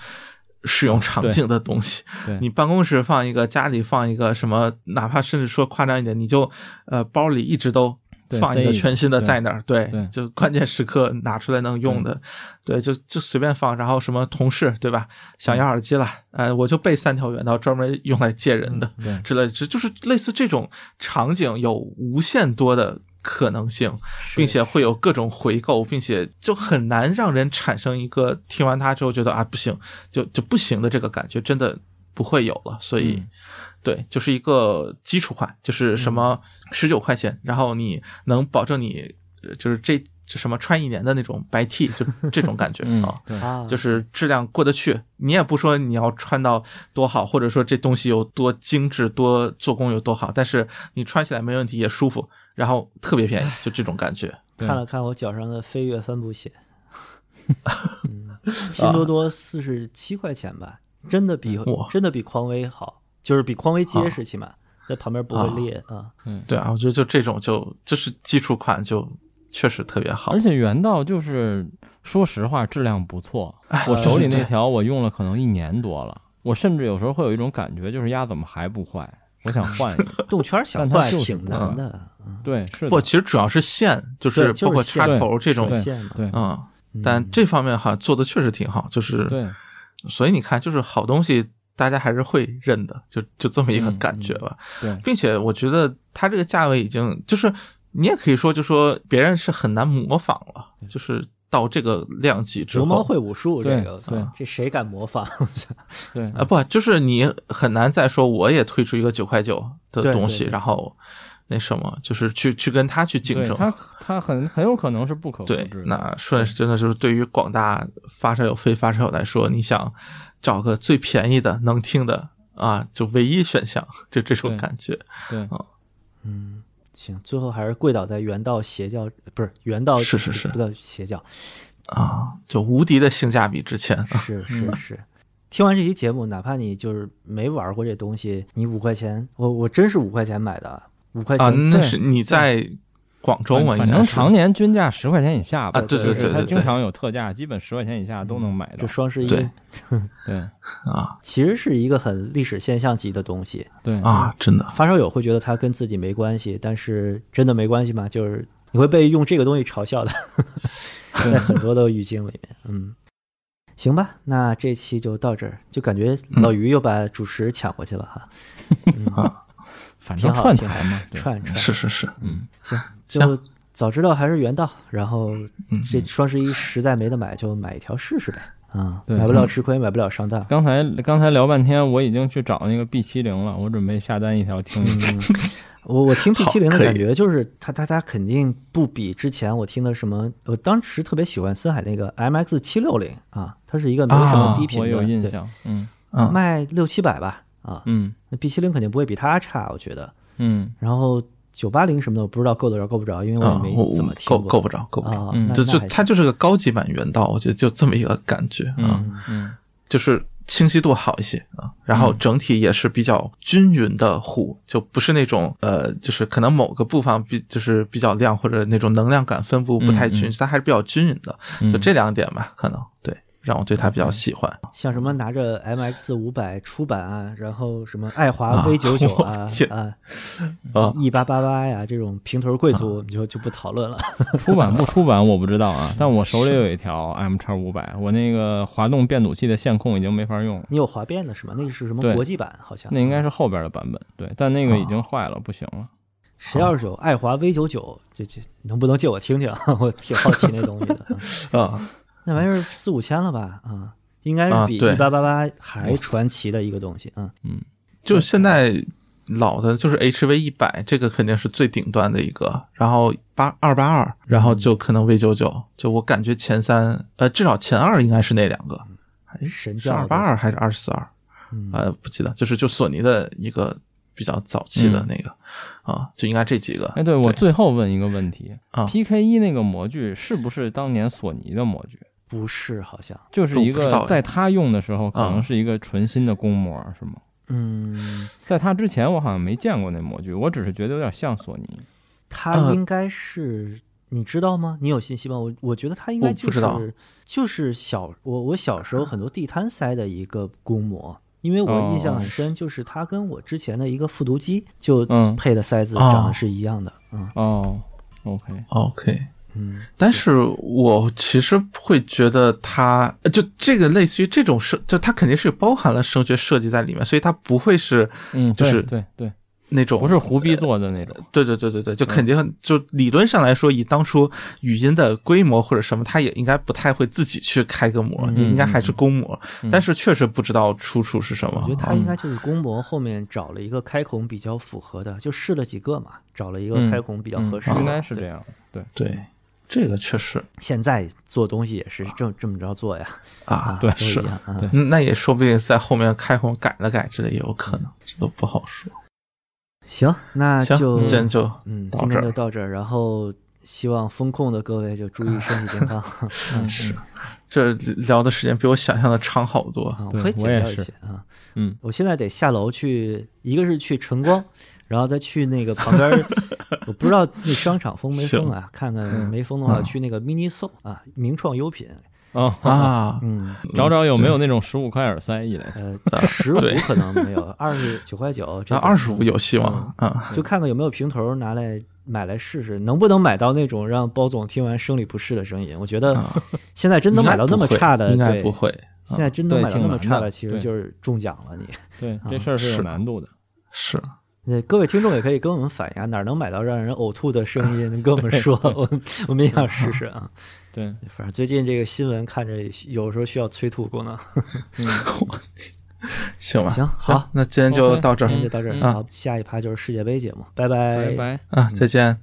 B: 使用场景的东西。
C: 对
B: 你办公室放一个，家里放一个，什么哪怕甚至说夸张一点，你就呃包里一直都。
C: 对
B: 放
C: 塞
B: 一
C: 一
B: 个
C: 个
B: 全新的
C: 对
B: 在那儿，对，
C: 对
B: 就关键时刻拿出来能用的，对，就就随便放。然后什么同事，对吧？想要耳机了，呃，我就备三条原道，专门用来借人的
C: 嗯对
B: 之类的，就就是类似这种场景有无限多的可能性，
A: 是
B: 并且会有各种回购，并且就很难让人产生一个听完它之后觉得啊不行，就就不行的这个感觉，真的不会有了。所以，
C: 嗯
B: 对，就是一个基础款，就是什么十九块钱，然后你能保证你呃就是这这什么穿一年的那种白 T，就这种感觉
C: 嗯
B: 啊。，
C: 对，
A: 啊，
B: 就是质量过得去，你也不说你要穿到多好，或者说这东西有多精致、多做工有多好，但是你穿起来没问题，也舒服，然后特别便宜，就这种感觉。
C: 对
A: 看了看我脚上的飞跃帆布 鞋，嗯拼多多四十七块钱吧，真的比
B: 哇
A: 真的比匡威好，就是比匡威结实起码，在旁边不会裂啊。
B: 对啊，我觉得就这种就就是基础款就确实特别好
C: 而。且原道就是说实话质量不错，
B: 哎
C: 我
A: 对
C: 手里
B: 对
C: 那
B: 对
C: 条我用了可能一年多了，我甚至有时候会有一种感觉，就是鸭怎么还不坏？我想换一 个。
A: 动圈想
C: 但它
A: 坏
C: 就是
A: 挺
C: 不
A: 难的，
B: 啊
C: 对，是
B: 不，
C: 的，
B: 其实主要是线，就是
A: 对就是
B: 包括插
A: 线
B: 头这种
A: 手，线嘛。
C: 对
B: 嗯，
A: 嗯
B: 但这方面好像做的确实挺好，就是
C: 对，
B: 所以你看，就是好东西大家还是会认的，就就这么一个
C: 嗯
B: 感觉吧。
C: 对
B: 并且我觉得它这个价位已经就是你也可以说，就说别人是很难模仿了，就是到这个量级之
A: 茹毛
B: 后。
A: 会武术这
C: 对
A: 个，我操
C: 对
A: 这谁敢模仿？
C: 对，
B: 啊，不，就是你很难再说我也推出一个九块九的
A: 对
B: 东
A: 对
B: 西，
A: 对
B: 然后那什么，就是去去跟他去竞
C: 对，
B: 争。
C: 它它很很有可能是不可复
B: 对
C: 制，的。
B: 那顺真的就是对于广大发烧友、非发烧友来说，你想找个最便宜的、能听的啊，就唯一选项，就这种
C: 对
B: 感觉。
C: 对，
A: 嗯，行，最后还是跪倒在原道邪教，不是原道
B: 是是是
A: 不叫邪教，
B: 啊，就无敌的性价比之前，
A: 是
B: 嗯
A: 是是。听完这期节目，哪怕你就是没玩过这东西，你五块钱，我我真是五块钱买的啊，五块
B: 啊，
A: 钱。
B: 那
C: 对
B: 是你在广州嘛？
C: 反
B: 应该
C: 正
B: 是
C: 常年均价十块钱以下吧。
B: 啊对
C: 就是
A: 对对
C: 它
B: 对嗯
C: 经
B: 对
C: 常有特价，基本十块钱以下都能买
A: 就
C: 到。
A: 双十一
B: 对
C: 对
B: 啊
A: 其实是一个很历史现象级的东西，
C: 对，
B: 啊，真的
A: 发烧友会觉得它跟自己没关系，但是真的没关系吗？就是你会被用这个东西嘲笑的， 在很多的语境里面，嗯，行吧，那这期就到这儿，就感觉
B: 嗯
A: 老于又把主持抢过去了 哈，嗯
B: 啊，
C: 反
A: 挺
C: 正
A: 好
C: 串
A: 挺好
C: 台嘛，对
A: 串串
B: 是是是，
C: 嗯，
A: 行，
B: 行
A: 就早知道还是原道，然后
B: 嗯，
A: 这双十一实在没得买，就买一条试试呗。啊、
C: 对
A: 买不了吃亏，买不了上当。
C: 刚才刚才聊半天，我已经去找那个 B 七零了，我准备下单一条听一 听。
A: 嗯我我听 P
B: 嗯好
A: 七零的
B: 可以
A: 感觉就是，它它它肯定不比之前我听的什么，我当时特别喜欢森海那个 MX 七六零啊，它是一个没什么
C: 啊
A: 低频的，
C: 我有印
A: 对，
C: 象，嗯
B: 嗯
A: 卖六七百吧啊，
C: 嗯
A: 那 B 七零肯定不会比它差，我觉得。
C: 嗯，
A: 然后九八零什么的，我不知道够得着够不着，因为
B: 啊
A: 我，也
B: 我
A: 没怎么听
B: 够
A: 过。
B: 够不着，够不着。
A: 啊，
C: 嗯
A: 那
B: 就就
A: 那还
B: 它就是个高级版原道，我觉得就这么一个感觉啊，
C: 嗯嗯
B: 就是清晰度好一些啊，然
A: 嗯
B: 后整体也是比较均匀的糊，就不是那种呃，就是可能某个部分比就是比较亮或者那种能量感分布不太均，
C: 嗯
B: 它还是比较均匀的，
C: 嗯
B: 就这两点吧，可能对让我对它比较喜欢。啊
A: 像什么拿着 MX 五百出版啊，然后什么爱华 V 九九啊
B: 我天
A: 啊
B: 啊
A: ，E 八八八呀这种平头贵族，我们就就不讨论了。
C: 出版不出版我不知道啊，但我手里有一条 M 叉五百，我那个滑动变阻器的线控已经没法用了，
A: 你有滑变的是吗？那个是什么
C: 对
A: 国际版？好
B: 嗯
A: 像
C: 那应该是后边的版本，对，但
B: 啊
C: 那个已经坏了，不行了。
A: 谁要是有爱华 V 九九，这这能不能借我听听？ 我挺好奇那东西 的。嗯
B: 啊，
A: 那玩意儿四五千了吧？啊，应该
B: 啊
A: 是比 E
B: 对
A: 八八八还传奇的一个东西。嗯，
B: 就现在老的就是 HV 一百，这个肯定是最顶端的一个，然后八二八二，然后就可能 V 九九，就我感觉前三，呃，至少前二应该是那两个，
A: 神
B: 是
A: 教
B: 二八二还是二四二？
A: 嗯
B: 呃，不记得，就是就索尼的一个比较早期的那个、啊，就应该这几个。
C: 哎，对我最后问一个问题
B: 啊
C: ，PK 一那个模具是不是当年索尼的模具？
A: 不是好像。
C: 就是一
B: 我不知道
C: 个
B: 哎
C: 在他用的时候可
B: 啊
C: 能是一个纯新的公模是吗？
A: 嗯，
C: 在他之前我好像没见过那模具，我只是觉得有点像索尼。
A: 它
B: 呃
A: 应该是。你知道吗？你有信息吗？我我觉得它应该
B: 我
A: 就
B: 不知道
A: 是就是小我我小时候很多地摊塞的一个公模，因为我印象很深，就是它跟我之前的一个复读机就
C: 嗯
A: 配的塞子
B: 哦
A: 长得是一样的，嗯
C: 哦，OK，
B: OK，
A: 嗯，
B: 但是我其实会觉得它呃就这个类似于这种设，就它肯定是包含了声学设计在里面，所以它不会是
C: 嗯，
B: 就
C: 对
B: 是
C: 对对，
B: 那种
C: 不是胡逼做的那种。
B: 对对对对对，就
A: 嗯
B: 肯定、就理论上来说，以当初语音的规模或者什么，它也应该不太会自己去开个模，
A: 嗯
B: 就应该还是公模、但是确实不知道出处是什么。啊
A: 我觉得它应该就是公模后面找了一个开孔比较符合的，就试了几个嘛，找了一个
C: 嗯
A: 开孔比较合适的，
C: 应该是这
A: 对。
C: 样。对，
B: 对这个确实
A: 现在做东西也是这这么着做呀，
B: 啊，
A: 都一
B: 是
A: 样，啊。
B: 嗯那也说不定在后面开孔改了改之类也有可能，这都不好说。
A: 嗯行，那
B: 行，
A: 就
B: 今天就
A: 嗯，
B: 到
A: 今
B: 这
A: 天
B: 儿
A: 就到这儿。然后希望风控的各位就注意身体健 康。
C: 嗯
B: 是，这聊的时间比我想象的长好多。
A: 啊，我
C: 对
A: 会
C: 我
A: 剪
C: 也
A: 掉一
C: 是
A: 些啊。
C: 嗯，
A: 我现在得下楼去，一个是去晨光，然后再去那个旁边儿，我不知道那商场封没封啊，看看
B: 嗯
A: 没封的话，去那个 mini s o 啊，名创优品，
C: 哦，
B: 啊，
A: 嗯，
C: 找找有没有那种十五块耳塞一类的。
A: 呃，十五
B: 对
A: 可能没有，二十九块九，这
B: 那
A: 种
B: 二十五有希望啊！
A: 就看看有没有平头儿拿来买来试试，能不能买到那种让包总听完生理不适的声音。我觉得
B: 啊
A: 现在真能买到那么差的，
B: 应该
A: 对
B: 不，会，
A: 现在真能
C: 啊对
A: 买到
C: 挺
A: 那么
C: 难
A: 差
C: 的
A: 的，其实
C: 对
A: 就是中奖了你。
C: 对，
A: 啊
C: 这事儿是有
B: 是
C: 难度的。
B: 是
A: 那各位听众也可以跟我们反映啊，哪儿能买到让人呕吐的声音，你跟我 们说，我们我们也想试试啊。
C: 对，
A: 反正最近这个新闻看着有时候需要催吐功能。
B: 行吧？
A: 行好
B: 那今天就
C: OK，
B: 到这
A: 今
B: 儿
A: 天就到这儿，
C: 嗯
A: 好，下一趴就是世界杯节目，拜嗯
C: 拜拜。
B: 啊，再见。